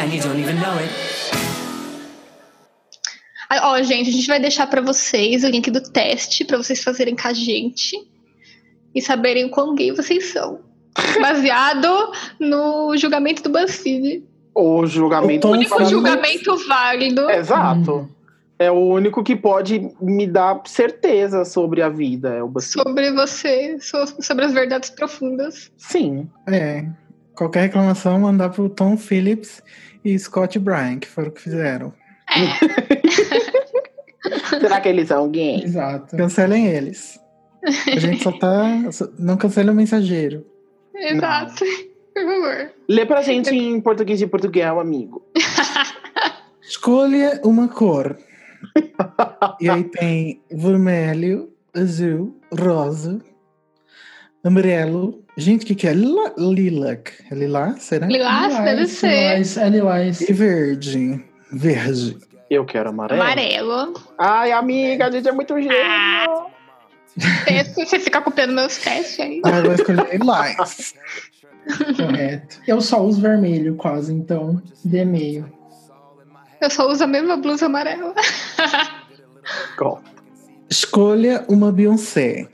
S5: And you don't even know it.
S3: Ai, Ó, gente, a gente vai deixar pra vocês o link do teste pra vocês fazerem com a gente e saberem o quão gay vocês são. Baseado no julgamento do BuzzFeed.
S1: O julgamento.
S4: O Tom
S3: O
S4: Hum.
S3: único
S4: Falando-
S3: julgamento válido.
S1: Exato. É o único que pode me dar certeza sobre a vida. É o BuzzFeed.
S3: Sobre você, so- sobre as verdades profundas.
S1: Sim.
S4: É. Qualquer reclamação, mandar pro Tom Phillips e Scott Bryan, que foram o que fizeram.
S3: É,
S1: Será que eles são gays?
S2: Exato.
S4: Cancelem eles. A gente só tá. só- Não cancela o mensageiro.
S3: exato. Por favor.
S1: Lê pra gente em português de Portugal, amigo.
S4: Escolha uma cor. E aí tem vermelho, azul, rosa, Umbrello. Gente, o que, que é? Lila, lilac. É lilá, será?
S3: Lilás, deve
S2: Lilás,
S3: ser.
S2: Lilás, é Lilás.
S4: E verde. Verde.
S1: Eu quero amarelo.
S3: Amarelo. Ah.
S1: Ai, amiga, a gente é muito gênio.
S3: Teto, Você fica copiando meus testes aí.
S4: Ah, eu vou escolher lilás.
S2: Correto. Eu só uso vermelho quase, então dê meio.
S3: Eu só uso a mesma blusa amarela.
S4: Escolha uma Beyoncé.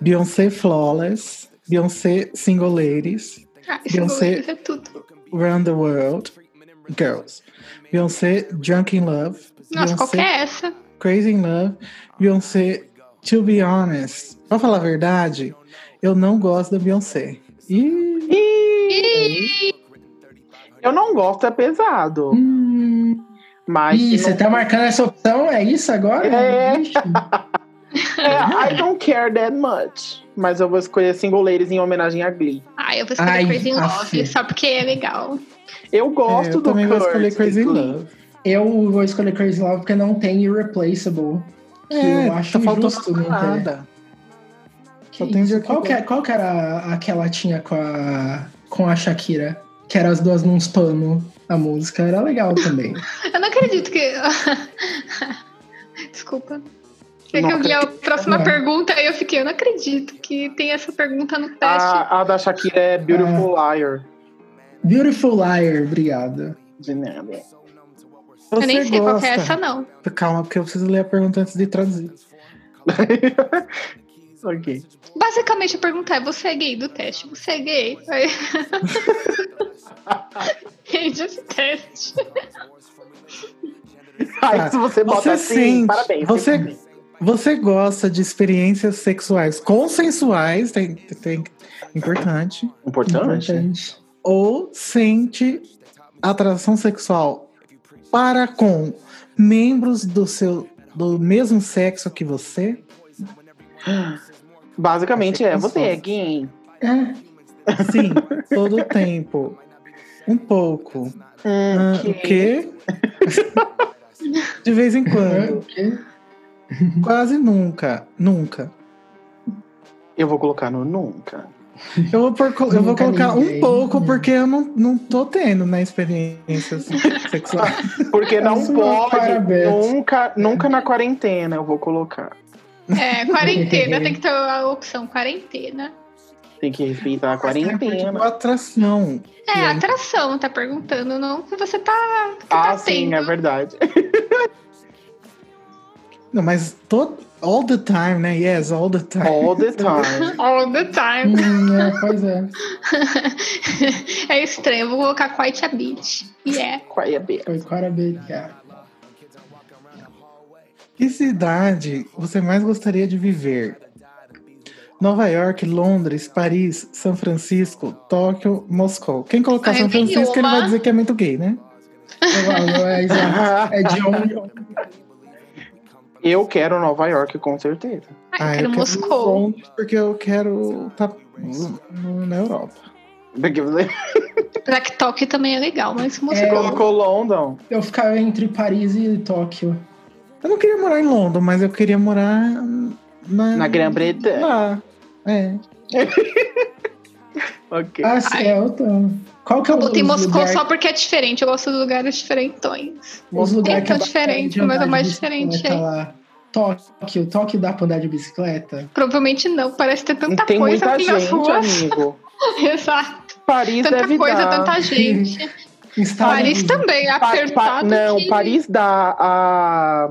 S4: Beyoncé Flawless. Beyoncé Single Ladies.
S3: Ah,
S4: Beyoncé.
S3: isso é tudo.
S4: Run the World. Girls. Beyoncé Drunk in Love.
S3: Nossa,
S4: Beyoncé
S3: qual que é essa?
S4: Crazy in Love. Beyoncé To Be Honest. Pra falar a verdade, eu não gosto da Beyoncé. Ih,
S1: Eu não gosto, é pesado.
S2: Hum,
S1: Mas.
S2: Ih,
S1: se
S2: você
S1: não-
S2: tá marcando essa opção? É isso agora?
S1: É.
S2: Ixi.
S1: É, I don't care that much. Mas eu vou escolher single ladies em homenagem a Glee.
S3: Ah, eu vou escolher
S2: Ai,
S3: Crazy in Love,
S2: aff.
S3: só porque é legal.
S1: Eu gosto
S4: é, eu
S1: do
S4: também
S1: Kurt.
S4: vou escolher Crazy in Love.
S2: Eu vou escolher Crazy Love porque não tem Irreplaceable. Que
S4: É,
S2: eu acho
S4: tá faltando
S2: injusto não ter.
S4: nada. Só
S2: Que
S4: tem
S2: isso?
S4: de
S2: qual, que, é- qual que era a, a que ela tinha com a, com a Shakira? Que era as duas num pano. A música era legal também.
S3: Eu não acredito que. Desculpa. É que
S1: Não
S3: eu vi a próxima
S2: não.
S3: pergunta e eu fiquei, eu não acredito que tem essa pergunta no teste.
S1: A, a da Shakira é Beautiful Liar.
S2: Beautiful Liar, obrigado.
S1: De nada.
S4: Você
S3: eu nem sei
S4: gosta.
S3: qual que é essa, não.
S4: Calma, porque eu preciso ler a pergunta antes de traduzir.
S1: ok.
S3: Basicamente, a pergunta é: você é gay do teste? Você é gay? Aí- Rende esse teste.
S1: Aí se você bota
S4: Você
S1: assim,
S4: sente,
S1: parabéns.
S4: você-
S1: tem que ver.
S4: Você gosta de experiências sexuais consensuais, tem, tem, importante,
S1: Importante.
S2: Importante.
S4: ou sente atração sexual para com membros do seu do mesmo sexo que você?
S1: Basicamente é, você é
S4: Consensual.
S1: gay.
S2: É,
S4: Sim, todo o tempo. Um pouco.
S1: Hum,
S4: Ah, o quê? De vez em
S2: é,
S4: quando.
S2: o quê? Uhum.
S4: Quase nunca. Nunca.
S1: Eu vou colocar no nunca.
S4: Eu vou, por- eu vou
S2: Nunca
S4: colocar um
S2: ninguém,
S4: pouco,
S2: né?
S4: porque eu não, não tô tendo, né, experiências sexuais.
S1: Porque não
S2: Isso não é
S1: pode,
S2: parabéns.
S1: nunca, nunca na quarentena eu vou colocar.
S3: É, quarentena, tem que ter a opção quarentena.
S1: Tem que respeitar a
S4: Tipo,
S1: quarentena.
S4: atração.
S3: É,
S4: Sim.
S3: atração, tá perguntando, não que você tá. Que
S1: Ah,
S3: tá
S1: sim,
S3: tendo.
S1: é verdade.
S4: Não, mas todo, all the time, né? Yes, all the time.
S1: All the time.
S3: All the time.
S2: Hum, é, pois é,
S3: é estranho, eu vou colocar quite a bit. é. Yeah.
S1: Quiet bitch.
S2: foi parabéns. cara.
S4: Que cidade você mais gostaria de viver? Nova York, Londres, Paris, São Francisco, Tóquio, Moscou. Quem colocar
S3: Ah,
S4: São
S3: eu tenho
S4: Francisco, ele
S3: uma.
S4: vai dizer que é muito gay, né?
S2: Provável, é, exato. É de onde
S1: Eu quero Nova York, com certeza.
S4: Ah,
S3: Ai, Ah, eu quero Moscou.
S4: Londres porque eu quero estar na Europa.
S1: Porque você
S3: Black Talk também é legal, mas
S2: É,
S3: Moscou.
S1: colocou London.
S2: eu ficava entre Paris e Tóquio.
S4: Eu não queria morar em Londres, mas eu queria morar na,
S1: Na Grã-Bretanha.
S4: lá. É.
S1: Ok.
S2: Ah, sim, é, eu tô. Qual que é
S3: Eu
S2: o
S3: botei
S2: os
S3: Moscou
S2: lugar-
S3: só porque é diferente. Eu gosto dos lugares diferentões.
S2: os lugar
S3: Tem
S2: que
S3: tão
S2: dá pra
S3: diferente,
S2: andar
S3: mas é
S2: de
S3: mais
S2: bicicleta
S3: diferente aí.
S2: lá? Tóquio, Tóquio dá pra andar de bicicleta?
S3: Provavelmente não, parece ter tanta
S1: Tem
S3: coisa
S1: muita
S3: aqui nas
S1: gente, é
S3: ruas.
S1: amigo.
S3: Exato.
S1: Paris
S3: Tanta
S1: deve
S3: coisa,
S1: dar.
S3: tanta gente.
S2: Instala
S3: Paris tá
S2: no-
S3: também,
S1: Pa- pa-
S3: apertado.
S1: não,
S3: que-
S1: Paris dá. A,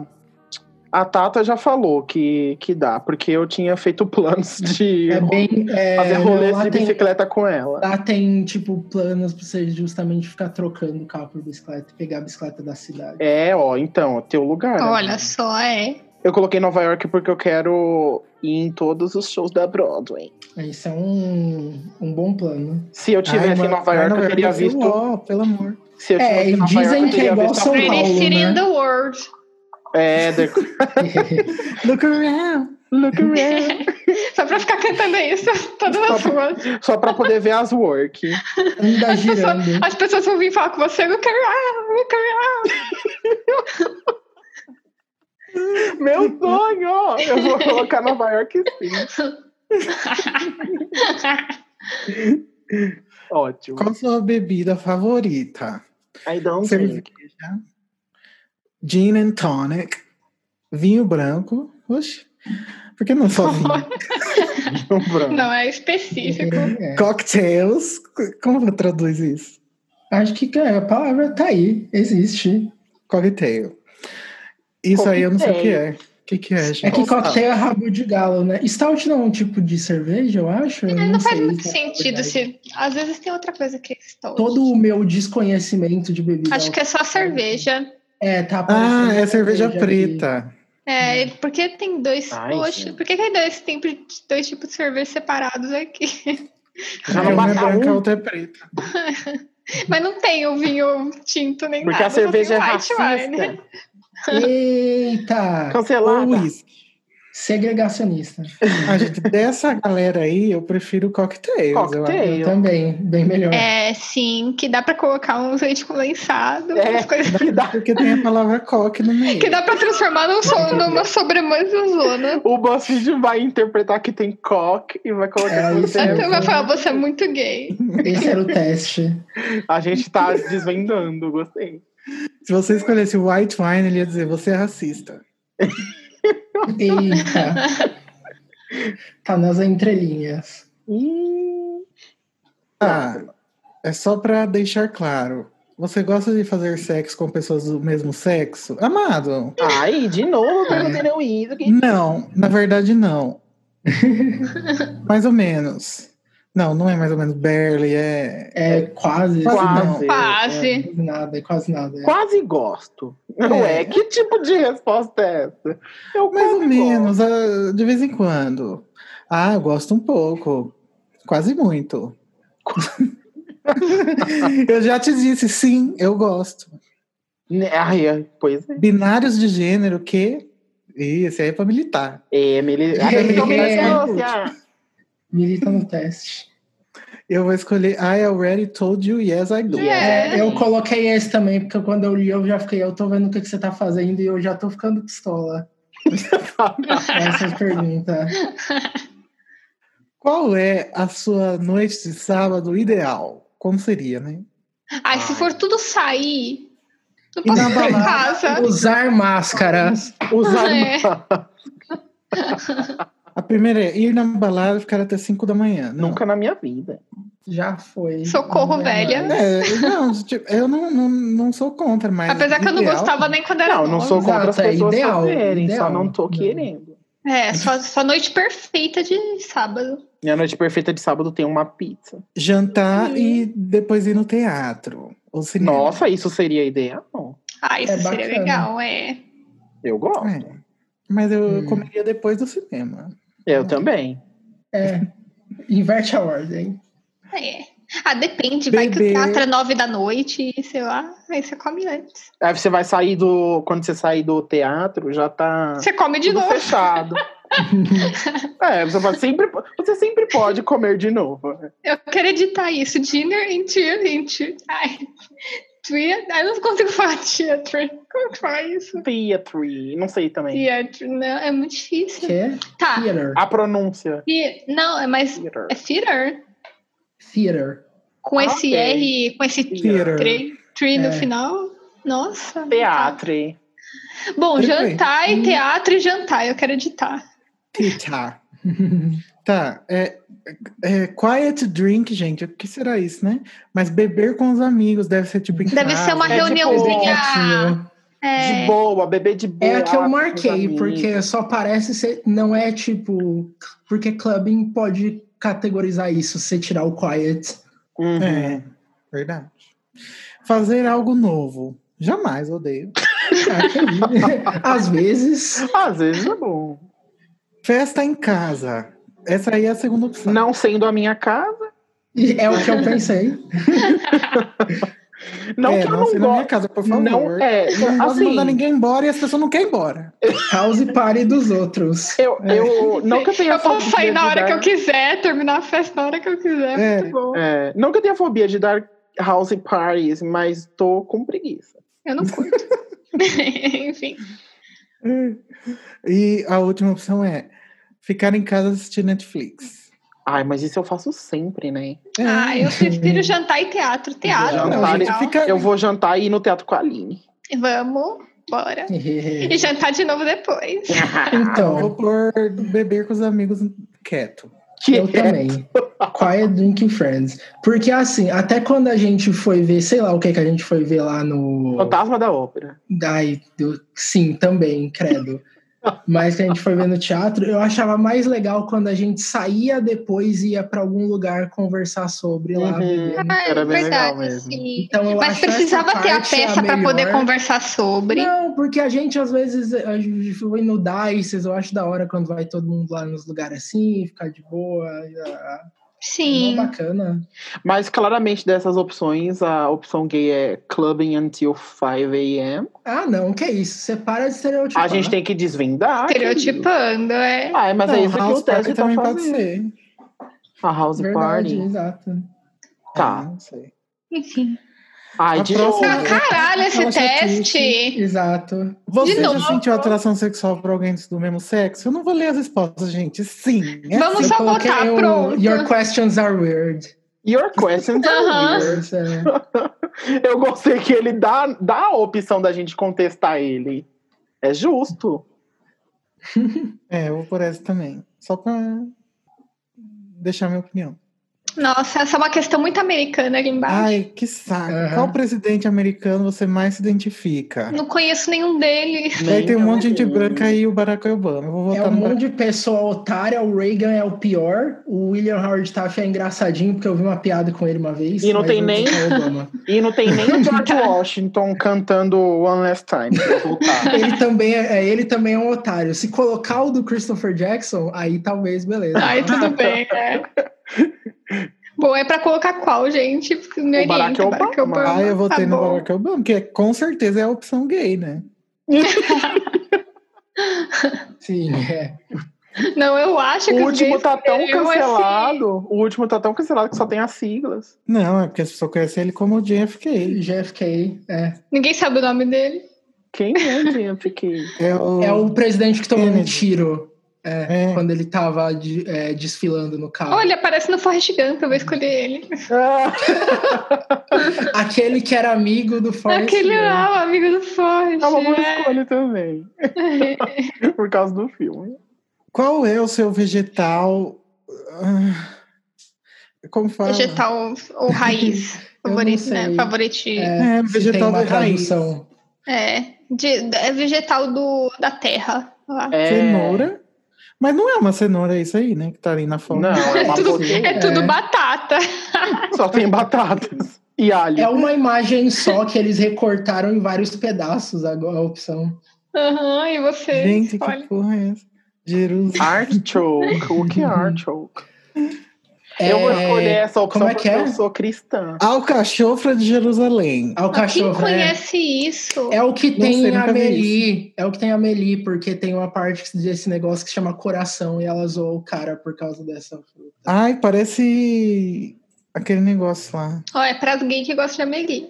S1: a Tata já falou que, que dá, porque eu tinha feito planos de
S2: É bem. É,
S1: fazer rolês
S2: lá
S1: de
S2: tem-
S1: bicicleta com ela.
S2: Lá tem, tipo, planos pra você justamente ficar trocando o carro por bicicleta e pegar a bicicleta da cidade.
S1: É, ó, então, teu lugar.
S3: Olha só, é.
S1: Eu coloquei Nova York porque eu quero ir em todos os shows da Broadway.
S2: Isso é um, um bom plano.
S1: Se eu tivesse em Nova York, eu teria visto.
S4: Oh, pelo amor.
S1: Se eu
S2: É,
S1: tivesse em
S2: e
S1: Nova
S2: dizem
S1: York, eu
S2: que é
S1: teria
S2: igual
S1: visto a
S2: São
S1: Broadway.
S3: Pretty
S2: Paulo,
S3: City
S2: né?
S3: in the World.
S1: É, the-
S4: Look around.
S1: look around.
S3: Só pra ficar cantando isso, todas
S1: Só
S3: as
S1: pra-
S3: ruas.
S1: Só pra poder ver as work.
S2: Anda
S3: As pessoas,
S2: girando.
S3: as pessoas vão vir falar com você, look around, look around.
S1: Meu sonho! Eu vou colocar Nova York sim. Ótimo.
S4: Qual a sua bebida favorita?
S1: I don't
S4: Cerveja,
S1: drink.
S4: gin and tonic, vinho branco. Oxe, por que não só vinho?
S1: Não, um branco.
S3: Não, é específico.
S2: É.
S4: Cocktails. Como eu traduz isso?
S2: Acho que é, a palavra tá aí, existe.
S4: Cocktail. Isso aí eu não sei o que é. O que, que é, gente?
S2: É que
S1: Nossa.
S2: cocktail é rabo de galo, né? Stout não é um tipo de cerveja, eu acho? Eu
S3: Não, faz
S2: sei,
S3: muito
S2: na
S3: sentido.
S2: verdade.
S3: Se... Às vezes tem outra coisa que é stout.
S2: Todo o meu desconhecimento de bebida.
S3: Acho que é só cerveja.
S2: É, tá
S4: Ah,
S2: aparecendo
S4: é cerveja
S2: aqui.
S4: preta.
S3: É,
S2: Hum.
S3: e por que tem dois.
S1: Ai,
S3: Poxa,
S1: gente.
S3: por que, que ainda tem dois tipos de cerveja separados aqui?
S1: Já
S4: É,
S1: não
S4: uma é
S1: basta
S4: branca, a
S1: um.
S4: outra é preta.
S3: Mas não tem o vinho tinto nem
S1: Porque
S3: nada.
S1: a cerveja é
S3: só tem o white wine.
S1: racista.
S2: Eita!
S4: Ou
S1: Cancelada.
S4: uísque.
S2: Segregacionista.
S4: Ah, gente, dessa galera aí, eu prefiro cocktails. eu acho.
S2: Eu
S1: Cocktail.
S2: também, bem melhor.
S3: É, sim, que dá pra colocar um leite condensado,
S1: É.
S3: umas coisas
S1: Que dá
S4: Porque tem a palavra coque no meio.
S3: que dá pra transformar num so,
S2: É.
S3: numa sobremanzazona.
S1: O BuzzFeed vai interpretar que tem cock e vai colocar
S2: É,
S1: que
S2: isso
S1: tem-
S3: A
S2: é
S3: turma vai
S2: bom.
S3: falar, você é muito gay.
S2: Esse era o teste.
S1: A gente tá desvendando, gostei.
S4: Se você escolhesse o white wine, ele ia dizer, você é racista.
S2: Eita! Tá nas entrelinhas.
S4: Ah, é só pra deixar claro. Você gosta de fazer sexo com pessoas do mesmo sexo? Amado,
S1: Ai, de novo, perguntando isso. que-
S4: Não, na verdade não. mais ou menos. Não, não é mais ou menos barely, é.
S2: É quase,
S1: Quase.
S3: Quase.
S2: Não, quase nada, é quase nada.
S1: Quase gosto. Não é? Que tipo de resposta é essa? Eu
S4: Mais ou
S1: quase
S4: menos, ah, de vez em quando. Ah, eu gosto um pouco. Quase muito. eu já te disse, sim, eu gosto.
S1: gosto. Ai, ai, pois Né? é.
S4: Binários de gênero que. Ih, esse aí é pra militar.
S1: Emily. A Emily também trouxe, ah.
S2: Milita no teste.
S4: Eu vou escolher I already told you, yes, I do.
S3: É.
S2: É, eu coloquei esse também, porque quando eu li, eu já fiquei, eu tô vendo o que, que você tá fazendo e eu já tô ficando pistola. Essa pergunta.
S4: Qual é a sua noite de sábado ideal? Como seria, né?
S3: Ai, se for tudo sair, não
S2: E
S3: posso
S2: na
S3: ficar em
S2: balada?
S3: casa.
S2: Usar máscaras.
S1: Usar
S3: É.
S4: A primeira é ir na balada e ficar até 5 da manhã. Não.
S1: nunca na minha vida.
S2: Já foi.
S3: Socorro,
S2: Não é
S3: velha.
S2: mais.
S4: É, não, tipo, eu não, não, não sou contra, mas.
S3: Apesar que eu não
S4: ideal-
S3: gostava nem quando era
S1: Não, não
S3: nova.
S1: sou contra as
S2: Exato, é
S1: pessoas
S2: ideal,
S1: fazerem, só
S2: ideal.
S1: não tô
S2: Não.
S1: querendo.
S3: É, só, só noite perfeita de sábado.
S1: Minha noite perfeita de sábado tem uma pizza.
S3: Uhum.
S4: Jantar e depois ir no teatro. Ou cinema.
S1: Nossa, isso seria ideal?
S3: Ah, isso
S2: É
S3: seria
S2: bacana.
S3: legal, é.
S1: Eu gosto.
S4: É. Mas eu
S1: Uhum.
S2: Hum.
S4: comeria depois do cinema.
S1: Eu também.
S2: É. Inverte a ordem.
S3: É. Ah, depende, vai que o
S4: Beber.
S3: teatro é nove da noite, sei lá, aí você come antes.
S1: Aí você vai sair do. Quando você sair do teatro, já tá
S3: Você come de
S1: tudo
S3: novo.
S1: fechado. é, você, vai sempre, você sempre pode comer de novo. né?
S3: Eu quero editar isso. Dinner and tear and tear. Ai, tear. Ai, não consigo falar teatro. Como que fala isso?
S1: Theatre, não sei também.
S3: Teatro. Não, é muito
S2: Que
S3: difícil.
S2: é
S3: Tá.
S2: theater.
S1: A pronúncia.
S3: E, não, é mais.
S1: Theater.
S3: É theater.
S2: Theater.
S3: Com
S1: Ah,
S3: esse
S1: ok.
S3: R, com esse
S4: Theater.
S3: tre, tre no
S2: É.
S3: final. Nossa.
S1: Teatre.
S3: tá. Bom,
S4: Tranquilo.
S3: jantar e teatro e jantar. Eu quero editar.
S4: Teacher. Tá. É, é, quiet drink, gente. O que será isso, né? Mas beber com os amigos deve ser tipo em
S3: Deve
S4: casa.
S3: ser uma
S1: É tipo-
S2: um
S3: reuniãozinha.
S2: né?
S3: é,
S1: De boa, bebê de boa.
S2: É a que
S1: com
S2: eu
S1: os
S2: marquei,
S1: amigos.
S2: porque só parece ser. Não é tipo. Porque clubbing pode categorizar isso, se tirar o quiet.
S1: Uhum.
S4: É, verdade. Fazer algo novo. Jamais odeio.
S2: Ah, que aí. Às vezes.
S1: Às vezes é bom.
S4: Festa em casa. Essa aí é a segunda opção.
S1: Não sendo a minha casa.
S2: e É o que eu pensei.
S1: Não
S4: é,
S1: que eu
S4: não,
S1: não
S4: na minha
S1: gosto.
S4: casa, por favor.
S1: Não é.
S4: Eu não gosto de
S1: Assim,
S4: mandar ninguém embora e as pessoas não querem ir embora.
S2: House party dos outros.
S1: eu,
S4: É.
S1: eu não que eu tenha
S3: Eu posso sair na hora que eu
S1: quiser.
S3: quiser, terminar a festa na hora que eu quiser.
S4: É.
S3: Muito bom.
S1: não que eu tenha fobia de dar house parties, mas tô com preguiça.
S3: Eu não curto. Enfim.
S4: E a última opção é Ficar em casa assistir Netflix.
S1: Ai, mas isso eu faço sempre, né?
S3: Ah, eu prefiro jantar e teatro. Teatro,
S1: Jantar
S3: não,
S1: e-
S3: legal.
S4: fica-
S1: Ah, Eu vou jantar e ir no teatro com a Aline.
S3: Vamos, bora.
S2: então,
S3: E jantar de novo depois.
S4: Eu vou por beber com os amigos quieto.
S1: Que
S2: Eu também. Quiet Drinking Friends. Porque assim, até quando a gente foi ver, sei lá o que que a gente foi ver lá no.
S1: Fantasma da Ópera.
S2: Ai, eu- sim, também, credo. Mas que a gente foi ver no teatro, eu achava mais legal quando a gente saía depois e ia pra algum lugar conversar sobre lá.
S1: Uhum.
S2: beber.
S3: Ah,
S1: Era
S3: é
S1: bem legal
S3: verdade,
S1: mesmo.
S3: sim.
S2: Então, eu
S3: Mas
S2: acho essa
S3: precisava ter a
S2: parte é
S3: peça pra
S2: melhor.
S3: poder conversar sobre.
S2: Não, porque a gente às vezes a gente foi no Dices, eu acho da hora quando vai todo mundo lá nos lugares assim, ficar de boa. ah, É
S3: Sim.
S2: mó bacana.
S1: Mas claramente dessas opções, a opção gay é clubbing until 5 a.m.
S2: Ah, não, que isso? Você para de estereotipar. né?
S1: A gente tem que desvendar. querido.
S3: Estereotipando, é.
S1: Ai, mas é isso que o teste tá
S4: também pode
S1: fazendo.
S4: ser.
S1: A house
S2: Verdade,
S1: party.
S2: exato.
S4: Ah,
S1: Tá.
S4: não sei.
S3: Enfim.
S1: Ai,
S4: A
S1: de
S4: próxima-
S1: novo.
S3: Ah, caralho, esse
S4: Fala,
S3: teste.
S2: Exato.
S4: Você já
S3: novo?
S4: sentiu atração sexual por alguém do mesmo sexo? Eu não vou ler as respostas, gente. Sim. é
S3: Vamos
S4: sim.
S3: só
S2: Eu coloquei
S3: botar,
S2: o
S3: pronto.
S2: Your questions are weird.
S1: Your questions are
S3: Aham.
S1: weird.
S2: Isso é-
S1: Eu gostei que ele dá, dá a opção da gente contestar ele. É justo.
S4: É, eu vou por essa também. Só pra deixar minha opinião.
S3: Nossa, essa é uma questão muito americana ali embaixo.
S4: Ai, que saco.
S2: Aham.
S4: Qual presidente americano você mais se identifica?
S3: Não conheço nenhum dele.
S4: E aí tem um
S1: Meu
S4: monte de gente
S1: Deus.
S4: branca e o Barack Obama. Eu vou
S2: É
S4: votar
S2: um
S4: no Barack
S2: monte de pessoa otária, o Reagan é o pior, o William Howard Taft é engraçadinho, porque eu vi uma piada com ele uma vez.
S1: E não
S2: mas
S1: tem
S2: eu vou
S1: nem-
S2: votar no é Obama.
S1: E não tem nem o George Washington cantando One Last Time. pra voltar.
S2: ele, também é, é, ele também é um otário. Se colocar o do Christopher Jackson, aí talvez, beleza.
S3: Ai, tudo bem, é. Bom, é pra colocar qual, gente? Porque Me
S1: O Barack
S3: orienta, Barack
S1: Obama.
S3: Obama.
S4: Ah, eu votei
S3: tá
S4: no
S3: bom.
S4: Barack Obama, porque com certeza é a opção gay, né?
S2: Sim, é.
S3: Não, eu acho que
S1: O
S3: os
S1: último
S3: gays
S1: tá tão
S3: deveriam, assim,
S1: cancelado. O último tá tão cancelado que só tem as siglas.
S4: Não, é porque as pessoas conhecem ele como JFK.
S2: JFK, é.
S3: Ninguém sabe o nome dele.
S1: Quem é JFK?
S4: É o,
S2: É o presidente que tomou um
S4: Kennedy.
S2: tiro
S4: é,
S2: quando ele tava de- é, desfilando no carro.
S3: Olha, parece no Forrest Gump, eu vou escolher ele.
S1: Ah,
S2: Aquele que era amigo do Forrest
S3: Aquele
S4: né?
S2: Gump.
S3: lá, o amigo do Forrest.
S1: é uma boa
S3: é.
S1: escolha também. Por causa do filme.
S4: Qual é o seu vegetal? ah, Como fala?
S3: Vegetal ou raiz.
S2: Eu
S3: Favorito,
S2: não sei.
S3: né? Favoritinho.
S4: É,
S2: se tem
S4: vegetal
S2: uma
S4: de raiz.
S2: tradução.
S3: É. De- é vegetal do, da terra. lá.
S1: É...
S4: Cenoura. Mas não é uma cenoura, é isso aí, né? Que tá ali na foto.
S1: Não, é uma
S3: É tudo-
S1: proteína.
S3: É tudo batata.
S1: Só tem batatas e alho.
S2: É uma imagem só que eles recortaram em vários pedaços agora a opção.
S3: Aham, e você?
S4: Gente,
S3: escolhe.
S4: que porra é essa? Jerusalém.
S1: Artichoke. O que é artichoke? Eu
S2: É,
S1: vou escolher essa opção
S2: como é que
S1: porque
S2: é?
S1: eu sou cristã.
S4: Ah, Alcachofra é de Jerusalém.
S2: ao
S3: Ah, Quem
S2: cachorro, né?
S3: conhece isso?
S2: É o que
S4: Não
S2: tem
S4: sei,
S2: a
S4: nunca vi
S2: Amelie. É o que tem a Amelie, porque tem uma parte desse negócio que chama coração e ela zoou o cara por causa dessa.
S4: Ai, parece aquele negócio lá.
S3: Ó, é pras gays que gostam de amegui.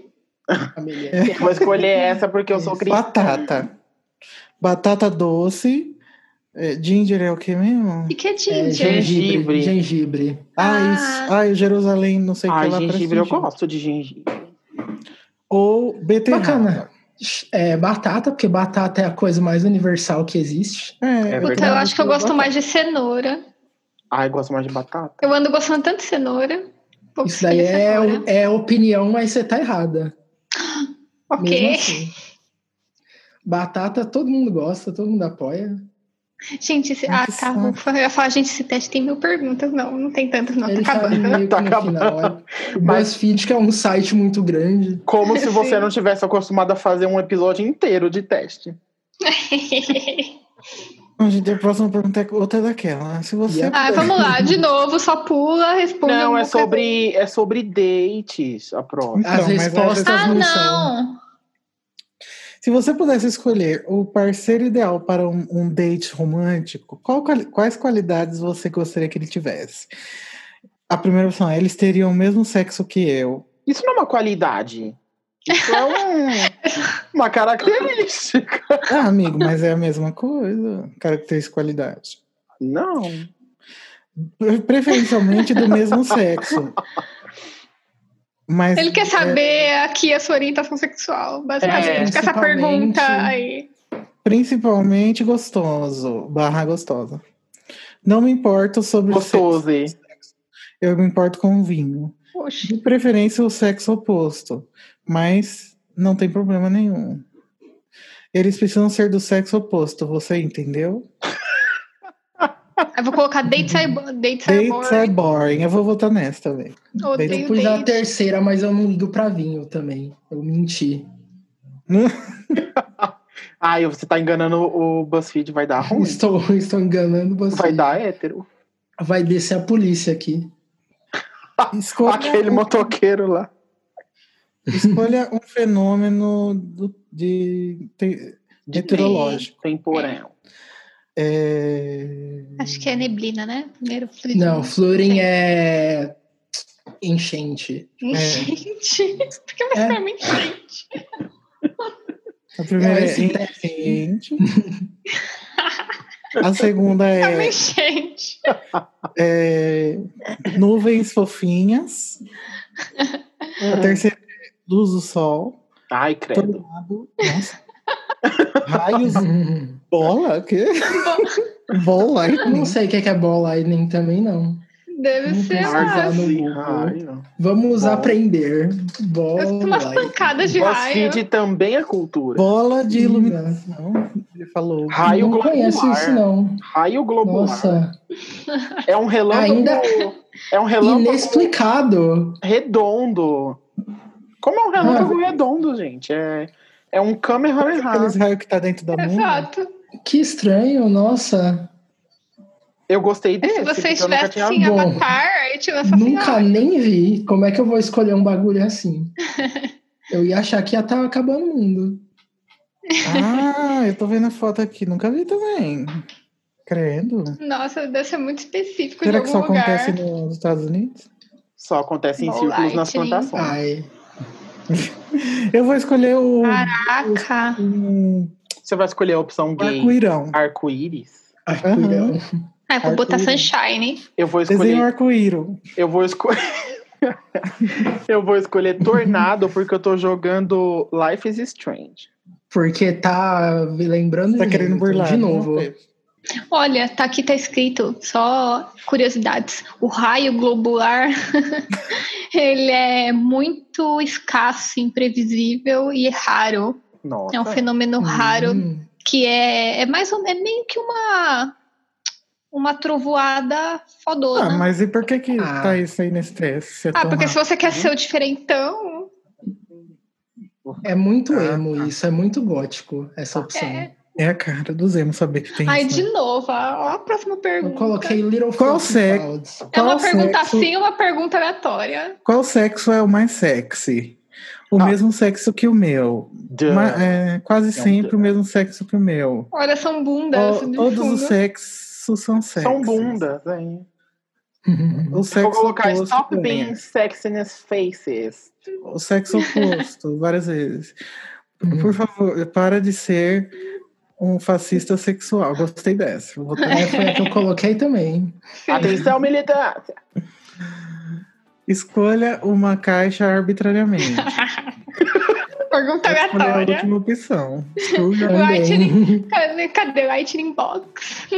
S2: Amelie.
S4: É,
S1: Eu vou escolher essa porque eu sou
S2: Isso.
S1: cristã.
S4: Batata. Batata doce. É, ginger é o que mesmo?
S3: E que é
S2: É,
S3: ginger?
S1: gengibre.
S2: gengibre. Gengibre.
S4: Ah,
S3: Ah.
S4: isso. Ai, Jerusalém, não sei o que
S1: Ai,
S4: lá. parece
S1: gengibre, eu
S4: gengibre.
S1: gosto de gengibre.
S4: Ou beterraba.
S2: Bacana. É, batata, porque batata é a coisa mais universal que existe.
S4: É,
S1: É
S4: eu
S1: verdade.
S3: Então, eu acho que eu gosto
S4: batata.
S3: mais de cenoura.
S1: Ai, gosto mais de batata.
S3: Eu ando gostando tanto de cenoura. Vou
S2: Isso daí
S3: escolher
S2: é,
S3: cenoura.
S2: é opinião, mas você tá errada. Mesmo
S3: Ok.
S2: assim. Batata, todo mundo gosta, todo mundo apoia.
S3: Gente, esse...
S4: Ai,
S3: ah,
S4: que
S3: tá.
S4: saco.
S3: ufa, Eu ia falar, gente, esse teste tem mil perguntas. Não, não tem tantas, não. Tá
S2: Ele tá
S3: acabando.
S2: meio
S1: Tá
S2: que no final. O
S1: Mas-
S2: BuzzFeed, que é um site muito grande.
S1: Como se você
S3: Sim.
S1: não tivesse acostumado a fazer um episódio inteiro de teste.
S4: Bom, gente, a próxima pergunta é outra daquela. Se você.
S2: Yeah.
S3: ah, vamos lá, de novo, só pula, responde.
S1: Não,
S3: alguma
S1: é
S3: coisa.
S1: sobre, é sobre dates a prova.
S4: Então,
S2: As
S4: mas
S2: respostas
S4: essas
S3: Ah,
S2: não são.
S3: não!
S4: Se você pudesse escolher o parceiro ideal para um, um date romântico, qual quali- quais qualidades você gostaria que ele tivesse? A primeira opção é eles teriam o mesmo sexo que eu.
S1: Isso não é uma qualidade. Isso é um- uma característica.
S4: Ah, amigo, mas é a mesma coisa. Característica e qualidade.
S1: Não.
S4: Preferencialmente do mesmo sexo. Mas
S3: Ele
S4: É.
S3: quer saber aqui a sua orientação sexual, basicamente. com essa
S2: principalmente.
S3: pergunta aí.
S4: principalmente gostoso, barra gostosa. Não me importo sobre o sexo,
S1: Gostoso. hein?
S4: eu me importo com o vinho.
S3: Poxa.
S4: De preferência o sexo oposto, mas não tem problema nenhum. Eles precisam ser do sexo oposto, você entendeu?
S3: Eu vou colocar dates are, bo- dates are
S4: Dates are
S3: É boring.
S4: boring. Eu vou votar nessa também.
S3: Odeio
S4: Dates-
S2: Pus a
S3: dates.
S2: terceira, mas eu não ligo pra vinho também. Eu menti.
S1: Ai, você tá enganando o BuzzFeed, vai dar ruim.
S2: Estou, estou enganando você.
S1: Vai dar hétero.
S2: Vai descer a polícia aqui.
S4: Escolha, um,
S1: Aquele motoqueiro lá.
S4: escolha um fenômeno do- de, te-
S1: De
S4: meteorológico.
S1: Temporão.
S4: É,
S3: Acho que é neblina, né? Primeiro fluido.
S2: Não, Florin é enchente.
S3: Enchente. Por que você
S4: É.
S3: tá me enchente?
S4: a primeira
S2: É,
S4: é
S2: esse
S4: enchente. A segunda
S3: Tá me
S4: é,
S3: enchente.
S4: é, nuvens fofinhas. A terceira é luz do sol.
S1: Ai, credo.
S4: Tornado. Nossa. Raios. é. Bola? Que? Bola?
S2: não sei o que é que é bola aí nem também, não.
S3: Deve
S2: Não
S3: ser
S2: tem
S1: Ai,
S3: uma,
S2: razão.
S1: ai, não.
S2: Vamos
S1: Bola.
S2: aprender.
S3: umas
S2: Bola.
S3: pancadas de raio.
S1: BuzzFeed também é cultura.
S4: Bola de iluminação. Ele falou.
S1: Raio
S2: não conheço
S1: globular.
S2: isso, não.
S1: Raio globular.
S2: Nossa.
S1: É um relâmpago.
S2: Ainda-
S1: É um relâmpago
S2: Inexplicado.
S1: redondo. Como é um relâmpago
S2: Ah.
S1: redondo, gente? É, é um Kamehameha.
S4: Aqueles raios que tá dentro
S3: É
S4: da lua.
S3: Exato.
S2: Que estranho, nossa.
S1: Eu gostei
S3: E
S1: desse.
S3: Se É
S1: porque eu É, nunca
S3: você estivesse
S1: tinha
S3: assim,
S2: Bom,
S3: avatar, aí tivesse assim.
S2: Nunca nem vi. Como é que eu vou escolher um bagulho assim? Eu ia achar que ia estar acabando o mundo.
S4: Ah, eu tô vendo a foto aqui. Nunca vi também. Credo.
S3: ah, Nossa, deve ser muito específico
S4: Será que
S3: de
S4: só
S3: algum lugar.
S4: acontece nos Estados Unidos?
S1: Só acontece em
S3: Bom,
S1: círculos nas
S3: lightning.
S1: plantações.
S2: Ai.
S4: Eu vou escolher o
S3: Ah. Caraca.
S4: um
S1: Você vai escolher a opção gay,
S4: arco-irão.
S1: arco-íris.
S2: Ai,
S4: Aham.
S2: cuidado.
S3: Ah, vou botar
S4: Arthur.
S3: Sunshine.
S1: Eu vou
S4: Desenho
S1: escolher.
S4: arco-íro.
S1: Eu vou escolher. eu vou escolher tornado porque eu tô jogando Life is Strange.
S2: Porque tá me lembrando
S4: Tá
S2: de
S4: querendo
S2: mim, então,
S4: burlar.
S2: de novo.
S3: Olha, tá aqui tá escrito, só curiosidades. O raio globular ele é muito escasso, imprevisível e raro.
S1: Nossa.
S3: É um fenômeno raro
S2: Hum,
S3: que é, é mais ou é meio que uma uma trovoada
S4: Ah,
S3: fodona.
S4: mas e por que que
S2: Ah.
S4: tá isso aí nesse teste? se é
S3: Uhum. Ah,
S4: tão
S3: porque se
S4: rápido?
S3: você quer ser o diferentão,
S2: é muito
S4: Ah,
S2: emo isso, é muito gótico essa opção.
S3: é.
S4: É a cara do Zemo saber que tem
S3: Ai,
S4: isso.
S3: de
S4: né?
S3: novo, ó, a próxima
S2: Eu
S3: pergunta.
S2: coloquei Little
S4: Qual
S2: Fucking
S4: sexo?
S2: Clouds.
S3: É uma
S4: Qual
S3: pergunta
S4: sexo-
S3: assim, uma pergunta aleatória.
S4: Qual sexo é o mais sexy? O
S1: Ah.
S4: mesmo sexo que o meu.
S1: Duh.
S4: Ma- é, quase
S1: É um
S4: sempre
S1: duh.
S4: o mesmo sexo que o meu.
S3: Olha, são bundas.
S4: O-
S3: Um de
S4: todos os
S3: fundo.
S4: sexos são é, sexy.
S1: São bundas, hein?
S4: O
S1: Eu
S4: sexo
S1: vou colocar
S4: oposto
S1: Stop
S4: ganha.
S1: Being Sexiness Faces.
S4: O sexo oposto, várias vezes.
S2: Uhum.
S4: Por favor, para de ser um fascista sexual. Gostei dessa. Vou botar-
S2: É, foi a que eu coloquei também.
S1: Atenção, militância!
S4: Escolha uma caixa arbitrariamente.
S3: Pergunta
S4: Escolha a
S3: aleatória.
S4: última opção. Escolha
S2: Também.
S3: Cadê, né, cadê Lightning Box?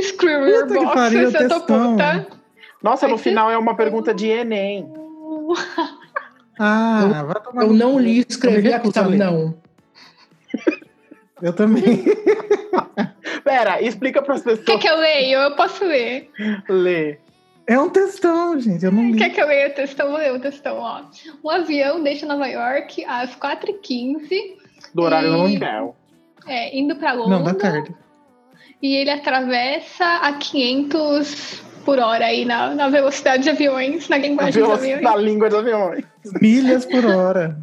S3: Screw your
S4: Puta que
S3: box,
S4: pariu,
S3: eu tô
S4: textão.
S3: puta.
S1: Nossa, no
S3: Esse-
S1: final é uma pergunta de Enem.
S4: Ah, vai tomar
S2: Eu
S4: no
S2: não
S4: cu.
S2: li
S4: Eu me
S2: escrevi
S4: recuso
S2: aqui,
S4: a ler.
S2: não.
S4: Eu também.
S1: Pera, explica para as
S3: Quer
S1: pessoas
S3: que eu leio? Eu posso ler.
S1: ler.
S4: É um textão, gente. Eu não li.
S3: Quer É, que eu leia o textão? Vou ler o textão, ó. Um avião deixa Nova York às 4h15,
S1: Do horário
S3: E-
S1: local.
S3: é, indo pra
S4: Não, da
S3: Londres.
S4: tarde.
S3: e ele atravessa a 500 por hora aí na, na velocidade de aviões, na
S1: Na
S3: linguagem dos
S1: velocidade da
S3: aviões.
S1: língua dos aviões.
S4: Milhas por hora.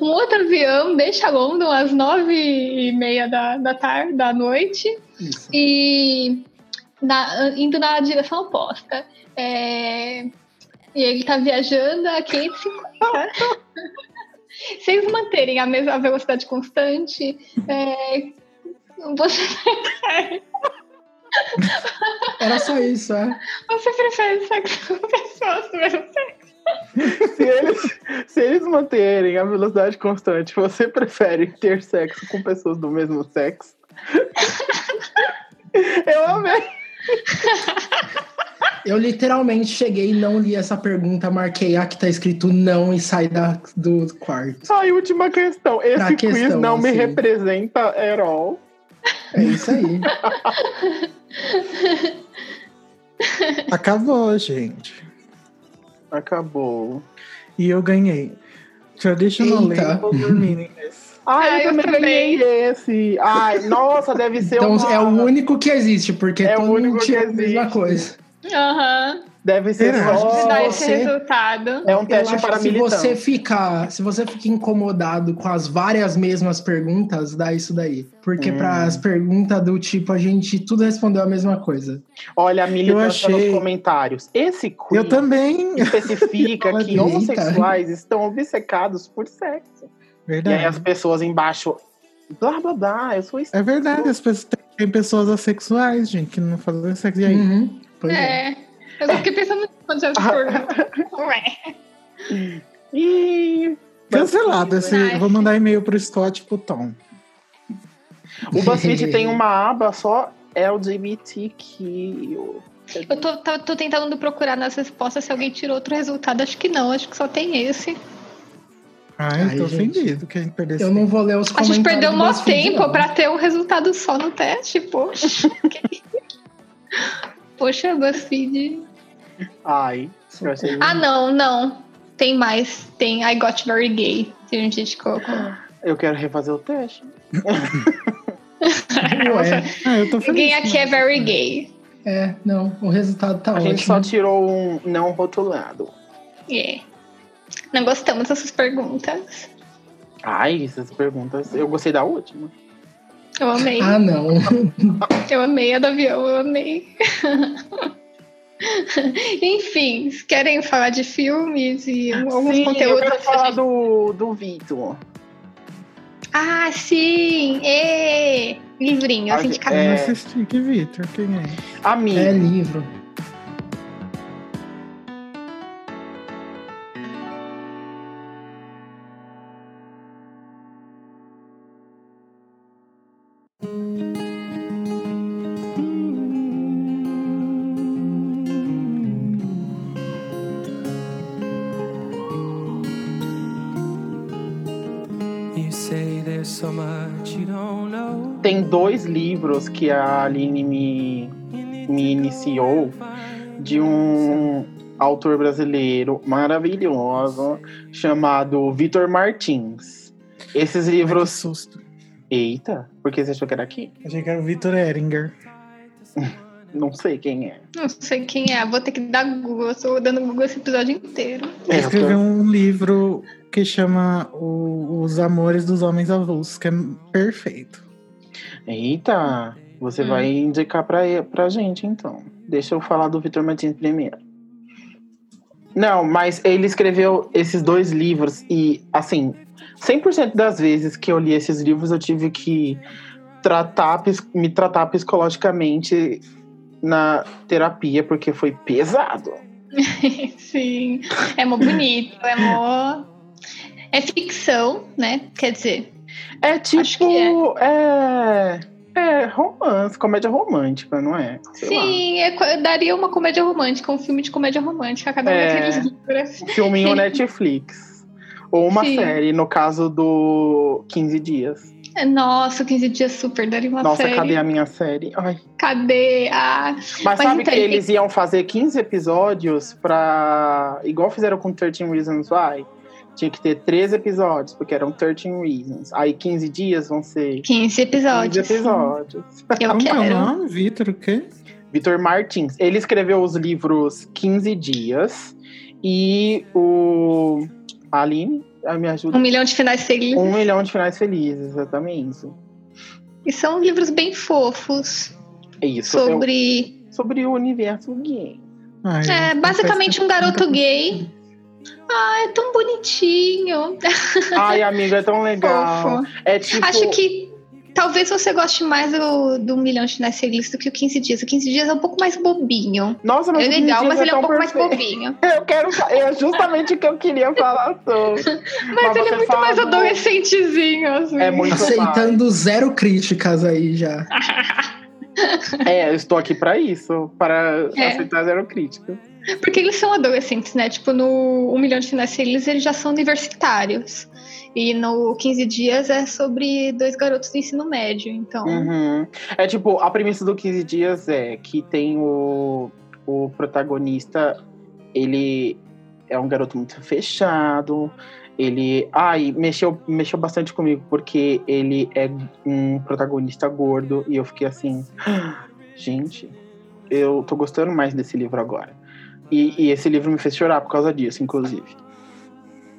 S3: Um outro avião deixa London às 9h30 da, da, tarde, da noite.
S2: Isso.
S3: e na- indo na direção oposta. É, e ele tá viajando a 550 vocês manterem a mesma velocidade constante, é, você,
S2: Era só isso, é.
S3: você prefere sexo com pessoas do mesmo sexo?
S1: Se eles, se eles manterem a velocidade constante, você prefere ter sexo com pessoas do mesmo sexo? Eu amei.
S2: Eu literalmente cheguei, não li essa pergunta, marquei a que tá escrito não e saí da, do quarto.
S1: Só a última questão. Esse
S2: Pra
S1: quiz
S2: questão,
S1: não me
S2: assim.
S1: representa at all.
S2: É isso aí.
S4: Acabou, gente.
S1: Acabou.
S4: E eu ganhei. Traditional
S2: Eita.
S4: Label Meaningless.
S1: Ai,
S3: Ah,
S1: eu,
S3: eu
S1: também
S3: também.
S1: ganhei esse. Ai, nossa, deve ser
S2: Então
S1: uma...
S2: é o único que existe, porque
S1: É o
S2: todo
S1: único
S2: mundo
S1: que
S2: tira a mesma
S1: existe.
S2: coisa.
S3: Aham.
S1: Deve ser
S4: Será?
S1: só...
S3: Te dá esse
S2: você-
S3: resultado.
S1: É um
S2: Eu
S1: teste
S2: acho
S1: para
S2: que se
S1: militante.
S2: você ficar, se você fica incomodado com as várias mesmas perguntas, dá isso daí. Porque
S1: Hum.
S2: para as perguntas do tipo a gente tudo respondeu a mesma coisa.
S1: Olha a militância
S4: Eu achei-
S1: nos comentários. Esse quiz
S4: Eu também.
S1: especifica
S2: Fala
S1: que
S2: direita.
S1: homossexuais estão obcecados por sexo. E aí as
S4: Verdade.
S1: pessoas embaixo... Blá, blá, blá, eu sou estranho.
S4: É verdade, as pessoas, tem pessoas assexuais, gente, que não fazem sexo. E aí?
S2: Uhum, pois é.
S3: É. Eu só fiquei pensando nisso quando já se Ué.
S1: Ih,
S4: Cancelado esse.
S3: Ai.
S4: Vou mandar e-mail pro Scott e pro Tom.
S1: O BuzzFeed tem uma aba só LGBTQ.
S3: Eu tô, tô, tô tentando procurar nas respostas se alguém tirou outro resultado. Acho que não, acho que só tem esse.
S4: Ai,
S2: Ai,
S4: tô
S2: gente.
S4: ofendido que a gente perdeu
S2: Eu
S4: esse
S2: não vou ler os
S3: A
S2: comentários.
S3: gente perdeu
S2: do
S3: um maior
S2: BuzzFeed,
S3: tempo
S2: não.
S3: pra
S1: né?
S3: ter um resultado só no teste, poxa. Que- poxa, BuzzFeed.
S1: Ai, eu achei.
S3: Ah, não, não. Tem mais. Tem I Got Very Gay. Tem um gente que colocou.
S1: Eu quero refazer o teste.
S2: Ué,
S4: Ah, eu tô feliz.
S3: Ninguém aqui é
S4: né?
S3: very gay.
S2: é, não, o resultado tá
S1: A gente só
S2: ótimo.
S1: tirou um não rotulado.
S3: Yeah. Não gostamos dessas perguntas.
S1: Ai, essas perguntas. Eu gostei da última.
S3: Eu amei.
S2: Ah, não.
S1: um
S3: Eu amei a do avião, eu amei. Enfim, se querem falar de filmes e alguns
S1: Ah, Sim, Eu
S3: conteúdos.
S1: quero
S3: que a
S1: falar
S3: gente-
S1: do, do Vitor.
S3: Ah, sim! Ê! Livrinho,
S1: A
S3: assim de
S1: gente-
S3: casa.
S4: Eu
S1: é.
S4: assisti. Que Vitor? Quem é?
S1: Amigo.
S2: é livro.
S5: You say there's so much you don't know.
S1: Tem dois livros que a Aline me, me iniciou de um autor brasileiro maravilhoso chamado Vitor Martins. Esses
S4: Ai, que
S1: livros.
S4: susto.
S1: Eita, por que você achou que era aqui?
S4: Achei que era o Vitor Eringer.
S1: Não sei quem é.
S3: Não sei quem é, vou ter que dar Google. Eu tô dando Google esse episódio inteiro.
S1: É, eu
S4: Escreveu um livro que chama o- Os Amores dos Homens Avulsos, que é perfeito.
S1: tô- Eita, você
S3: Hum.
S1: vai indicar pra, e- pra gente então. Deixa eu falar do Vitor Martins primeiro. Não, mas ele escreveu esses dois livros e, assim, 100% das vezes que eu li esses livros eu tive que tratar, pis- me tratar psicologicamente na terapia, porque foi pesado.
S3: Sim, é mó bonito, é mó. É ficção, né? Quer dizer,
S1: É
S3: Acho que
S1: tipo. É. É romance, comédia romântica, não é? Sei
S3: sim, é co- eu daria uma comédia romântica, um filme de comédia romântica, cada um
S1: É.
S3: daqueles livros.
S1: lá. Um filminho Netflix. Ou uma
S3: Sim.
S1: série, no caso do 15 Dias.
S3: Nossa, 15 dias super, daria uma
S1: Nossa,
S3: série.
S1: cadê a minha série? Ai.
S3: Cadê a...
S1: Mas, sabe
S3: então,
S1: que
S3: ele-
S1: eles iam fazer 15 episódios pra. Igual fizeram com 13 Reasons Why. Tinha que ter 13 episódios, porque eram 13 Reasons. Aí 15 dias vão ser
S3: 15
S1: 15
S3: episódios?
S1: episódios.
S3: Eu
S4: Como que é o
S3: quero.
S4: nome? Vitor, o quê?
S1: Vitor Martins. Ele escreveu os livros 15 Dias e o. a Aline, ah, me ajuda.
S3: Um milhão de finais seguidos.
S1: Um milhão de finais felizes, exatamente isso.
S3: E são livros bem fofos
S1: É isso. é o-
S3: sobre
S1: sobre o universo gay.
S4: Ai,
S3: é,
S4: gente,
S3: basicamente
S1: é
S4: confesso
S3: um
S4: que eu
S3: garoto
S4: nunca
S3: gay Ah, é tão bonitinho. É
S1: Ai, amiga, é tão legal.
S3: Fofo.
S1: É tipo.
S3: Acho que talvez você goste mais do, do Um Milhão de Finais Felizes do que o 15 Dias. O 15 Dias é um pouco mais bobinho.
S1: Nossa, mas
S3: É
S1: o Quinze
S3: legal,
S1: Dias
S3: mas ele é um
S1: tão
S3: pouco mais
S1: perfeito.
S3: bobinho.
S1: Eu quero. fa- É justamente o que eu queria falar sobre.
S3: Mas,
S1: você
S3: ele é muito
S1: fala
S3: mais
S1: do-
S3: adolescentezinho, assim.
S1: É muito mais.
S2: Aceitando zero críticas aí já.
S1: É, eu estou aqui para isso para
S3: É.
S1: aceitar zero crítica.
S3: Porque eles são adolescentes, né? Tipo, no Um Milhão de Finais Felizes, eles já são universitários. E no 15 Dias é sobre dois garotos do ensino médio. Então,
S1: Uhum. É tipo, a premissa do 15 Dias é que tem o, o protagonista, ele é um garoto muito fechado. Ele. Ai, mexeu, mexeu bastante comigo, porque ele é um protagonista gordo. E eu fiquei assim. "Ah, Gente, eu tô gostando mais desse livro agora. E, e esse livro me fez chorar por causa disso, inclusive.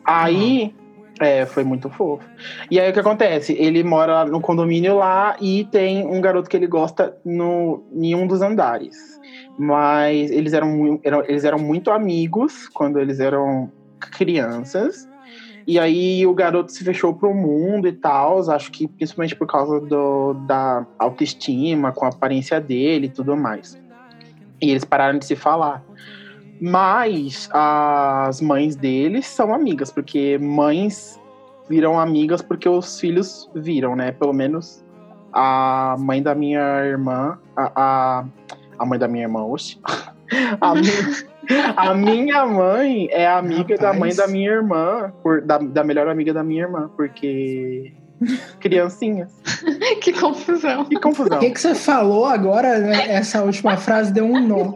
S1: Aí. É, foi muito fofo. E aí o que acontece? Ele mora no condomínio lá e tem um garoto que ele gosta no, em um dos andares. Mas eles eram, mui- eram- eles eram muito amigos quando eles eram crianças. E aí o garoto se fechou pro mundo e tal. Acho que principalmente por causa do, da autoestima, com a aparência dele e tudo mais. E eles pararam de se falar. Mas as mães deles são amigas, porque mães viram amigas porque os filhos viram, né? Pelo menos a mãe da minha irmã, a, a, a mãe da minha irmã, oxe. A, mi- a minha mãe é amiga da mãe
S2: Rapaz.
S1: da minha irmã, por- da, da melhor amiga da minha irmã, porque. Criancinhas.
S3: que confusão.
S1: Que confusão.
S2: O que, que você falou agora? né? Essa última frase deu um nó.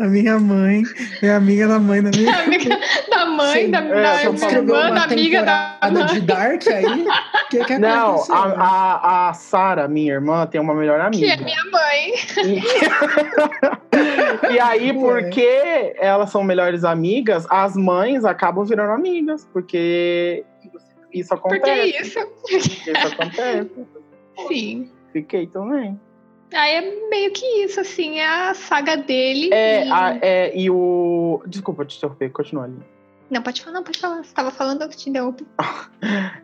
S4: A minha mãe é amiga da mãe da minha.
S3: Amiga da mãe,
S2: Sim,
S3: da,
S2: é,
S3: da
S1: você
S3: minha
S1: escreveu
S3: irmã, da amiga da
S2: temporada
S3: mãe.
S2: de Dark aí? O que, que
S1: Não,
S2: aconteceu?
S1: a, a, a Sara, minha irmã, tem uma melhor
S3: Que é
S1: amiga.
S3: minha mãe.
S1: E- E, aí,
S2: Ué.
S1: porque elas são melhores amigas, as mães acabam virando amigas, porque isso
S3: Por que
S1: acontece.
S3: é isso?
S1: Isso acontece.
S3: Sim.
S1: Fiquei também.
S3: Aí é meio que isso, assim, é a saga dele.
S1: É,
S3: e-
S1: a- é, e o. Desculpa te interromper, continua ali.
S3: Não, pode falar, não, pode falar. Você tava falando, eu te interrompi.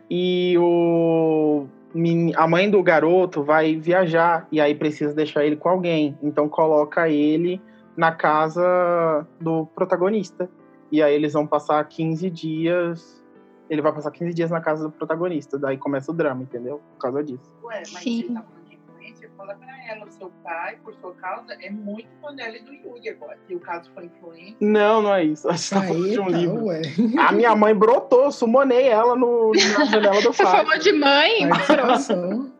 S1: E o. meni- A mãe do garoto vai viajar e aí precisa deixar ele com alguém. Então coloca ele na casa do protagonista. E aí eles vão passar 15 dias. Ele vai passar 15 dias na casa do protagonista. Daí começa o drama, entendeu? Por causa disso.
S8: Ué, mas
S3: Sim.
S8: você tá falando de influência? Fala pra ela, o seu pai, por sua causa, é muito Mandela e do Yuri agora. Se o caso for influência,
S1: Não, não é isso. A gente tá falando de um
S2: Aê, tá,
S1: livro.
S2: ué.
S1: A minha mãe brotou, sumonei ela no, na janela do
S3: Você
S1: quarto.
S3: falou de mãe,
S2: Participação.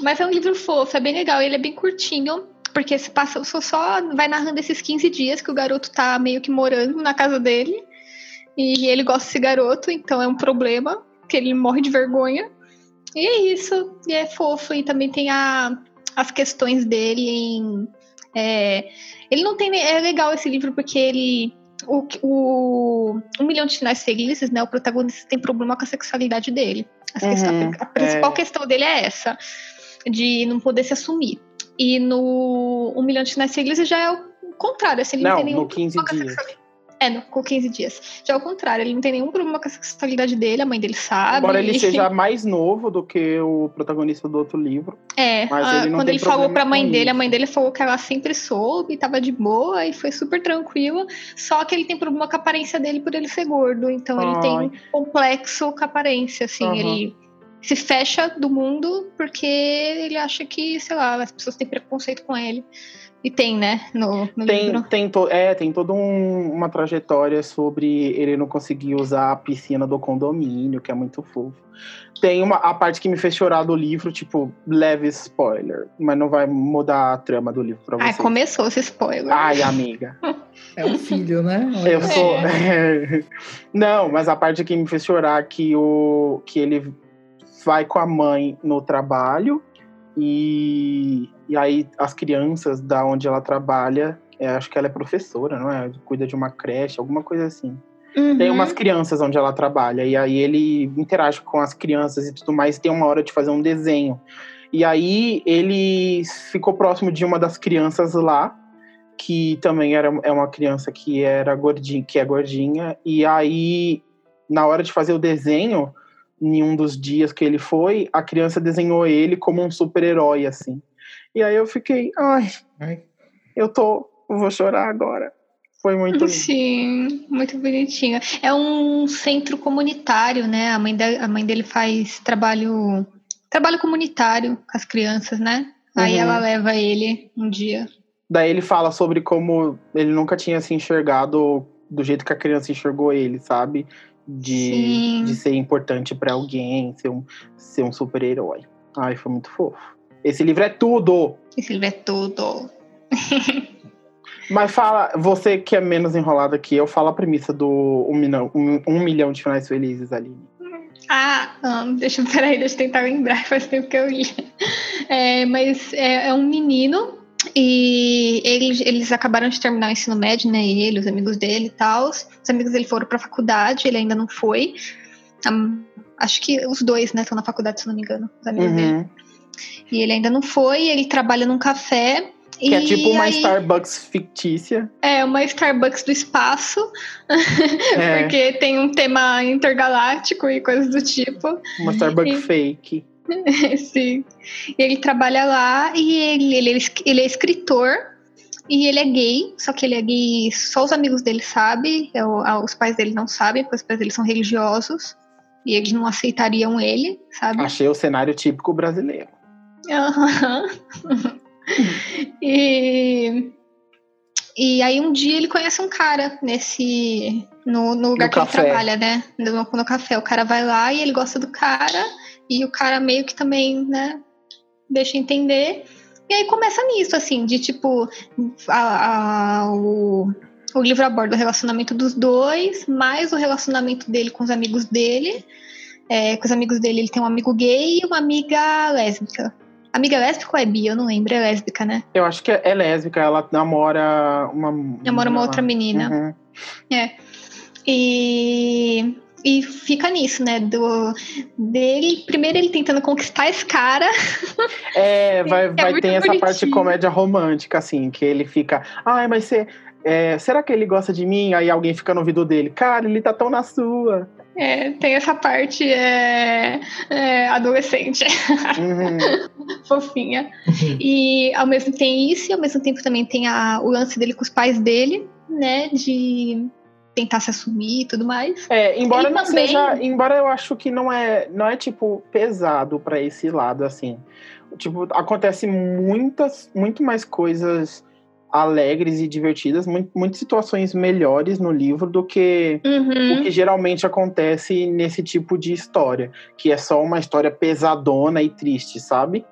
S3: Mas é um livro fofo, é bem legal. Ele é bem curtinho, porque se passa, só, só vai narrando esses 15 dias que o garoto tá meio que morando na casa dele. E ele gosta desse garoto, então é um problema, que ele morre de vergonha. E é isso, e é fofo. E também tem a, as questões dele em. é, ele não tem. É legal esse livro porque ele. O, o Um Milhão de Finais Felizes, né? O protagonista tem problema com a sexualidade dele. As
S1: Uhum,
S3: questões- a principal
S1: é.
S3: questão dele é essa, de não poder se assumir. E no Um Milhão de Finais Felizes já é o contrário, assim, ele não,
S1: Não,
S3: tem nenhum
S1: no 15
S3: problema com a
S1: dias.
S3: sexualidade. É, no, com 15 dias. Já ao contrário, ele não tem nenhum problema com a sexualidade dele, a mãe dele sabe.
S1: Embora ele seja mais novo do que o protagonista do outro livro.
S3: É,
S1: Mas
S3: a-
S1: ele não
S3: quando
S1: tem
S3: ele falou
S1: problema
S3: pra mãe
S1: com
S3: dele, a
S1: isso.
S3: mãe dele falou que ela sempre soube, tava de boa e foi super tranquila. Só que ele tem problema com a aparência dele por ele ser gordo. Então ele tem
S1: Ai.
S3: um complexo com a aparência, assim,
S1: Aham.
S3: ele se fecha do mundo porque ele acha que, sei lá, as pessoas têm preconceito com ele. E tem, né? No, no
S1: Tem,
S3: livro.
S1: tem, to- é, tem toda um- uma trajetória sobre ele não conseguir usar a piscina do condomínio, que é muito fofo. Tem uma, a parte que me fez chorar do livro, tipo, leve spoiler, mas não vai mudar a trama do livro pra Ah,
S3: Ai,
S1: você.
S3: começou esse spoiler.
S1: Ai, amiga.
S2: É o filho, né? Olha.
S1: Eu sou. Não, mas a parte que me fez chorar é que o que ele vai com a mãe no trabalho e, e aí as crianças da onde ela trabalha, é, acho que ela é professora, não é? Cuida de uma creche, alguma coisa assim. Tem
S3: Uhum.
S1: umas crianças onde ela trabalha e aí ele interage com as crianças e tudo mais. Tem uma hora de fazer um desenho e aí ele ficou próximo de uma das crianças lá que também era, é uma criança que era gordinha, que é gordinha, e aí, na hora de fazer o desenho, em um dos dias que ele foi, a criança desenhou ele como um super-herói, assim. E aí eu fiquei, ai,
S4: Ai.
S1: eu tô, eu vou chorar agora. Foi muito.
S3: Uhum. Sim, muito bonitinho. É um centro comunitário, né? A mãe, de- a mãe dele faz trabalho, trabalho comunitário com as crianças, né? Aí
S1: Uhum.
S3: ela leva ele um dia.
S1: Daí ele fala sobre como ele nunca tinha se enxergado do jeito que a criança enxergou ele, sabe? De,
S3: Sim.
S1: de ser importante pra alguém, ser um, ser um super-herói. Ai, foi muito fofo. Esse livro é tudo!
S3: Esse livro é tudo.
S1: Mas fala, você que é menos enrolada que eu, fala a premissa do Um Milhão, um, um milhão de Finais Felizes, Aline.
S3: Ah, ahn, deixa eu peraí, deixa eu tentar lembrar, faz tempo que eu li. É, mas é, é um menino e eles, eles acabaram de terminar o ensino médio, né? Ele, os amigos dele e tal. Os amigos dele foram pra faculdade, ele ainda não foi. Am- acho que os dois, né, estão na faculdade, se eu não me engano, os amigos dele.
S1: Uhum.
S3: E ele ainda não foi, ele trabalha num café.
S1: Que é
S3: e
S1: tipo uma
S3: aí-
S1: Starbucks fictícia.
S3: É, uma Starbucks do espaço,
S1: É,
S3: porque tem um tema intergaláctico e coisas do tipo.
S1: uma Starbucks
S3: e-
S1: fake.
S3: Sim. E ele trabalha lá e ele, ele, é es- ele é escritor e ele é gay, só que ele é gay, só os amigos dele sabem, é o- a- os pais dele não sabem, porque os pais dele são religiosos e eles não aceitariam ele, sabe?
S1: Achei o cenário típico brasileiro.
S3: Aham. e, e aí um dia ele conhece um cara nesse. No, no lugar
S1: No
S3: que
S1: café.
S3: ele trabalha, né? No, no café. O cara vai lá e ele gosta do cara. E o cara meio que também, né? Deixa entender. E aí começa nisso, assim, de tipo. a- a- o, o livro aborda o relacionamento dos dois, mais o relacionamento dele com os amigos dele. É, com os amigos dele, ele tem um amigo gay e uma amiga lésbica. Amiga lésbica ou é bi? Eu não lembro, é lésbica, né?
S1: Eu acho que é é lésbica, ela namora uma.
S3: Namora uma
S1: lá.
S3: outra menina.
S1: Uhum.
S3: E, e fica nisso, né? Do, dele, primeiro ele tentando conquistar esse cara.
S1: É, vai,
S3: é
S1: vai
S3: muito
S1: ter essa parte de
S3: bonitinho.
S1: comédia romântica, assim, que ele fica. Ai, mas você. é, será que ele gosta de mim? Aí alguém fica no ouvido dele. Cara, ele tá tão na sua.
S3: É, tem essa parte é, é, adolescente,
S1: Uhum.
S3: fofinha. E ao mesmo tempo tem isso, e ao mesmo tempo também tem a, o lance dele com os pais dele, né? De tentar se assumir e tudo mais.
S1: É, embora
S3: E
S1: não
S3: também-
S1: seja, embora eu acho que não é, não é tipo pesado pra esse lado assim. Tipo, acontece muitas, muito mais coisas alegres e divertidas, mu- muitas situações melhores no livro do que
S3: Uhum.
S1: o que geralmente acontece nesse tipo de história, que é só uma história pesadona e triste, sabe?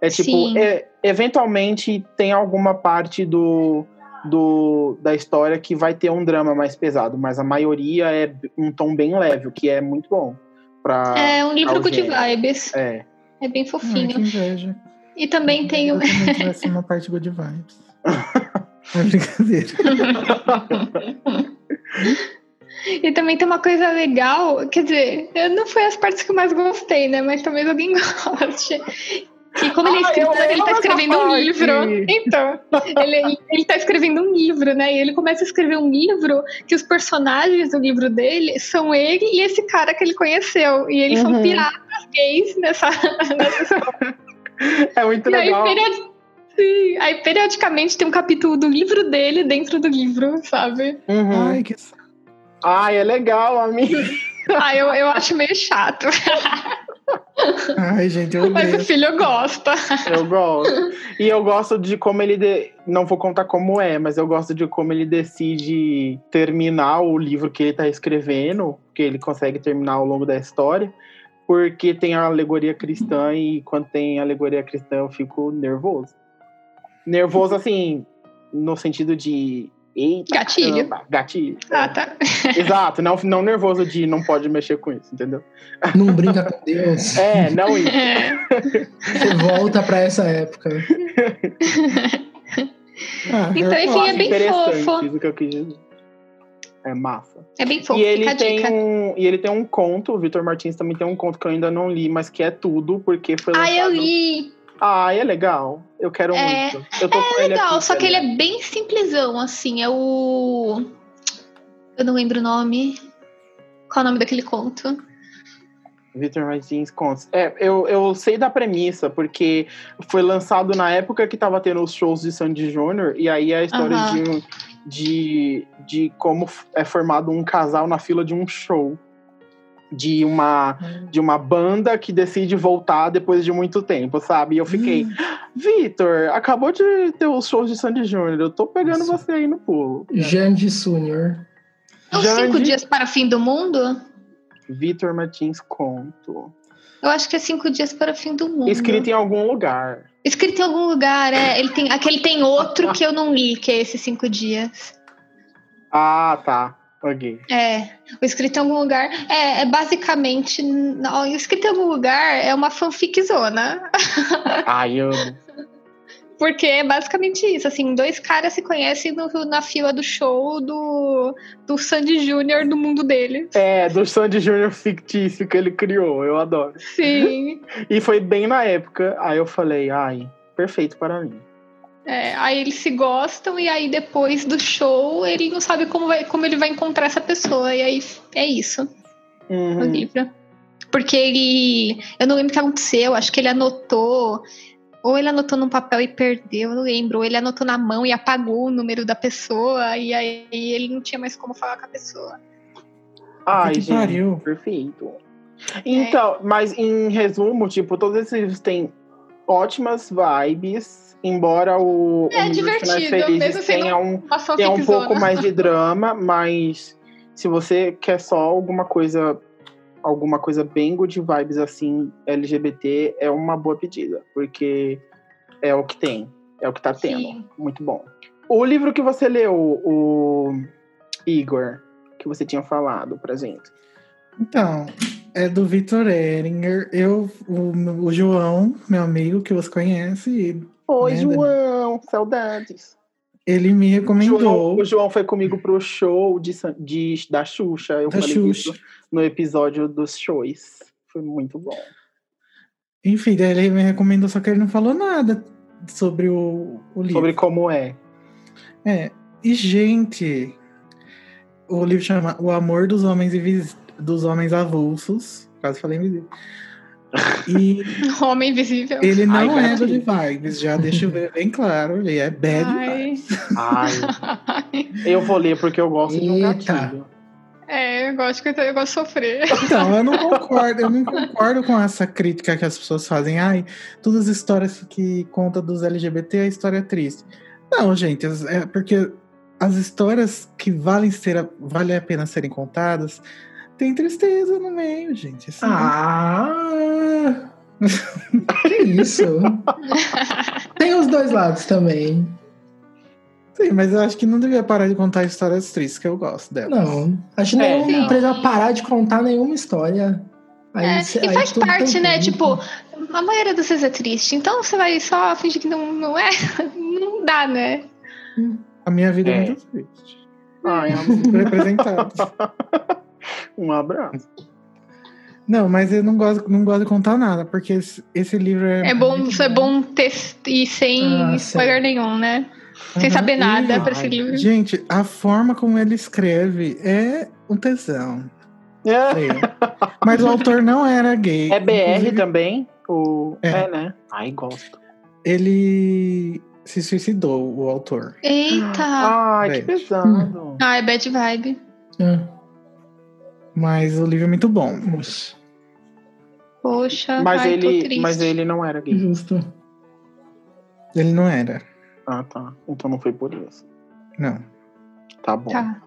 S1: É tipo,
S3: Sim.
S1: é- eventualmente tem alguma parte do, do da história que vai ter um drama mais pesado, mas a maioria é b- um tom bem leve, o que é muito bom para
S3: É um livro good
S1: Algema.
S3: vibes.
S1: é.
S3: É bem
S4: Ai, que
S3: fofinho.
S4: inveja.
S3: E também tem
S4: Eu
S3: um- o.
S4: também tivesse uma parte good vibes. É brincadeira.
S3: E também tem uma coisa legal, quer dizer, eu- não foi as partes que eu mais gostei, né? Mas talvez alguém goste. Que como ele é
S1: Ah, eu
S3: escritor, ele
S1: lembro
S3: tá
S1: essa
S3: escrevendo um
S1: parte.
S3: livro. Então, ele, ele tá escrevendo um livro, né? E ele começa a escrever um livro que os personagens do livro dele são ele e esse cara que ele conheceu. E eles
S1: Uhum.
S3: são piratas gays nessa. nessa
S1: É muito
S3: e aí,
S1: legal.
S3: periodi- Sim, aí, periodicamente, tem um capítulo do livro dele dentro do livro, sabe?
S1: Uhum. Ai.
S4: Ai, que saco.
S1: é legal, amigo.
S3: Ah, eu, eu acho meio chato.
S4: Ai, gente, eu
S3: Mas
S4: odeio.
S3: o filho gosta.
S1: Eu gosto. E eu gosto de como ele. de- Não vou contar como é, mas eu gosto de como ele decide terminar o livro que ele tá escrevendo, que ele consegue terminar ao longo da história, porque tem a alegoria cristã e quando tem alegoria cristã eu fico nervoso. Nervoso, assim, no sentido de. Eita,
S3: Gatilho.
S1: caramba, gatilho. É,
S3: Ah, tá.
S1: Exato, não, não nervoso de não pode mexer com isso, entendeu?
S2: Não brinca com Deus.
S1: É, não isso.
S3: É.
S2: Você volta pra essa época.
S4: Ah, eu-
S3: Então,
S1: Eu
S3: enfim, é
S1: acho
S3: bem
S1: interessante
S3: fofo.
S1: Isso que eu quis dizer. É massa.
S3: É bem fofo,
S1: E ele,
S3: fica a
S1: tem
S3: dica.
S1: um, e ele tem um conto, o Vitor Martins também tem um conto que eu ainda não li, mas que é tudo, porque foi
S3: Ah,
S1: lançado,
S3: eu li!
S1: Ah, é legal. Eu quero
S3: É,
S1: muito. Eu tô com
S3: É legal,
S1: ele aqui,
S3: só que ele
S1: né?
S3: é bem simplesão, assim. É o. Eu não lembro o nome. Qual é o nome daquele conto?
S1: Victor Martins Contes. É, eu, eu sei da premissa, porque foi lançado na época que tava tendo os shows de Sandy Júnior, e aí a história
S3: Aham.
S1: de, um- de, de como f- é formado um casal na fila de um show. De uma, de uma banda que decide voltar depois de muito tempo, sabe? E eu fiquei, Vitor, acabou de ter os shows de Sandy Júnior, eu tô pegando
S2: Isso.
S1: você aí no pulo.
S2: Jandy Júnior.
S3: É os
S1: Jandy-
S3: Cinco Dias para o Fim do Mundo?
S1: Vitor Martins Conto.
S3: Eu acho que é Cinco Dias para o Fim do Mundo.
S1: Escrito em algum lugar.
S3: Escrito em algum lugar, é. Ele tem, aquele tem outro que eu não li, que é esse Cinco Dias.
S1: Ah, tá. Ok.
S3: É, o Escrito em Algum Lugar é, é basicamente. Não, o Escrito em Algum Lugar é uma fanficzona.
S1: Ai, eu.
S3: Porque é basicamente isso, assim, dois caras se conhecem no- na fila do show do, do Sandy Júnior do mundo dele.
S1: É, do Sandy Júnior fictício que ele criou, eu adoro.
S3: Sim.
S1: E foi bem na época, aí eu falei, ai, perfeito para mim.
S3: É, aí eles se gostam e aí depois do show ele não sabe como, vai, como ele vai encontrar essa pessoa. E aí é isso. no
S1: Uhum.
S3: livro. Porque ele. Eu não lembro o que aconteceu, acho que ele anotou. Ou ele anotou num papel e perdeu, eu não lembro. Ou ele anotou na mão e apagou o número da pessoa, e aí ele não tinha mais como falar com a pessoa.
S1: Ai,
S4: que
S1: gente,
S4: pariu.
S1: perfeito.
S3: É.
S1: Então, mas em resumo, tipo, todos esses livros têm ótimas vibes, embora o,
S3: É
S1: o Mil Finais
S3: divertido, mesmo sendo
S1: tenha um
S3: Uma
S1: é um
S3: fanficzona.
S1: pouco mais de drama, mas se você quer só alguma coisa, alguma coisa bem good vibes assim, LGBT, é uma boa pedida, porque é o que tem, é o que tá tendo.
S3: Sim.
S1: Muito bom. O livro que você leu, o Igor, que você tinha falado pra gente.
S4: Então, é do Vitor Eringer. Eu, o, o João, meu amigo, que você conhece,
S1: Oi,
S4: Né,
S1: João, saudades.
S4: ele me recomendou.
S1: João, o João foi comigo pro show de, San- de- da Xuxa. Eu
S4: da
S1: falei
S4: Xuxa.
S1: isso no episódio dos shows. Foi muito bom.
S4: Enfim, daí ele me recomendou, só que ele não falou nada sobre o, o livro.
S1: Sobre como é.
S4: É. E, gente, o livro chama O Amor dos Homens, Invis... dos Homens Avulsos. Quase falei invisível. E
S3: Homem invisível.
S4: ele
S1: Ai,
S4: não é
S1: gatinho.
S4: good vibes, já deixa eu ver bem claro. Ele é bad
S3: Ai.
S4: vibes.
S1: Ai, eu vou ler porque eu gosto de um
S2: Eita.
S1: gatilho.
S3: É, eu gosto, que- eu gosto de sofrer.
S4: Então, eu não concordo, eu não concordo com essa crítica que as pessoas fazem. Ai, todas as histórias que conta dos LGBT, a história é triste. Não, gente, as- é porque as histórias que valem ser, a- vale a pena serem contadas, tem tristeza no meio, gente. Assim,
S2: Ah! que isso? Tem os dois lados também.
S4: Sim, mas eu acho que não devia parar de contar histórias tristes, que eu gosto dela.
S2: Não. Acho que
S1: É,
S2: nenhuma
S1: não.
S2: empresa parar de contar nenhuma história. Aí
S3: É,
S2: cê-
S3: e
S2: aí
S3: faz
S2: tudo tem
S3: parte, né?
S2: público.
S3: Tipo, a maioria das vezes é triste, então você vai só fingir que não, não é. Não dá, né?
S4: A minha vida é,
S1: É.
S4: muito triste.
S1: Ai, amo.
S4: Representado.
S1: um abraço.
S4: não, mas eu não gosto, não gosto de contar nada, porque esse, esse livro é.
S3: É bom,
S4: muito
S3: isso é bom ter e sem
S2: Ah,
S3: spoiler nenhum, né? Sem
S4: Aham.
S3: saber nada
S4: Ih,
S3: pra esse
S1: ai,
S3: livro.
S4: Gente, a forma como ele escreve é um tesão.
S1: É,
S4: Leia. Mas o autor não era gay.
S1: é BR
S4: Inclusive,
S1: também? O... É.
S4: É.
S1: né? Ai, gosto.
S4: Ele se suicidou, o autor.
S3: Eita!
S1: Ai, que
S4: Gente.
S1: pesado.
S3: Ah, é bad vibe.
S2: Ah,
S4: Mas o livro é muito bom.
S2: Nossa,
S3: Poxa,
S1: Mas,
S3: ai, tô
S1: ele,
S3: triste. Uhum.
S1: mas ele não era gay.
S2: justo.
S4: Ele não era.
S1: Ah, tá. Então não foi por isso.
S4: Não.
S1: Tá bom.
S3: Tá.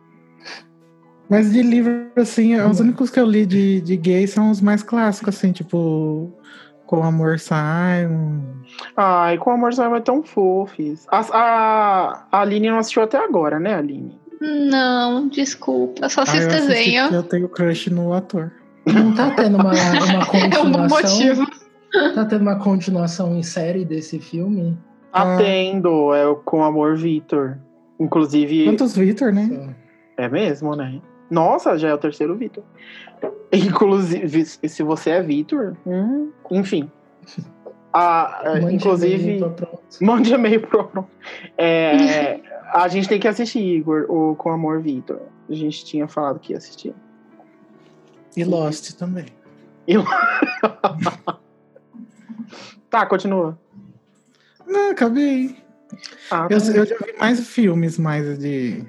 S4: Mas de livro, assim, os únicos que eu li de, de gay são os mais clássicos, assim, tipo. Com Amor um Simon.
S1: Ai, com o amor só vai tão fofis. A, a, a Aline não assistiu até agora, né, Aline?
S3: Não, desculpa. Eu só
S4: Ah, eu
S3: assisto
S4: assisti
S3: desenho.
S4: porque Eu tenho crush no ator.
S2: Não tá tendo uma, uma
S3: É um bom
S2: continuação.
S3: motivo.
S2: Tá tendo uma continuação em série desse filme?
S1: Tá
S4: Ah.
S1: tendo, é o com amor Vitor. Inclusive.
S4: Quantos Vitor,
S2: um
S4: né?
S1: É mesmo, né? Nossa, já é o terceiro Vitor. Inclusive, se você é Vitor, hum, enfim. a- é,
S2: Mande
S1: inclusive,
S2: e-mail então. pra pronto.
S1: mande e-mail pro Apron. É, a gente tem que assistir, Igor, o Com Amor Vitor. A gente tinha falado que ia assistir.
S4: E Lost também.
S1: Tá, continua.
S4: Não, acabei.
S1: Ah,
S4: Eu, eu já vi mais filmes mais de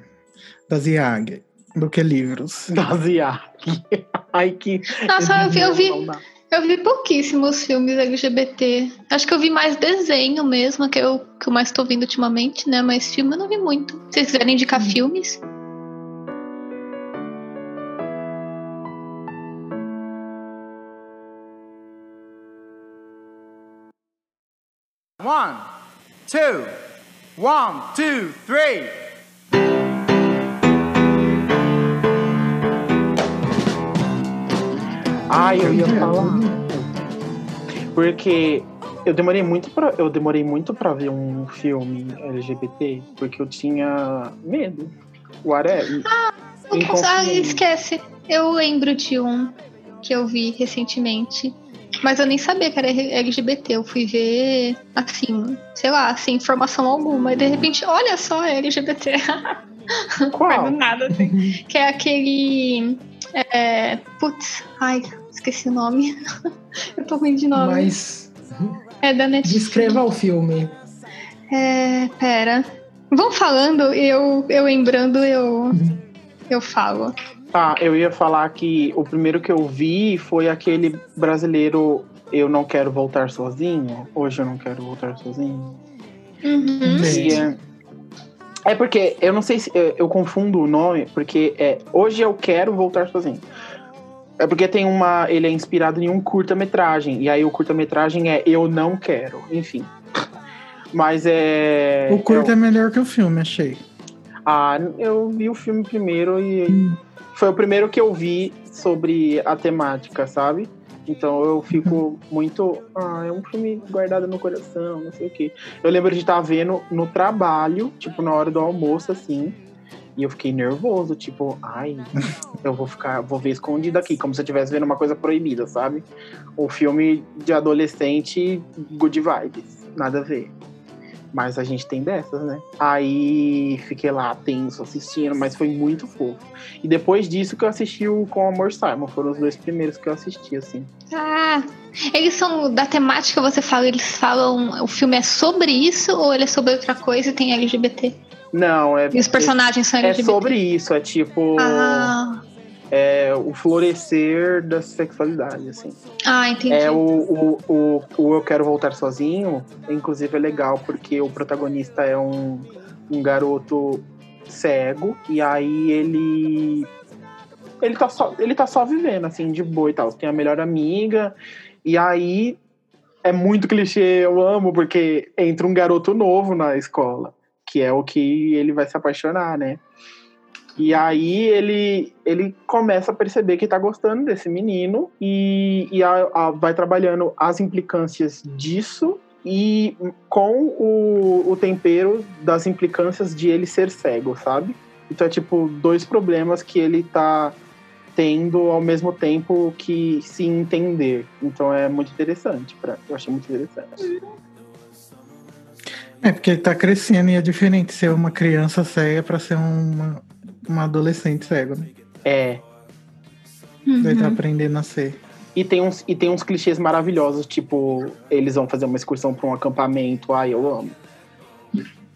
S4: das IAG do que livros.
S1: da Ziaki. tá. Ai, que.
S3: Nossa, eu vi, eu vi,
S1: Não dá.
S3: eu vi pouquíssimos filmes LGBT. Acho que eu vi mais desenho mesmo, que eu que eu mais tô vendo ultimamente, né? Mas filme eu não vi muito. Se vocês quiserem indicar filmes,
S5: One, two, one, two, three.
S1: Ai, eu ia falar. Porque eu demorei muito para eu demorei muito para ver um filme LGBT, porque eu tinha medo. Whatever.
S3: Eu
S1: Em
S3: cons- Ah,
S1: conflito.
S3: esquece. Eu lembro de um que eu vi recentemente. Mas eu nem sabia que era LGBT. Eu fui ver, assim, sei lá, sem informação alguma. E de repente, olha só, é LGBT. Foi do
S1: Qual?
S3: nada, assim. que é aquele. É, putz, ai, esqueci o nome. eu tô ruim de nome.
S2: Mas
S3: É da Netflix.
S2: descreva o filme.
S3: É, pera. Vão falando, eu, eu lembrando, eu, eu falo.
S1: Ah, eu ia falar que o primeiro que eu vi foi aquele brasileiro Eu Não Quero Voltar Sozinho. Hoje eu não quero voltar sozinho.
S3: Uhum.
S1: E é- é porque eu não sei se eu, eu confundo o nome, porque é Hoje Eu Quero Voltar Sozinho. É porque tem uma. Ele é inspirado em um curta-metragem. E aí o curta-metragem é Eu Não Quero, enfim. Mas é.
S4: o curto é, melhor que o filme, achei.
S1: eu- ah, eu vi o filme primeiro e foi o primeiro que eu vi sobre a temática, sabe? Então eu fico muito. Ah, é um filme guardado no coração, não sei o quê. Eu lembro de estar vendo no trabalho, tipo, na hora do almoço, assim. E eu fiquei nervoso, tipo, ai, eu vou ficar, vou ver escondido aqui, como se eu estivesse vendo uma coisa proibida, sabe? Um filme de adolescente good vibes, nada a ver. Mas a gente tem dessas, né? Aí fiquei lá tenso assistindo, mas foi muito fofo. E depois disso que eu assisti o Com Amor Simon. Foram os dois primeiros que eu assisti, assim.
S3: Ah, eles são da temática você fala, eles falam, o filme é sobre isso ou ele é sobre outra coisa e tem LGBT?
S1: Não, é.
S3: E os personagens são
S1: É, é
S3: LGBT?
S1: sobre isso, é tipo.
S3: Ah,
S1: É o florescer da sexualidade, assim.
S3: ah entendi.
S1: É o, o, o, o Eu Quero Voltar Sozinho, inclusive é legal, porque o protagonista é um, um garoto cego, e aí ele. Ele tá, só, ele tá só vivendo, assim, de boa e tal. Tem a melhor amiga, e aí é muito clichê, eu amo, porque entra um garoto novo na escola, que é o que ele vai se apaixonar, né? E aí ele, ele começa a perceber que tá gostando desse menino e, e a- a- vai trabalhando as implicâncias disso e com o, o tempero das implicâncias de ele ser cego, sabe? Então é tipo dois problemas que ele tá tendo ao mesmo tempo que se entender. Então é muito interessante, pra, eu achei muito interessante.
S4: É porque ele tá crescendo e é diferente ser uma criança cega pra ser uma, uma adolescente cego, né?
S1: É,
S4: Ele tá
S3: Uhum.
S4: aprendendo a ser.
S1: E tem, uns, e tem uns clichês maravilhosos, tipo, eles vão fazer uma excursão pra um acampamento, ai, eu amo.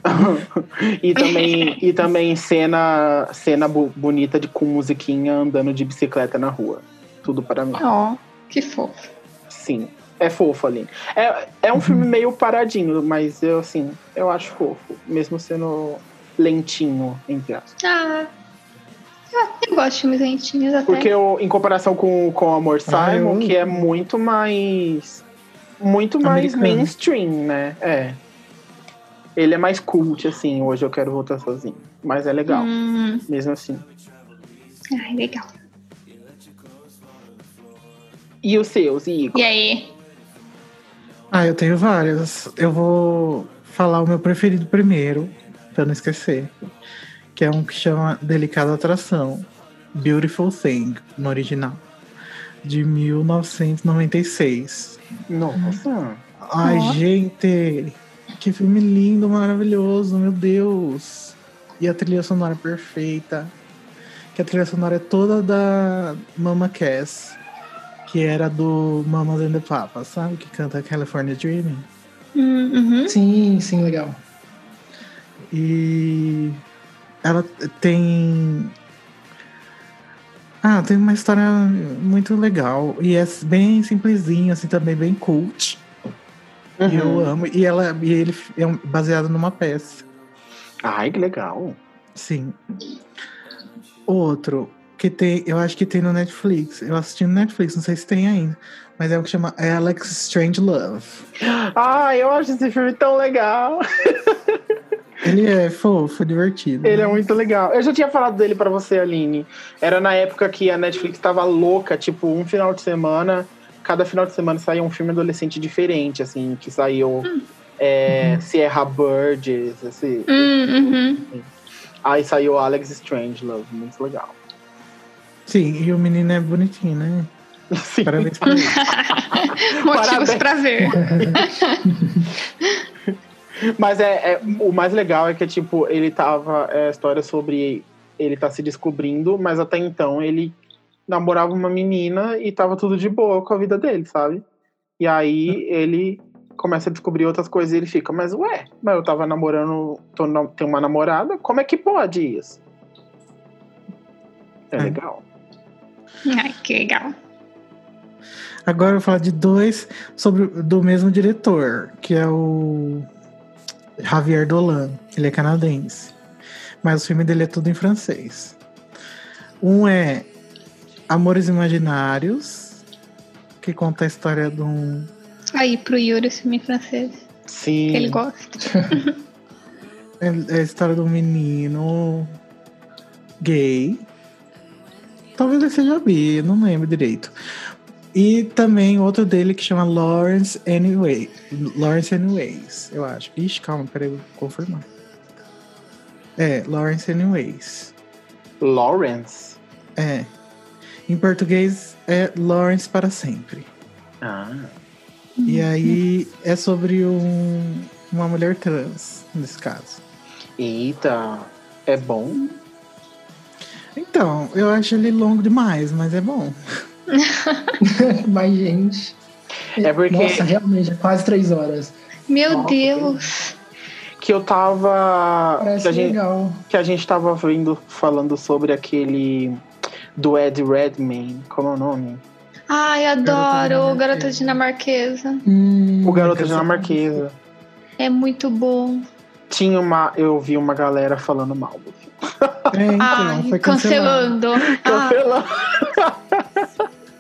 S1: e também, e também cena, cena bu- bonita de, com musiquinha andando de bicicleta na rua. Tudo para mim.
S3: Ó, que fofo.
S1: Sim. É fofo ali. É, é um filme meio paradinho, mas eu assim, eu acho fofo. Mesmo sendo lentinho, entre aspas.
S3: Ah, eu, eu gosto de filmes lentinhos até.
S1: Porque o- em comparação com, com o Amor
S4: Ah,
S1: Simon,
S4: eu-
S1: que é muito mais. Muito mais
S4: Americano.
S1: mainstream, né? É. Ele é mais cult, assim. Hoje eu quero voltar sozinho. Mas é legal,
S3: Hum,
S1: mesmo assim.
S3: ai, legal.
S1: E os seus, Igor?
S3: E aí?
S4: Ah, eu tenho vários. Eu vou falar o meu preferido primeiro, pra não esquecer. Que é um que chama Delicada Atração. Beautiful Thing, no original. De 1996.
S1: Nossa.
S4: Ai, gente, que filme lindo, maravilhoso, meu Deus. E a trilha sonora perfeita. Que a trilha sonora é toda da Mama Cass, que era do Mamas and the Papas, sabe? Que canta California Dreaming.
S3: Uhum.
S2: Sim, sim, legal.
S4: E ela tem. Ah, tem uma história muito legal. E é bem simplesinha, assim, também bem cult. E
S1: Uhum.
S4: eu amo. E, ela, e ele é um- baseado numa peça.
S1: Ai, que legal.
S4: Sim. Outro, que tem, eu acho que tem no Netflix. Eu assisti no Netflix, não sei se tem ainda. Mas é o que chama Alex Strange Love.
S1: Ai, Ah, eu acho esse filme tão legal.
S4: Ele é fofo, divertido.
S1: Ele é muito legal. Eu já tinha falado dele pra você, Aline. Era na época que a Netflix tava louca, tipo, um final de semana. Cada final de semana saía um filme adolescente diferente, assim, que saiu é, Sierra Burgess, esse.
S3: Hum, uhum.
S1: Aí saiu Alex Strangelove, muito legal.
S4: Sim, e o menino é bonitinho, né?
S1: Sim.
S4: Parabéns pra ele.
S3: Motivos pra ver.
S1: Mas é, é- o mais legal é que, tipo, ele tava. É a história sobre ele tá se descobrindo, mas até então ele namorava uma menina e tava tudo de boa com a vida dele, sabe? E aí ele começa a descobrir outras coisas e ele fica, mas ué, mas eu tava namorando, tô, na- tenho uma namorada, como é que pode isso? É,
S4: É.
S1: legal.
S3: Ai, que legal.
S4: Agora eu vou falar de dois sobre, do mesmo diretor, que é o Javier Dolan. Ele é canadense. Mas o filme dele é tudo em francês. Um é Amores Imaginários, que conta a história de um.
S3: Aí, pro Yuri, o filme francês.
S1: Sim.
S3: Que ele gosta.
S4: É a história de um menino gay. Talvez ele seja bi, não lembro direito. E também outro dele que chama Lawrence Anyway. Lawrence Anyways, eu acho. Ixi, calma, peraí, vou confirmar. É, Lawrence Anyways.
S1: Lawrence.
S4: É. Em português é Lawrence para sempre.
S1: Ah.
S4: E aí é sobre um, uma mulher trans, nesse caso.
S1: Eita. É bom?
S4: Então, eu acho ele longo demais, mas é bom.
S2: Mas, gente.
S1: É porque-
S2: Nossa, realmente, é quase três horas.
S3: Meu
S1: Nossa,
S3: Deus.
S1: Que eu tava. que
S2: Parece
S1: a gente-
S2: legal.
S1: que a gente tava vendo falando sobre aquele do Ed Redman, como é o nome?
S3: Ai, adoro. Garota
S4: Garota
S3: Dinamarquesa.
S2: Hum,
S1: O garoto
S4: Casa
S1: dinamarquesa.
S3: É muito bom.
S1: Tinha uma, eu vi uma galera falando mal do filme.
S4: É, então,
S3: Ai,
S4: foi cancelado.
S3: cancelando. Ah,
S1: Cancelando.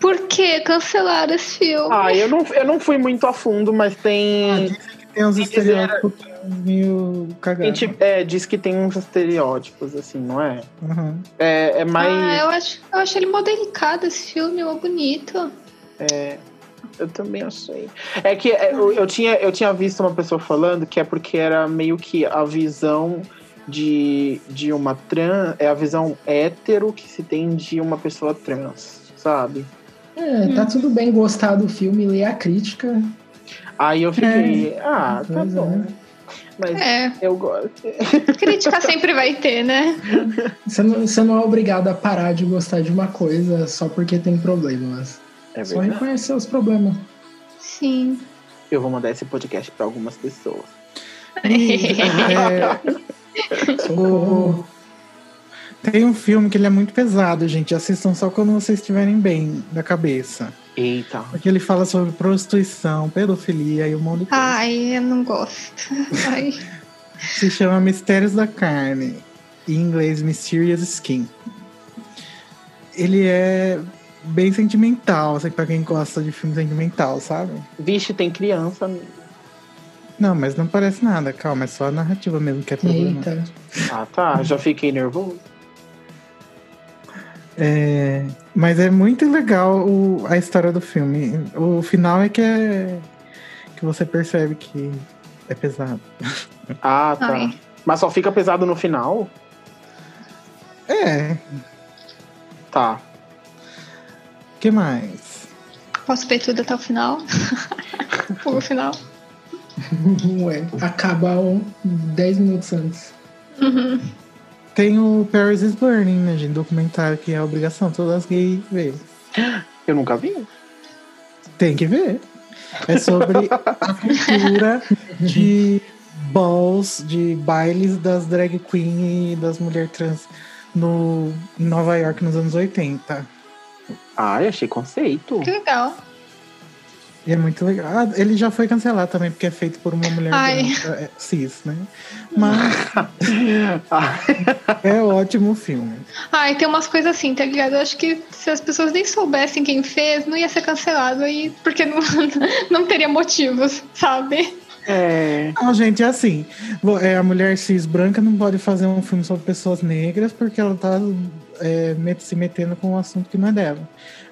S3: por que cancelaram esse filme?
S1: Ah, eu não, eu não fui muito a fundo, mas
S4: Ah,
S1: tem,
S4: dizem que tem uns
S1: Quem dizer era-
S4: estereótipos meio
S1: tem
S4: cagados.
S1: tipo- é, diz que tem uns estereótipos assim, não é?
S4: Uhum.
S1: É, é mais,
S3: Ah, eu acho, eu acho ele mó delicado esse filme, mó bonito.
S1: eu também achei. É que é, eu, eu tinha eu tinha visto uma pessoa falando que é porque era meio que a visão de, de uma trans, é a visão hétero que se tem de uma pessoa trans, sabe?
S2: É,
S3: Hum.
S2: tá tudo bem gostar do filme, ler a crítica.
S1: Aí eu fiquei, ah, tá
S2: Pois
S1: bom.
S2: é.
S1: Mas
S3: É,
S1: eu gosto.
S3: crítica sempre vai ter, né?
S2: Você não, você não é obrigado a parar de gostar de uma coisa só porque tem problemas.
S1: É
S2: Só reconhecer os problemas.
S3: Sim.
S1: Eu vou mandar esse podcast pra algumas pessoas.
S4: É,
S2: Socorro.
S4: tem um filme que ele é muito pesado, gente. Assistam só quando vocês estiverem bem da cabeça.
S1: Eita.
S4: Porque ele fala sobre prostituição, pedofilia e um monte de coisa.
S3: Ai, eu não gosto. Ai.
S4: Se chama Mistérios da Carne. Em inglês, Mysterious Skin. Ele é bem sentimental, assim, pra quem gosta de filme sentimental, sabe?
S1: Vixe, tem criança. amigo.
S4: Não, mas não parece nada, calma, é só a narrativa mesmo que é problema.
S2: Eita.
S1: Ah, tá. Já fiquei nervoso.
S4: É, mas é muito legal o- a história do filme. O final é que é que você percebe que é pesado.
S1: Ah, tá.
S3: Ai.
S1: Mas só fica pesado no final?
S4: É,
S1: Tá.
S4: que mais?
S3: Posso ver tudo até o final? Ou o final?
S2: Ué, Uhum, é. acaba um- 10 minutos antes.
S3: Uhum.
S4: Tem o Paris is Burning, né, gente? Documentário que é a obrigação, todas as gays verem.
S1: Eu nunca vi.
S4: Tem que ver. É sobre a cultura de balls, de bailes das drag queen e das mulheres trans no, em Nova York nos anos 80.
S1: Ai, Ah, achei conceito.
S3: Que legal.
S4: E é muito legal. Ah, ele já foi cancelado também, porque é feito por uma mulher
S3: Ai.
S4: branca, é, cis, né? Mas
S1: Ai,
S4: é ótimo o filme.
S3: Ai, tem umas coisas assim, tá ligado? Eu acho que se as pessoas nem soubessem quem fez, não ia ser cancelado aí, porque não, não teria motivos, sabe?
S1: é.
S4: Não, gente, é assim. Vo- é, a mulher cis branca não pode fazer um filme sobre pessoas negras porque ela tá é, met- se metendo com um assunto que não é dela.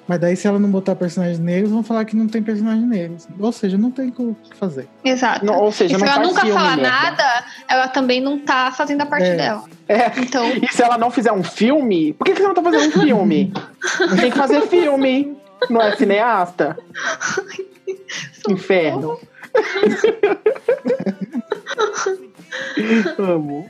S4: Mas daí, se ela não botar personagens negros, vão falar que não tem personagens negros. Ou seja, não tem o que fazer.
S3: Exato.
S1: Não, ou
S3: e
S1: seja,
S3: se
S1: não
S3: ela
S1: faz
S3: é nunca
S1: filme
S3: falar
S1: mesmo.
S3: nada, ela também não tá fazendo a parte
S4: É.
S3: dela.
S1: É.
S3: Então,
S1: E se ela não fizer um filme, por que, que você não tá fazendo um filme? Tem que fazer filme. Não é cineasta? Inferno. Amo.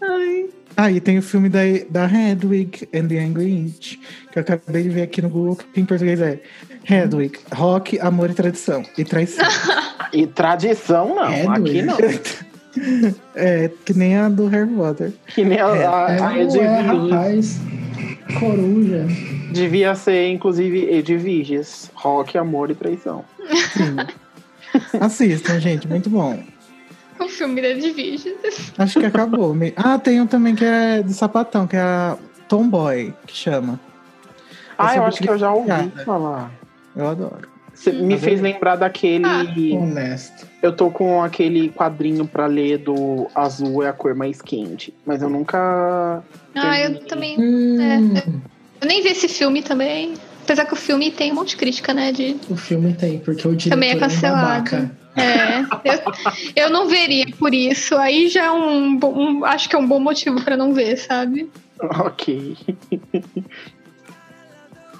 S3: ai,
S4: Ah, e tem o filme da, da Hedwig and the Angry Inch, que eu acabei de ver aqui no Google, que em português é Hedwig, Rock, Amor e Tradição. E Traição.
S1: E tradição, não.
S2: É
S1: Aqui
S2: doido.
S1: não.
S4: é, que nem a do Harry Potter.
S1: Que nem a, a,
S2: É,
S1: a Rede
S2: ué,
S1: Virgis.
S2: rapaz. Coruja.
S1: Devia ser, inclusive, Ed Virgis. Rock, amor e traição.
S4: Sim. Assistam, gente, muito bom.
S3: o filme da Divisions.
S4: Acho que acabou. Me- Ah, tem um também que é do sapatão, que é a Tomboy, que chama.
S1: Ah, eu
S4: sobre
S1: acho que eu já ouvi
S4: criança.
S1: falar.
S4: Eu adoro.
S1: Você me
S2: Tá
S1: fez lembrar daquele.
S3: Ah.
S2: Honesto.
S1: Eu tô com aquele quadrinho pra ler do azul é a cor mais quente. Mas eu nunca.
S3: Ah, eu
S1: Entendi.
S3: também.
S2: Hum,
S3: É. Eu nem vi esse filme também. Apesar que o filme tem um monte de crítica, né? De,
S2: O filme tem, porque o diretor
S3: Também é
S2: um
S3: cancelado.
S2: babaca.
S3: é, eu, eu não veria por isso. Aí já é um, bom- um. Acho que é um bom motivo pra não ver, sabe?
S1: Ok.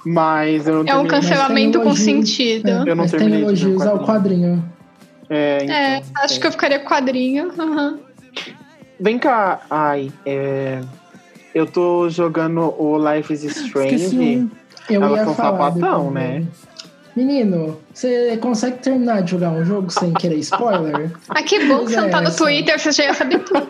S1: mas eu não
S3: É um
S1: terminei-
S3: cancelamento com
S2: elogio,
S3: sentido.
S2: É,
S1: Eu não
S2: mas tem
S1: terminei de ver o
S2: elogios ao quadrinho.
S1: É, então,
S3: É, acho
S1: é.
S3: que eu ficaria com quadrinho. aham.
S1: Vem cá, ai. é, Eu tô jogando o Life is
S4: Esqueci
S1: Strange.
S4: um.
S2: Eu
S1: Elas
S2: ia
S1: são
S2: falar
S1: sapatão,
S2: depois,
S1: né?
S2: Menino, você consegue terminar de jogar um jogo sem querer spoiler?
S3: Ah, que bom que você não tá no
S2: Pois é,
S3: Twitter, você já ia saber tudo.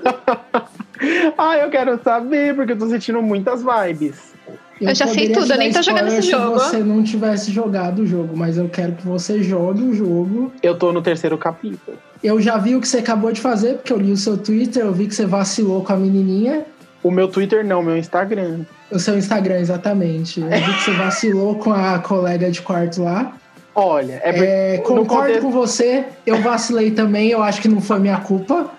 S1: Ah, eu quero saber, porque eu tô sentindo muitas vibes.
S3: Eu já sei
S2: poderia
S3: tudo,
S2: te
S3: eu nem
S2: dar
S3: tô jogando esse
S2: spoiler
S3: jogo.
S2: Se você não tivesse jogado o jogo, mas eu quero que você jogue o jogo.
S1: Eu tô no terceiro capítulo.
S2: Eu já vi o que você acabou de fazer, porque eu li o seu Twitter, eu vi que você vacilou com a menininha.
S1: O meu Twitter não, meu Instagram.
S2: O seu Instagram, exatamente. Eu vi que você vacilou com a colega de quarto lá.
S1: Olha, é porque.
S2: É,
S1: no
S2: concordo
S1: contexto-
S2: com você, eu vacilei também, eu acho que não foi minha culpa.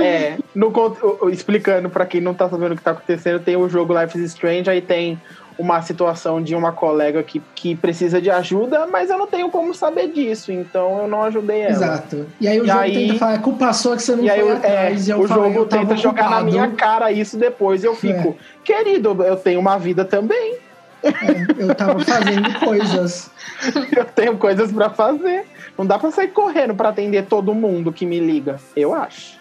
S1: É, no con- o- o- explicando pra quem não tá sabendo o que tá acontecendo, tem o jogo Life is Strange, aí tem uma situação de uma colega que, que precisa de ajuda, mas eu não tenho como saber disso, então eu não ajudei ela.
S2: Exato. E aí o
S1: E
S2: jogo
S1: aí-
S2: tenta falar, é culpa sua que você não
S1: E aí
S2: foi
S1: eu- é,
S2: atrás. e eu
S1: o
S2: falo,
S1: jogo
S2: eu tava
S1: tenta jogar na
S2: ocupado.
S1: minha cara isso depois, eu fico, querido, eu tenho uma vida também,
S2: É, eu tava fazendo coisas.
S1: eu tenho coisas pra fazer. Não dá pra sair correndo pra atender todo mundo que me liga, eu acho.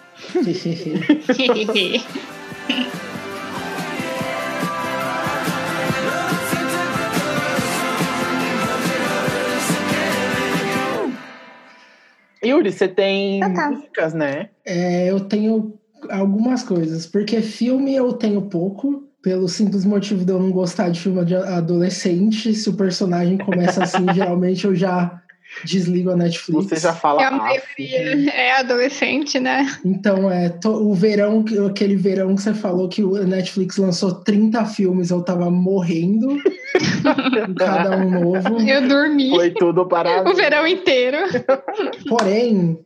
S1: Yuri, você tem
S3: Ah, tá.
S1: músicas, né?
S2: É, eu tenho algumas coisas, porque filme eu tenho pouco, pelo simples motivo de eu não gostar de filme de adolescente. Se o personagem começa assim, geralmente eu já desligo a Netflix.
S1: Você já fala.
S3: É a
S1: "Ah,
S3: maioria é adolescente, né?
S2: Então, é, to- o verão, que- aquele verão que você falou que o Netflix lançou 30 filmes, eu tava morrendo, cada um novo.
S3: Eu dormi
S1: Foi tudo para
S3: o verão inteiro.
S2: Porém,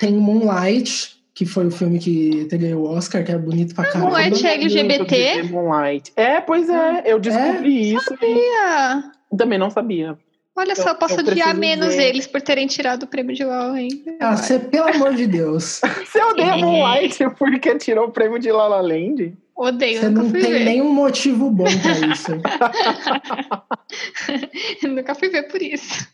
S2: tem Moonlight, que foi o filme que até ganhou o Oscar, que é bonito
S1: Ah,
S2: pra caramba.
S3: Moonlight é LGBT?
S1: Moonlight. É, pois
S2: Ah,
S1: é. Eu descobri isso. e
S3: Ah,
S1: Também não sabia.
S3: Olha só, eu posso
S1: eu
S3: odiar
S1: preciso
S3: menos
S1: ver.
S3: eles por terem tirado o prêmio de LOL, hein?
S2: Ah, você, pelo amor de Deus. É.
S1: Você odeia Moonlight porque tirou o prêmio de La La Land?
S3: Odeio,
S2: Você
S3: nunca
S2: não
S3: fui
S2: tem
S3: ver.
S2: nenhum motivo bom pra isso.
S3: nunca fui ver por isso.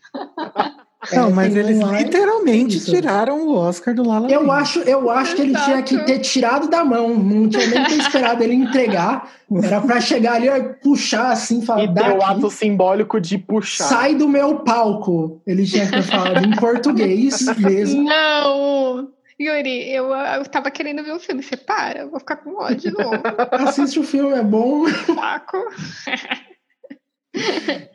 S4: Não,
S2: É,
S4: mas
S2: tem
S4: eles
S2: um lá e-
S4: literalmente
S2: Isso.
S4: tiraram o Oscar do Lala
S2: Eu acho, eu acho que ele tinha que
S3: Exato.
S2: ter tirado da mão, não tinha nem que ter esperado ele entregar. Era pra chegar ali, ó, puxar assim, falar,
S1: E ter o ato
S2: daqui,
S1: simbólico de puxar.
S2: sai do meu palco. Ele tinha que ter falado em português mesmo.
S3: Não! Yuri, eu, eu tava querendo ver o filme. Você para, eu vou ficar com ódio de novo.
S2: Assiste o filme, é bom,
S3: Saco.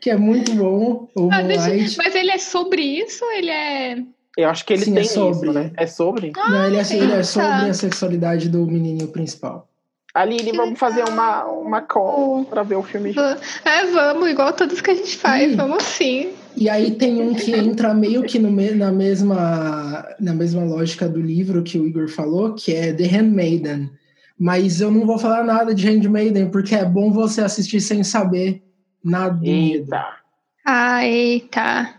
S2: que é muito bom. O
S3: Ah, deixa-
S2: Moonlight.
S3: Mas ele é sobre isso? Ele é.
S1: Eu acho que ele
S2: Sim, é
S1: tem
S2: sobre.
S1: isso, né? É sobre.
S2: Não, ele é, ele é
S3: eita.
S2: sobre a sexualidade do menininho principal.
S1: Aline,
S3: Que
S1: vamos fazer uma,
S3: legal.
S1: uma call pra ver o filme.
S3: Va- É, vamos, igual todos que a gente faz,
S2: Ih.
S3: vamos sim.
S2: E aí tem um que entra meio que no me- na, mesma, na mesma lógica do livro que o Igor falou, que é The Handmaiden. Mas eu não vou falar nada de Handmaiden, porque é bom você assistir sem saber nada. do enredo.
S1: Eita.
S3: Ah, eita.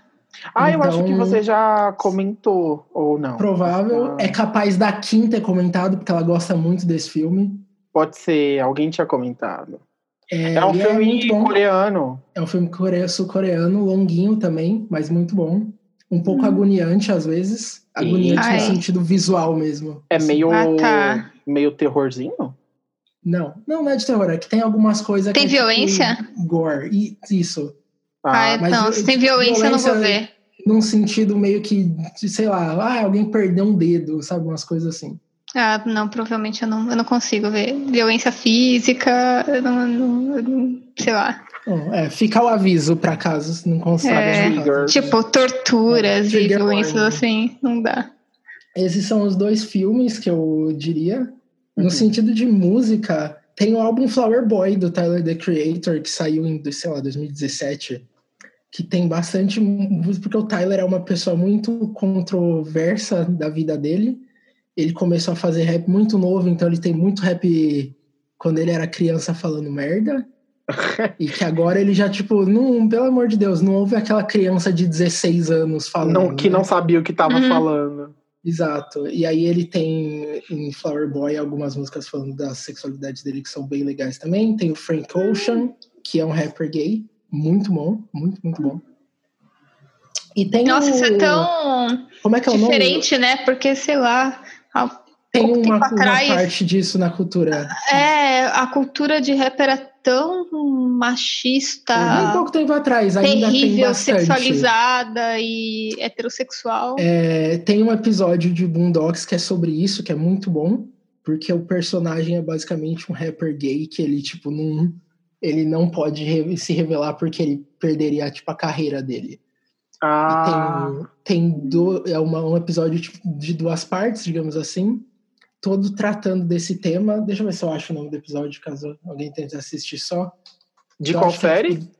S1: Ah, eu acho que
S2: Então-
S1: você já comentou, ou não.
S2: Provável.
S1: Ah,
S2: É capaz da Kim ter comentado, porque ela gosta muito desse filme.
S1: Pode ser, alguém tinha comentado.
S2: É,
S1: É, um
S2: e
S1: filme
S2: muito bom.
S1: coreano.
S2: É um filme core- sul-coreano, longuinho também, mas muito bom. Um pouco
S1: Uhum.
S2: agoniante às vezes. Agoniante
S3: Ai.
S2: no sentido visual mesmo.
S1: É meio,
S3: Ah, tá.
S1: meio terrorzinho?
S2: Não, não, não é de terror, é que tem algumas coisas
S3: Tem
S2: que é tipo
S3: violência?
S2: gore, e isso.
S3: Ah,
S1: Ah,
S2: mas
S3: então,
S2: eu-
S3: se tem violência, eu não vou
S2: violência-
S3: ver.
S2: Num sentido meio que, de, sei lá, ah, alguém perdeu um dedo, sabe? Umas coisas assim.
S3: Ah, não, provavelmente eu não, eu não consigo ver. Violência física, eu não, eu não- eu não- sei lá.
S2: Bom, é, fica o aviso pra casos não consegue.
S3: É,
S1: Trigger.
S3: Tipo, torturas e
S2: Trigger
S3: violências
S2: warning.
S3: assim, não dá.
S2: Esses são os dois filmes que eu diria. No
S1: Uhum.
S2: sentido de música, tem o álbum Flower Boy do Tyler The Creator, que saiu em, sei lá, 2017, que tem bastante música, porque o Tyler é uma pessoa muito controversa da vida dele. Ele começou a fazer rap muito novo, então ele tem muito rap quando ele era criança falando merda. e que agora ele já, tipo, não, pelo amor de Deus, não houve aquela criança de 16 anos falando.
S1: não, que
S2: né?
S1: não sabia o que tava
S3: Uhum.
S1: falando.
S2: Exato. E aí ele tem em Flower Boy algumas músicas falando da sexualidade dele que são bem legais também. Tem o Frank
S3: Hum.
S2: Ocean, que é um rapper gay. Muito bom, muito, muito bom. E tem
S3: Nossa,
S2: o...
S3: isso é tão
S2: Como é que é o nome?
S3: diferente, né? Porque, sei lá, a-
S2: Tem
S3: pouco
S2: uma,
S3: tempo
S2: uma
S3: atrás.
S2: parte disso na cultura.
S3: é, a cultura de rap era tão machista.
S2: Bem um pouco tempo atrás, Uhum. Então, ainda tem
S3: Ah. terrível,
S2: bastante.
S3: sexualizada e heterossexual.
S2: É, tem um episódio de Boondocks que é sobre isso, que é muito bom, porque o personagem é basicamente um rapper gay que ele, tipo, não, ele não pode re- se revelar porque ele perderia, tipo, a carreira dele. E
S1: Ah,
S2: tem tem do, é uma- um episódio tipo, de duas partes, digamos assim, todo tratando desse tema. Deixa eu ver se eu acho o nome do episódio, caso alguém tente assistir só.
S1: de
S2: Eu
S1: qual
S2: acho que é,
S1: série?
S2: tipo,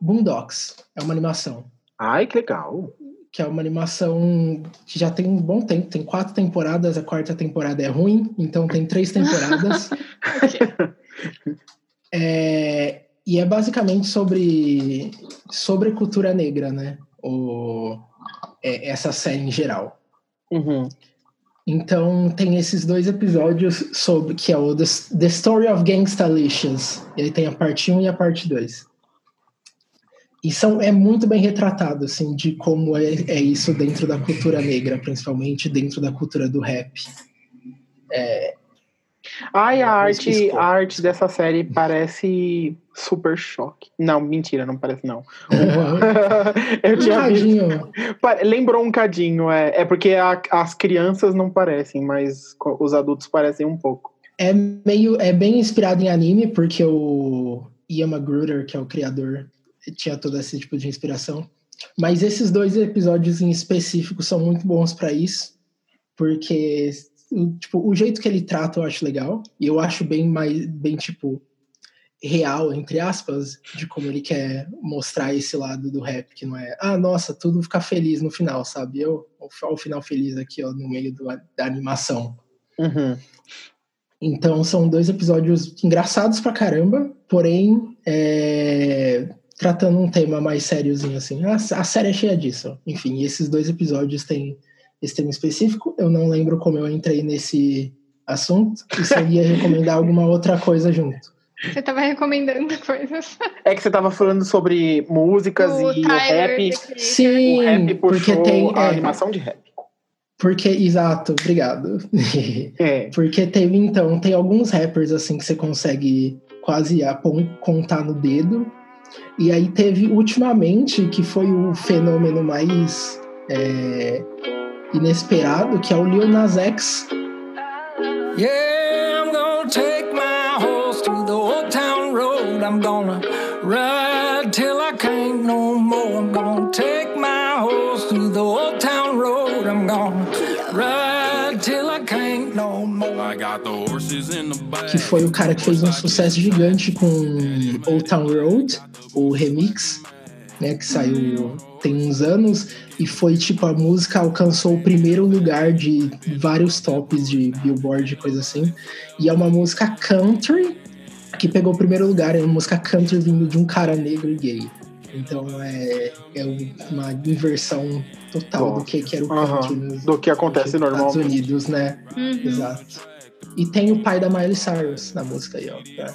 S2: Boondocks, é uma animação
S1: Ai, que legal.
S2: que é uma animação que já tem um bom tempo, tem quatro temporadas, a quarta temporada é ruim, então tem três temporadas. É, e é basicamente sobre, sobre cultura negra, né? O, é- essa série em geral.
S1: Uhum.
S2: Então tem esses dois episódios sobre que é o The, The Story of Gangsta Licious. Ele tem a parte 1 e a parte 2. E são, é muito bem retratado, assim, de como é, é isso dentro da cultura negra, principalmente dentro da cultura do rap.
S1: Ai,
S2: É,
S1: a arte,
S2: Esquisito.
S1: a arte dessa série parece super choque. Não, mentira, não parece não. Eu
S2: Um
S1: tinha visto.
S2: Tadinho.
S1: Pa- Lembrou um cadinho, é. É porque a- as crianças não parecem, mas co- os adultos parecem um pouco.
S2: É meio, é bem inspirado em anime, porque o Ian Magruder, que é o criador, tinha todo esse tipo de inspiração. Mas esses dois episódios em específico são muito bons para isso, porque o- tipo, o jeito que ele trata eu acho legal, e eu acho bem mais bem tipo real entre aspas de como ele quer mostrar esse lado do rap que não é ah nossa tudo fica feliz no final sabe eu o final feliz aqui ó no meio do- da animação Uhum. então são dois episódios engraçados pra caramba, porém é, tratando um tema mais sériozinho assim. A, a série é cheia disso. Enfim, esses dois episódios têm esse tema específico. Eu não lembro como eu entrei nesse assunto e se eu ia recomendar alguma outra coisa junto.
S3: Você tava recomendando coisas.
S1: É que você tava falando sobre músicas
S3: O
S1: e
S3: Tyler,
S1: o rap.
S3: The Creator.
S2: Sim,
S1: O rap
S2: porque
S1: puxou
S2: tem.
S1: a
S2: é,
S1: animação de rap.
S2: porque, exato, obrigado.
S1: É.
S2: Porque teve, então, tem alguns rappers assim que você consegue quase apon- contar no dedo. E aí teve ultimamente, que foi o fenômeno mais é, inesperado, que é o Lil Nas X.
S5: Yeah, I'm gonna take my horse to the old town road. I'm gonna ride till I can't no more. I'm gonna take my horse to the old town road. I'm gonna ride till I can't no more. I got the horses in the back.
S2: que foi o cara que fez um sucesso gigante com Old Town Road, o remix, né, que saiu tem uns anos e foi tipo a música alcançou o primeiro lugar de vários tops de Billboard e coisa assim. E é uma música country que pegou o primeiro lugar, é uma música country vindo de um cara negro e gay. Então é, é uma inversão total do que, que era o
S1: Aham.
S2: country nos
S1: Do que acontece
S2: Estados
S1: normalmente.
S2: Unidos, né?
S3: Uhum.
S2: Exato. E tem o pai da Miley Cyrus na música aí, ó. Pra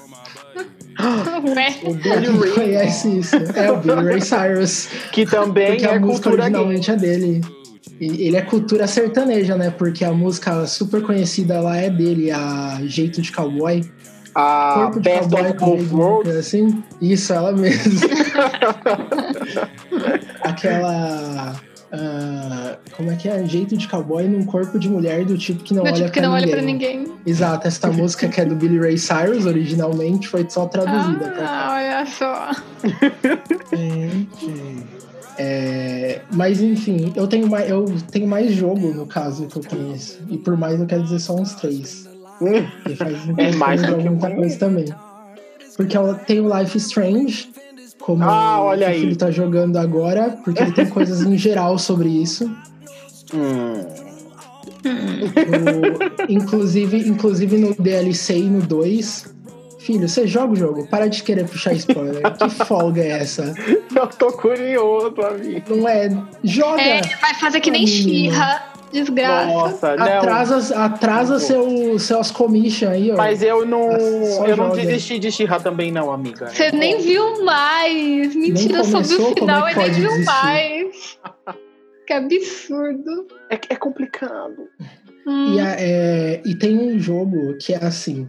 S3: Ué,
S1: O
S2: pra
S1: Billy
S2: quem
S1: Ray,
S2: conhece isso. É o Billy Ray Cyrus.
S1: que também
S2: Porque a
S1: é
S2: música
S1: cultura gay.
S2: originalmente é dele. E ele é cultura sertaneja, né? Porque a música super conhecida lá é dele, a Jeito de Cowboy.
S1: A
S2: Corpo de
S1: Best
S2: Cowboy
S1: of
S2: com
S1: Both Worlds.
S2: é assim. Isso, ela mesma. Aquela... ah, como é que é? Jeito de cowboy num corpo de mulher do tipo que não,
S3: do
S2: olha,
S3: tipo que
S2: pra
S3: não olha pra
S2: ninguém.
S3: ninguém.
S2: Exato, esta música que é do Billy Ray Cyrus originalmente foi só traduzida. pra cá.
S3: Ah, olha só.
S4: Gente.
S2: É, mas enfim, eu tenho, mais, eu tenho mais jogo no caso que eu conheço. E por mais eu quero dizer só uns três. Porque faz um
S1: É mais do
S2: tempo
S1: que eu
S2: muita coisa
S1: conheço.
S2: também. Porque eu tenho Life is Strange, como
S1: Ah, olha
S2: o
S1: aí.
S2: filho tá jogando agora, porque ele tem coisas em geral sobre isso.
S1: Hum.
S2: O- inclusive, inclusive no DLC e no 2. Filho, você joga o jogo, para de querer puxar spoiler. que folga é essa?
S1: Eu tô curioso, amigo.
S2: Não é. Joga!
S3: É, vai fazer que nem
S2: Menino.
S3: Xirra. Desgraça.
S1: Nossa, não.
S2: atrasa atrasa seu, seus commission aí, ó.
S1: Mas eu não.
S2: Só
S1: Eu não
S2: joga.
S1: desisti de Shira também, não, amiga.
S3: Você nem viu mais. Mentira sobre
S2: começou,
S3: o final
S2: como é
S3: e
S2: que
S3: nem
S2: pode
S3: viu
S2: desistir?
S3: mais. Que absurdo.
S1: É, é complicado.
S3: Hum.
S2: E, a- é, e tem um jogo que é assim.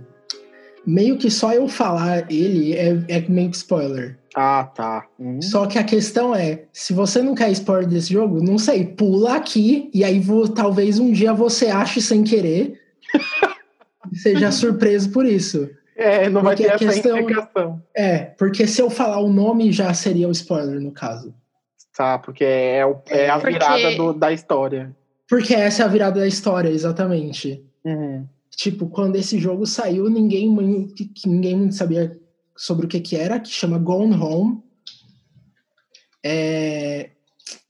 S2: Meio que só eu falar ele é, é meio que spoiler.
S1: Ah, tá. Hum.
S2: Só que a questão é, se você não quer spoiler desse jogo, não sei, pula aqui e aí vo- talvez um dia você ache sem querer. e seja surpreso por isso.
S1: É, não vai
S2: Porque
S1: ter
S2: a
S1: essa
S2: questão-
S1: implicação.
S2: É, porque se eu falar o nome já seria o spoiler no caso.
S1: Tá, porque é, o- é a
S3: Porque-
S1: virada do- da história.
S2: Porque essa é a virada da história, exatamente.
S1: Uhum.
S2: tipo, quando esse jogo saiu, ninguém muito, que- que ninguém muito sabia sobre o que que era, que chama Gone Home. É,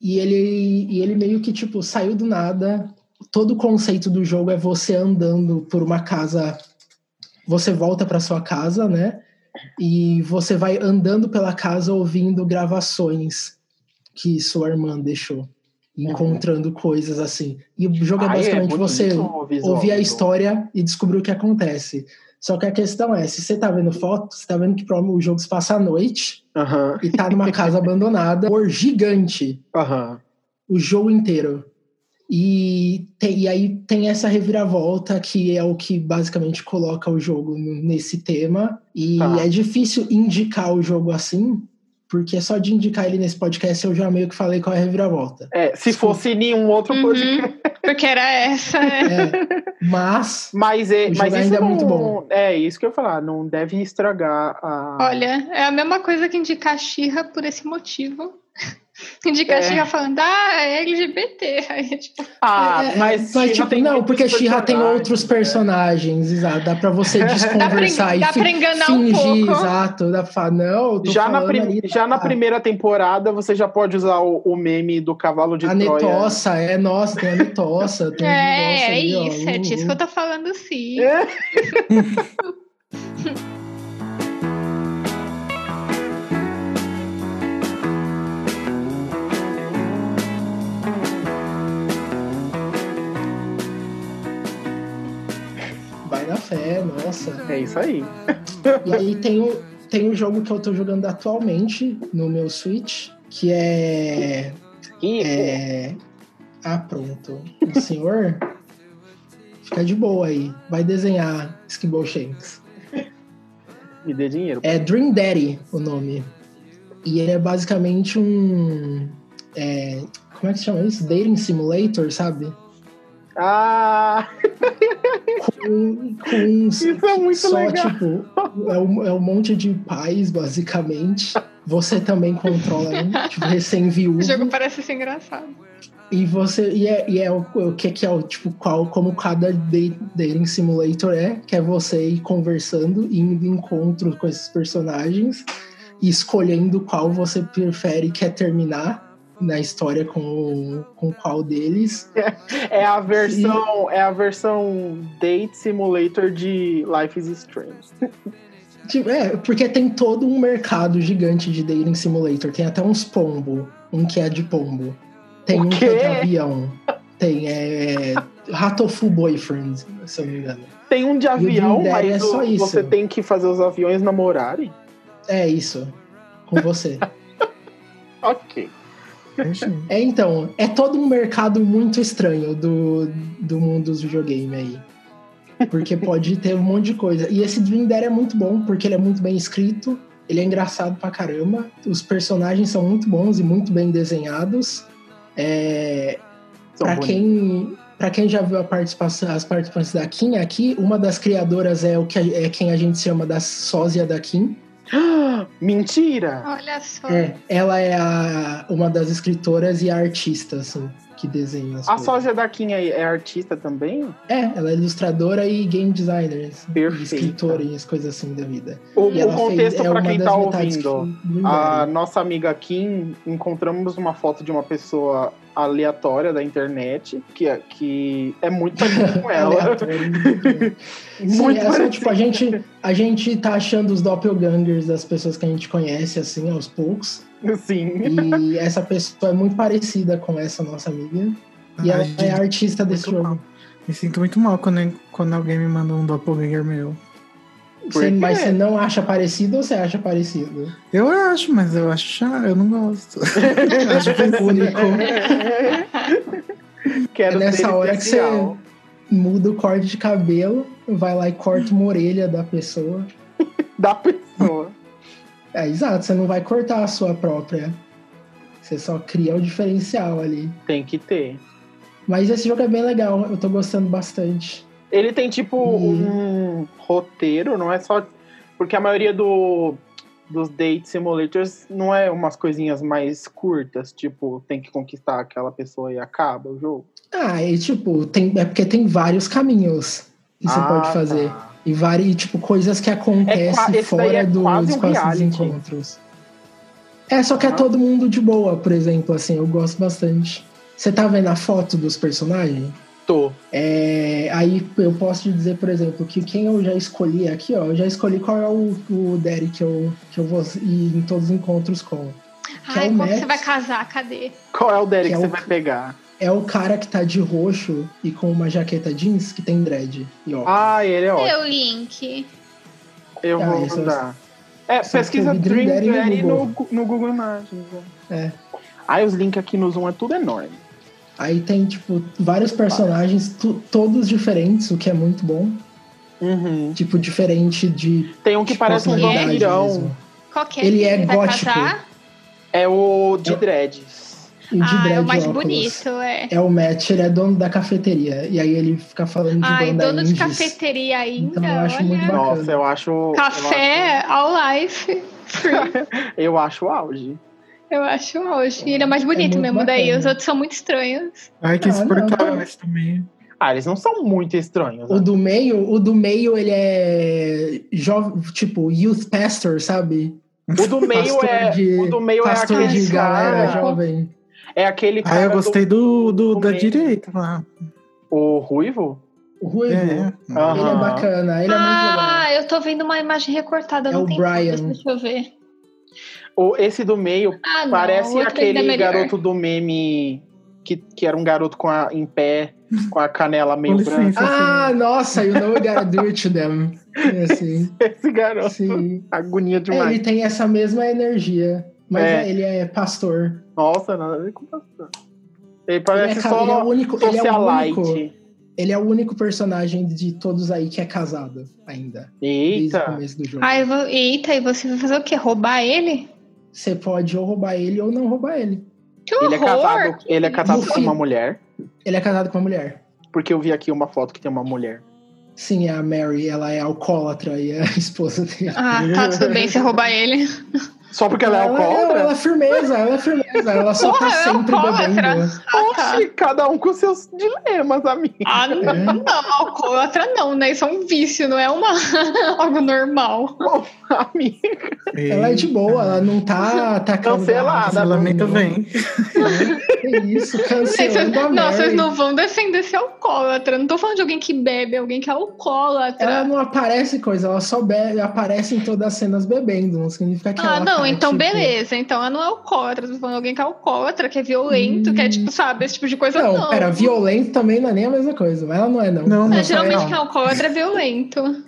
S2: e, ele, e ele meio que, tipo, saiu do nada. Todo o conceito do jogo é você andando por uma casa... Você volta para sua casa, né? E você vai andando pela casa ouvindo gravações que sua irmã deixou. Encontrando coisas assim. E o jogo é
S1: Ah,
S2: basicamente
S1: bonito
S2: você
S1: o visual
S2: ouvir a
S1: do jogo.
S2: história e descobrir o que acontece. Só que a questão é, se você tá vendo foto, você tá vendo que provavelmente o jogo se passa à noite
S1: Aham,
S2: e tá numa casa abandonada, por gigante,
S1: aham.
S2: o jogo inteiro. E, tem- e aí tem essa reviravolta que é o que basicamente coloca o jogo n- nesse tema. E
S1: Tá.
S2: é difícil indicar o jogo assim, porque só de indicar ele nesse podcast eu já meio que falei qual é a reviravolta.
S1: É, se fosse nenhum outro
S3: Uhum.
S1: podcast.
S3: Porque era essa, né?
S2: É, mas
S1: Mas, é,
S2: O
S1: mas
S2: jogo
S1: isso
S2: ainda é
S1: não,
S2: muito bom.
S1: É isso que eu ia falar, não deve estragar a.
S3: Olha, é a mesma coisa que indicar Xirra por esse motivo. Indicar
S1: É.
S3: Xirra falando, ah, é LGBT. Aí, tipo,
S1: ah,
S2: É, é,
S1: mas, Shira
S2: tipo,
S1: tem
S2: não,
S1: muitos
S2: porque Shira tem
S1: personagens,
S2: outros
S1: né?
S2: personagens, exato. Dá pra você
S3: dá pra,
S2: desconversar
S3: en-
S2: e
S3: dá
S2: fi-
S3: pra enganar um
S2: fingir,
S3: pouco.
S2: exato. Dá pra falar, não, eu tô
S1: Já, na,
S2: falando
S1: prim-
S2: ali,
S1: já na
S2: tá.
S1: primeira temporada você já pode usar o, o meme do cavalo de
S2: A
S1: Troia.
S2: netossa, é nossa, tem a netossa, tem um
S3: É,
S2: negócio
S3: é
S2: ali, ó,
S3: isso, é disso
S2: uhum.
S3: que eu tô falando sim.
S1: É.
S2: na fé, nossa.
S1: É isso aí.
S2: E aí tem o, tem o jogo que eu tô jogando atualmente no meu Switch, que é.
S1: Ih,
S2: é... Ah, pronto. O senhor fica de boa aí. Vai desenhar Skimble Shanks.
S1: me dê dinheiro.
S2: É Dream Daddy o nome. E ele é basicamente um. é, como é que se chama isso? Dating Simulator, sabe?
S1: Ah,
S2: Com, Um, com uns-
S1: isso é muito
S2: só,
S1: legal.
S2: tipo, é um, é um monte de pais, basicamente. Você também controla, né? tipo, recém-viúvo.
S3: O jogo parece ser engraçado.
S2: E você. E é, e é o, o que, que é o tipo, qual, como cada da- dating simulator é, que é você ir conversando, indo em encontro com esses personagens e escolhendo qual você prefere quer terminar na história com, o- com qual deles.
S1: É a versão, é a versão Date Simulator de Life is Strange.
S2: Tipo, é, porque tem todo um mercado gigante de dating simulator. Tem até uns pombo, um que é de pombo. Tem
S1: O
S2: um que é de
S1: quê?
S2: avião. Tem é, Ratofu Boyfriend, se eu não me engano.
S1: Tem um de avião,
S2: Dream Daddy
S1: mas
S2: é só
S1: o-
S2: isso.
S1: você tem que fazer os aviões namorarem.
S2: É isso. Com você.
S1: Ok.
S4: Enfim.
S2: É, então, é todo um mercado muito estranho do, do mundo dos videogame aí. Porque pode ter um monte de coisa. E esse Dream Dare é muito bom, porque ele é muito bem escrito, ele é engraçado pra caramba, os personagens são muito bons e muito bem desenhados. É,
S1: São
S2: para
S1: bonitos.
S2: quem para quem já viu a participação, as participantes da Kim aqui, uma das criadoras é o que a- é quem a gente chama da sósia da Kim.
S1: Mentira!
S3: Olha só.
S2: É, ela é a- uma das escritoras e a artista, assim, que desenha as
S1: A
S2: coisas.
S1: sósia da Kim é, é artista também?
S2: É, ela é ilustradora e game designer, assim, e
S1: Perfeita.
S2: escritora e as coisas assim da vida.
S1: O,
S2: E
S1: o
S2: ela fez-
S1: contexto
S2: é
S1: pra
S2: uma
S1: quem
S2: das
S1: tá
S2: metades que- né?
S1: ouvindo. Ah,
S2: do
S1: A
S2: Indari.
S1: nossa amiga Kim, encontramos uma foto de uma pessoa aleatória da internet, que é, que é muito parecida com
S2: é
S1: ela.
S2: Aleatório. Sim,
S1: muito
S2: é só,
S1: parecida.
S2: tipo, a gente, a gente tá achando os doppelgangers das pessoas que a gente conhece, assim, aos poucos.
S1: Sim.
S2: E essa pessoa é muito parecida com essa nossa amiga. E ela
S4: Ai,
S2: é
S4: gente,
S2: artista desse
S4: muito
S2: jogo.
S4: mal. Me sinto muito mal quando, quando alguém me manda um doppelganger meu.
S1: Por
S2: Você- mas
S1: quê?
S2: você não acha parecido ou você acha parecido?
S4: Eu acho, mas eu acho chato, eu não gosto. eu acho
S2: é único. É
S1: Quero
S2: nessa
S1: ser
S2: hora que você
S1: especial.
S2: muda o corte de cabelo, vai lá e corta uma orelha da pessoa.
S1: Da pessoa.
S2: É, exato, você não vai cortar a sua própria. Você só cria o diferencial ali.
S1: Tem que ter.
S2: Mas esse jogo é bem legal, eu tô gostando bastante.
S1: Ele tem tipo
S2: Uhum.
S1: um roteiro, não é só. Porque a maioria do, dos date simulators não é umas coisinhas mais curtas, tipo, tem que conquistar aquela pessoa e acaba o jogo.
S2: Ah, e tipo, tem, é porque tem vários caminhos que você
S1: Ah,
S2: pode fazer.
S1: tá.
S2: E várias, tipo, coisas que
S1: qua-
S2: acontecem
S1: esse daí
S2: fora
S1: é
S2: do
S1: quase um
S2: espaço dos
S1: reality.
S2: encontros. É, só que é
S1: Ah.
S2: todo mundo de boa, por exemplo, assim, eu gosto bastante. Você tá vendo a foto dos personagens?
S1: Tô.
S2: É, aí eu posso te dizer, por exemplo, que quem eu já escolhi aqui, ó, eu já escolhi qual é o, o Derek que eu, que eu vou ir em todos os encontros com. que é
S3: Ai,
S2: o
S3: como que
S2: Max.
S3: você vai casar? Cadê?
S1: Qual é o Derek
S2: Que
S1: que, você
S2: é o-
S1: vai pegar?
S2: É o cara que tá de roxo e com uma jaqueta jeans que tem dread. E ó,
S1: Ah, ele é ótimo.
S3: Meu link.
S1: Eu
S2: Ah,
S1: vou
S2: isso é-
S1: mandar. É,
S2: isso é
S1: pesquisa
S2: Scooby
S1: Dream
S2: Dream Daddy
S1: Daddy
S2: no
S1: no, Gu- no Google Imagens. né?
S2: É.
S1: Aí os links aqui no Zoom é tudo enorme.
S2: aí tem, tipo, vários personagens, tu- todos diferentes, o que é muito bom.
S1: Uhum.
S2: Tipo, diferente de
S1: Tem um que
S2: de
S1: parece um
S2: personalidade
S1: vampirão.
S2: Tipo mesmo.
S3: Qual que é
S2: Ele
S3: que
S2: é
S3: você vai
S2: gótico.
S3: casar?
S1: É o de dreads.
S2: E o de
S3: Ah,
S2: dread
S3: é o mais
S2: óculos.
S3: bonito, é.
S2: É o Matt, ele é dono da cafeteria. E aí ele fica falando de
S3: Ai,
S2: banda
S3: Ah, dono de
S2: indies.
S3: cafeteria ainda,
S2: Então, eu acho muito
S3: olha.
S2: bacana.
S1: Nossa, eu acho.
S3: Café, all life. free.
S1: Eu acho, eu acho auge.
S3: Eu acho hoje. E ele é mais bonito
S2: muito
S3: mesmo daí.
S2: bacana.
S3: Os outros são muito estranhos.
S4: Ai, que
S2: Ah, não,
S4: insuportável
S2: não.
S4: isso também.
S1: Ah, eles não são muito estranhos.
S2: O
S1: né?
S2: do meio, o do meio ele é jovem, tipo youth pastor, sabe?
S1: O do meio
S2: pastor
S1: é.
S2: de-
S1: O do meio é
S2: pastor
S1: aquele
S2: de galera Ah,
S1: cara.
S2: jovem.
S1: É aquele cara.
S4: Ai, eu
S1: do-
S4: gostei do, do-
S1: do
S4: da
S1: meio.
S4: direita lá.
S1: O Ruivo?
S2: O ruivo.
S4: É.
S1: Aham.
S2: Ele é bacana, ele
S3: ah, eu tô vendo uma imagem recortada.
S2: É
S3: não
S2: o
S3: tem
S2: Brian.
S3: fotos, deixa eu ver.
S1: O, esse do meio
S3: Ah, não.
S1: parece
S3: o outro ainda é
S1: aquele
S3: melhor.
S1: garoto do meme que, que era um garoto com a, em pé, com a canela meio
S4: Com
S1: branca.
S4: licença,
S2: Ah, nossa, you know we gotta do it to them. É assim,
S1: Esse garoto,
S2: sim.
S1: agonia
S2: É,
S1: demais.
S2: ele tem essa mesma energia, mas
S1: É.
S2: ele é pastor.
S1: Nossa, nada a ver com pastor. assim? Ele
S2: Ele é,
S1: parece
S2: ca- ele é o
S1: só
S2: único, ele é o
S1: socialite.
S2: único, ele é o único personagem de todos aí que é casado ainda. Desde o
S1: Eita,
S2: começo do jogo.
S3: Ai, vo- eita, e você vai fazer o quê? Roubar ele?
S2: Você pode ou roubar ele ou não roubar ele.
S3: Que horror!
S1: ele é casado, ele é casado
S2: No
S1: com
S2: fim.
S1: uma mulher.
S2: Ele é casado com uma mulher.
S1: Porque eu vi aqui uma foto que tem uma mulher.
S2: Sim, é a Mary, ela é alcoólatra e é a esposa dele.
S3: Ah, tá, tudo bem se roubar ele.
S1: Só porque ela
S3: Ah,
S1: é
S2: Ela,
S1: alcoólatra?
S2: é firmeza, ela é firmeza. Ela só
S3: Porra,
S2: tá
S3: ela é
S2: sempre
S3: alcoólatra.
S2: bebendo.
S3: Ah, tá.
S1: Oxi, cada um com seus dilemas, amigo.
S3: Ah, não, não, alcoólatra não, né? Isso é um vício, não é uma, algo normal.
S1: amigo.
S2: Ela é de boa,
S4: Ah,
S2: ela não tá atacando.
S1: Cancelada.
S4: Cancelamento vem.
S2: Que isso,
S3: Vocês-
S2: cancelando a
S3: não, vocês
S2: Mary.
S3: não vão defender esse alcoólatra. Não tô falando de alguém que bebe, alguém que é
S2: Ela
S3: alcoólatra.
S2: não aparece coisa, ela só bebe, aparece em todas as cenas bebendo. Não significa que
S3: Ah,
S2: ela
S3: não,
S2: tá,
S3: então
S2: tipo-
S3: beleza. Então ela não é alcoólatra. Tô falando de alguém que é alcoólatra, que é violento, que é
S1: Hum.
S3: tipo, sabe, esse tipo de coisa.
S2: Não,
S3: Não,
S2: pera, violento também não é nem a mesma coisa, mas ela não é, não.
S4: Não, não,
S3: Ah,
S4: só é,
S3: geralmente quem é
S4: não.
S3: alcoólatra é violento.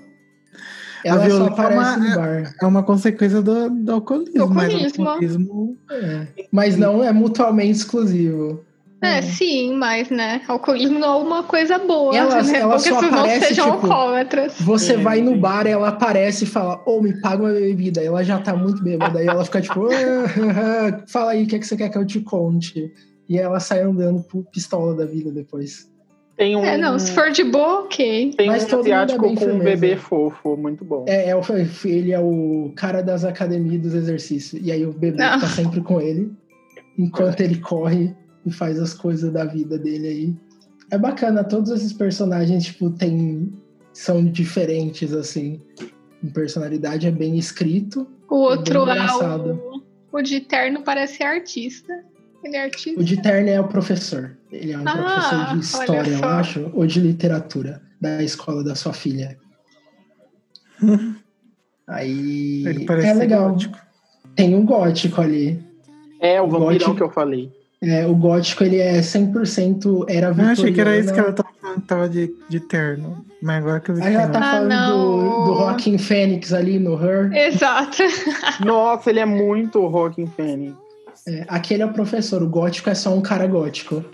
S2: ela só
S4: violência é
S2: aparece
S4: uma-
S2: no bar.
S4: É uma consequência do, do alcoolismo.
S3: Do
S4: mas
S3: alcoolismo.
S4: o alcoolismo
S2: É. Mas não é mutuamente exclusivo.
S3: É, sim, mas, né? Alcoolismo não é uma coisa boa.
S2: Ela-
S3: né?
S2: ela
S3: Porque
S2: só
S3: as pessoas não
S2: aparece,
S3: sejam
S2: tipo,
S3: alcoólatras.
S2: Você
S4: É,
S2: vai no
S4: entendi.
S2: bar, ela aparece e fala, ô, me paga uma bebida. Ela já tá muito bêbada. Aí ela fica tipo, "Ah, fala aí, o que, é que você quer que eu te conte? E ela sai andando pro pistola da vida depois.
S1: Tem um,
S3: É, não, se for de boa, ok.
S1: tem um
S2: Mas todo mundo é
S1: asiático
S2: bem
S1: com um
S2: firmeza.
S1: bebê fofo, muito bom.
S2: É, é o, ele é o cara das academias dos exercícios. E aí o bebê
S3: Não.
S2: tá sempre com ele, enquanto ele corre e faz as coisas da vida dele aí. É bacana, todos esses personagens, tipo, tem, são diferentes, assim. Em personalidade é bem escrito.
S3: O outro
S2: É bem
S3: lá, o,
S2: engraçado.
S3: o de terno parece ser artista. Ele é artista.
S2: O de terno é o professor. Ele é um
S3: Ah,
S2: professor de
S3: olha
S2: história, eu
S3: só.
S2: acho, ou de literatura da escola da sua filha. Aí
S4: ele parece
S2: é
S4: ser
S2: legal.
S4: gótico.
S2: Tem um gótico ali.
S1: É o vampirão
S2: Gótico.
S1: que eu falei.
S2: É, o gótico ele é 100% era
S4: Eu
S2: vitoriana.
S4: Ah, achei que era isso que ela tava falando, tava de, de terno. Mas agora que eu vi
S2: Aí
S4: que
S2: ela tá
S4: não.
S3: Ah,
S2: falando
S3: não.
S2: do, do Rockin' Fênix ali no Her.
S3: Exato.
S1: Nossa, ele é muito Rockin' Fênix.
S2: É, aquele é o professor, o gótico é só um cara gótico.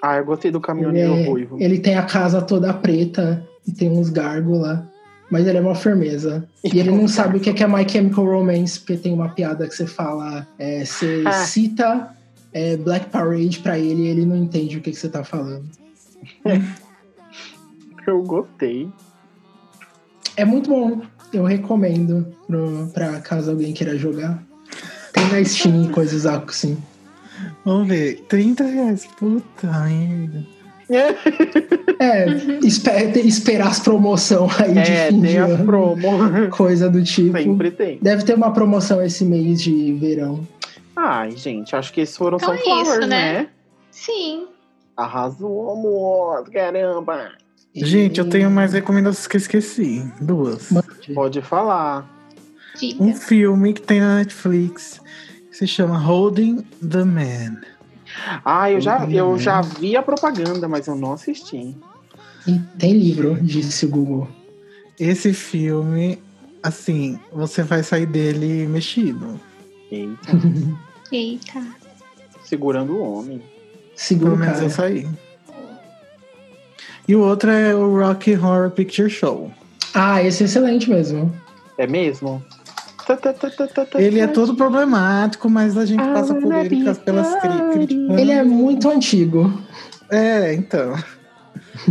S1: Ah, eu gostei do
S2: Ele,
S1: caminhoneiro
S2: é-
S1: ruivo.
S2: ele tem a casa toda preta e tem uns gárgula, mas ele é uma firmeza. E ele não sabe o que é que é My Chemical Romance, porque tem uma piada que você fala, é, você
S1: Ah.
S2: cita é, Black Parade pra ele e ele não entende o que, que você tá falando.
S1: Eu gostei.
S2: É muito bom, eu recomendo pro, pra caso alguém queira jogar. Tem na Steam e coisas assim.
S4: Vamos ver. 30 reais. Puta merda.
S2: É, espe- esperar as promoção aí
S1: Uhum. É,
S2: de
S1: tem
S2: fim de
S1: as
S2: ano,
S1: promo.
S2: coisa do tipo.
S1: Sempre tem.
S2: Deve ter uma promoção esse mês de verão.
S1: Ai, gente, acho que esses foram
S3: Então é
S1: Sunflowers,
S3: isso, né?
S1: né?
S3: Sim.
S1: Arrasou, amor. Caramba.
S4: Gente, eu tenho mais recomendações que eu esqueci. Duas.
S1: Pode falar.
S3: Diga.
S4: Um
S2: Hum?
S4: filme que tem na Netflix que se chama Holding the Man.
S1: Ah, eu já,
S4: Hum.
S1: eu já vi a propaganda, mas eu não assisti.
S2: E tem livro, disse o Google.
S4: Esse filme, assim, você vai sair dele mexido.
S1: Eita,
S3: Eita.
S1: segurando o homem.
S2: Segura
S4: Pelo
S2: o
S4: menos
S2: cara.
S4: eu saí. E o outro é o Rocky Horror Picture Show.
S2: Ah, esse é excelente mesmo.
S1: É mesmo? Tá, tá, tá, tá, tá, tá,
S4: Ele é
S1: tá.
S4: todo problemático, mas a gente passa por ele pelas- pelas cri- criticando.
S2: Ele é muito antigo,
S4: É, então.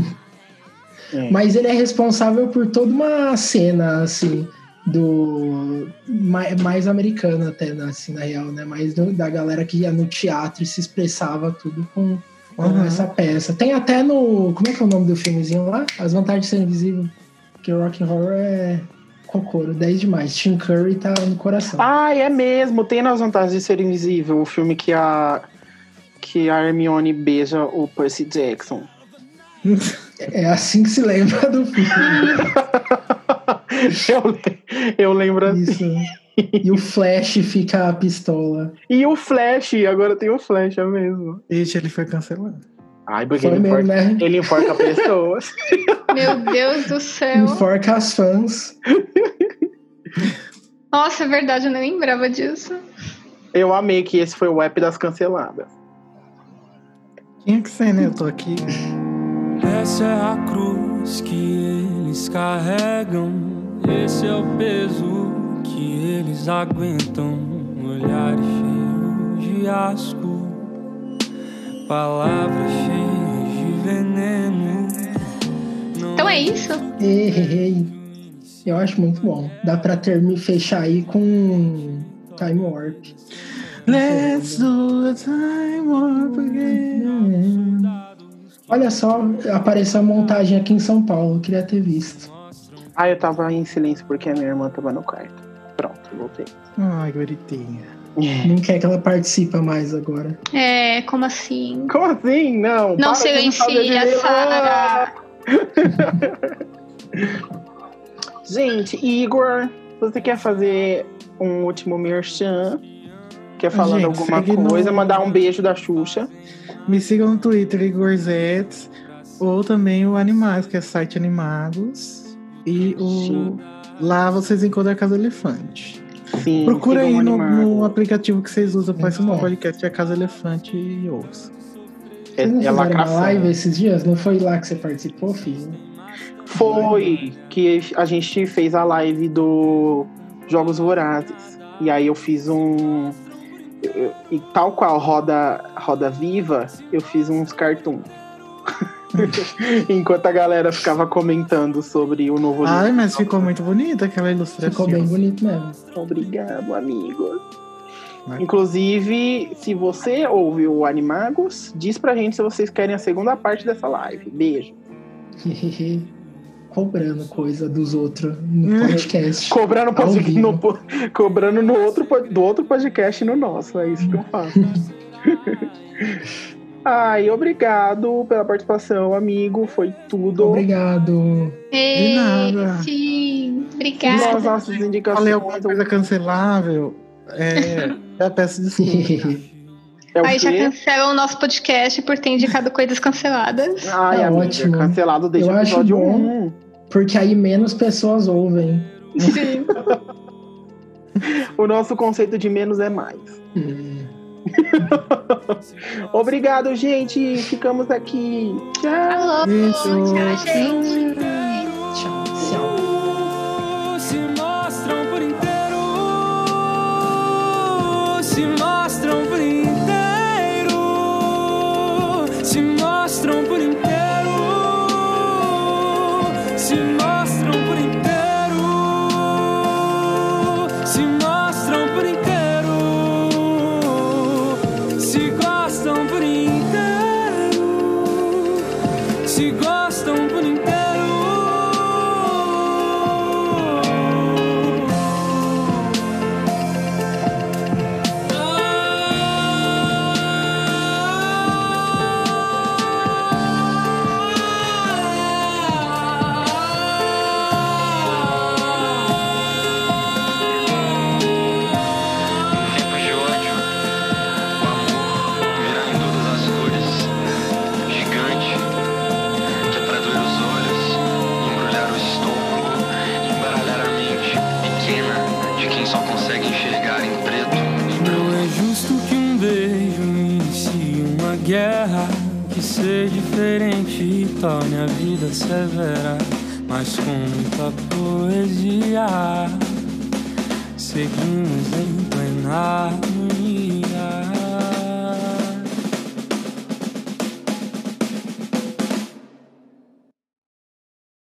S1: É.
S2: mas ele é responsável por toda uma cena, assim, do. mai- Mais americana, até, na- assim, na real, né? Mais do- da galera que ia no teatro e se expressava tudo com, com
S4: Uhum.
S2: essa peça. Tem até no. Como é que é o nome do filmezinho lá? As Vantagens de Ser Invisível. Porque o Rock and Horror é cocoro, 10 demais. Tim Curry tá no coração.
S1: Ah, é mesmo. Tem nas vantagens de ser invisível o filme que a que a Hermione beija o Percy Jackson.
S2: É assim que se lembra do filme.
S1: eu, le- eu lembro assim.
S2: Isso. E o Flash fica a pistola.
S1: E o Flash, agora tem o Flash, é mesmo.
S4: Ixi, ele foi cancelado.
S1: Ai, porque
S2: Foi
S1: ele
S2: mesmo,
S1: enforca,
S2: né?
S1: ele enforca pessoas.
S3: Meu Deus do céu.
S2: Enforca as fãs.
S3: Nossa, é verdade, eu nem lembrava disso.
S1: Eu amei que esse foi o app das canceladas.
S4: Quem é que você, né? Eu tô aqui.
S9: Essa é a cruz que eles carregam, esse é o peso que eles aguentam. Olhares cheios de asco, palavras cheias de veneno. Não
S3: Então é isso.
S2: Ei, ei, ei. Eu acho muito bom. Dá pra ter me fechar aí com Time Warp.
S4: Let's do a time warp again.
S2: Olha só, apareceu a montagem aqui em São Paulo, eu queria ter visto.
S1: Ah, eu tava em silêncio porque a minha irmã tava no quarto. Pronto, voltei.
S4: Ai, bonitinha.
S2: Não quer que ela participa mais agora.
S3: É, como assim?
S1: Como assim? Não.
S3: Não
S1: para, você sabe
S3: silencia,
S1: direito.
S3: Sara.
S1: Gente, Igor, você quer fazer um último merchan? Quer falar de
S4: Gente,
S1: alguma
S4: segue no-
S1: coisa? Mandar um beijo da Xuxa.
S4: Me sigam no Twitter, Igor Zets, ou também o Animais, que é site Animados. E o... lá vocês encontram a Casa Elefante.
S1: Sim,
S4: Procura
S1: sigam o
S4: aí no,
S1: Animados.
S4: no aplicativo que vocês usam para
S2: Muito
S4: escutar
S2: bom.
S4: o podcast, é a Casa Elefante e ouça.
S1: É,
S2: Vocês não
S1: é
S2: fizeram uma
S1: lacração.
S2: live esses dias? Não foi lá que você participou, filho?
S1: Foi que a gente fez a live do Jogos Vorazes. E aí eu fiz um. eu- eu- e tal qual Roda, Roda Viva, eu fiz uns cartoons. Enquanto a galera ficava comentando sobre o novo
S4: Ai,
S1: livro.
S4: mas ficou muito bonita aquela ilustração.
S2: Ficou bem bonito mesmo.
S1: Obrigado, amigo.
S4: Vai.
S1: Inclusive, se você ouviu o Animagos, diz pra gente se vocês querem a segunda parte dessa live. Beijo.
S2: Cobrando coisa dos outros no podcast.
S1: Cobrando,
S2: Ao
S1: pod-
S2: vivo.
S1: no, po- cobrando no outro, pod- do outro podcast e no nosso. É isso que eu faço. Ai, obrigado pela participação, amigo. Foi tudo.
S2: Obrigado.
S3: Ei,
S4: nada.
S3: Sim,
S1: As
S3: obrigada.
S1: nossas indicações.
S4: Falei alguma coisa cancelável. É, já peço desculpa.
S1: É o
S3: Aí já
S1: quê?
S3: cancelam o nosso podcast por ter indicado coisas canceladas.
S1: Ai,
S2: Tá
S1: amiga,
S2: ótimo.
S1: cancelado desde o
S2: Eu acho
S1: episódio
S2: bom.
S1: 1.
S2: Porque aí menos pessoas ouvem.
S3: Sim.
S1: O nosso conceito de menos é mais.
S2: Hum.
S1: Obrigado, gente. Ficamos aqui. Tchau.
S3: Alô,
S4: Isso.
S3: tchau, gente.
S2: Tchau, tchau.
S9: se mostram por inteiro, se mostram por inteiro, se mostram por inteiro, se mostram por inteiro, se mostram por inteiro, se gostam por inteiro se gostam por inteiro. Ah.
S10: Tempos de ódio, o amor virá em todas as cores, gigante, que é pra doer os olhos, embrulhar o estômago, embaralhar a mente, pequena, de quem só consegue enxergar em preto e branco.
S9: Não é justo que um beijo inicie uma guerra. Que ser diferente torne a vida severa, mas com muita poesia. Seguimos em plenário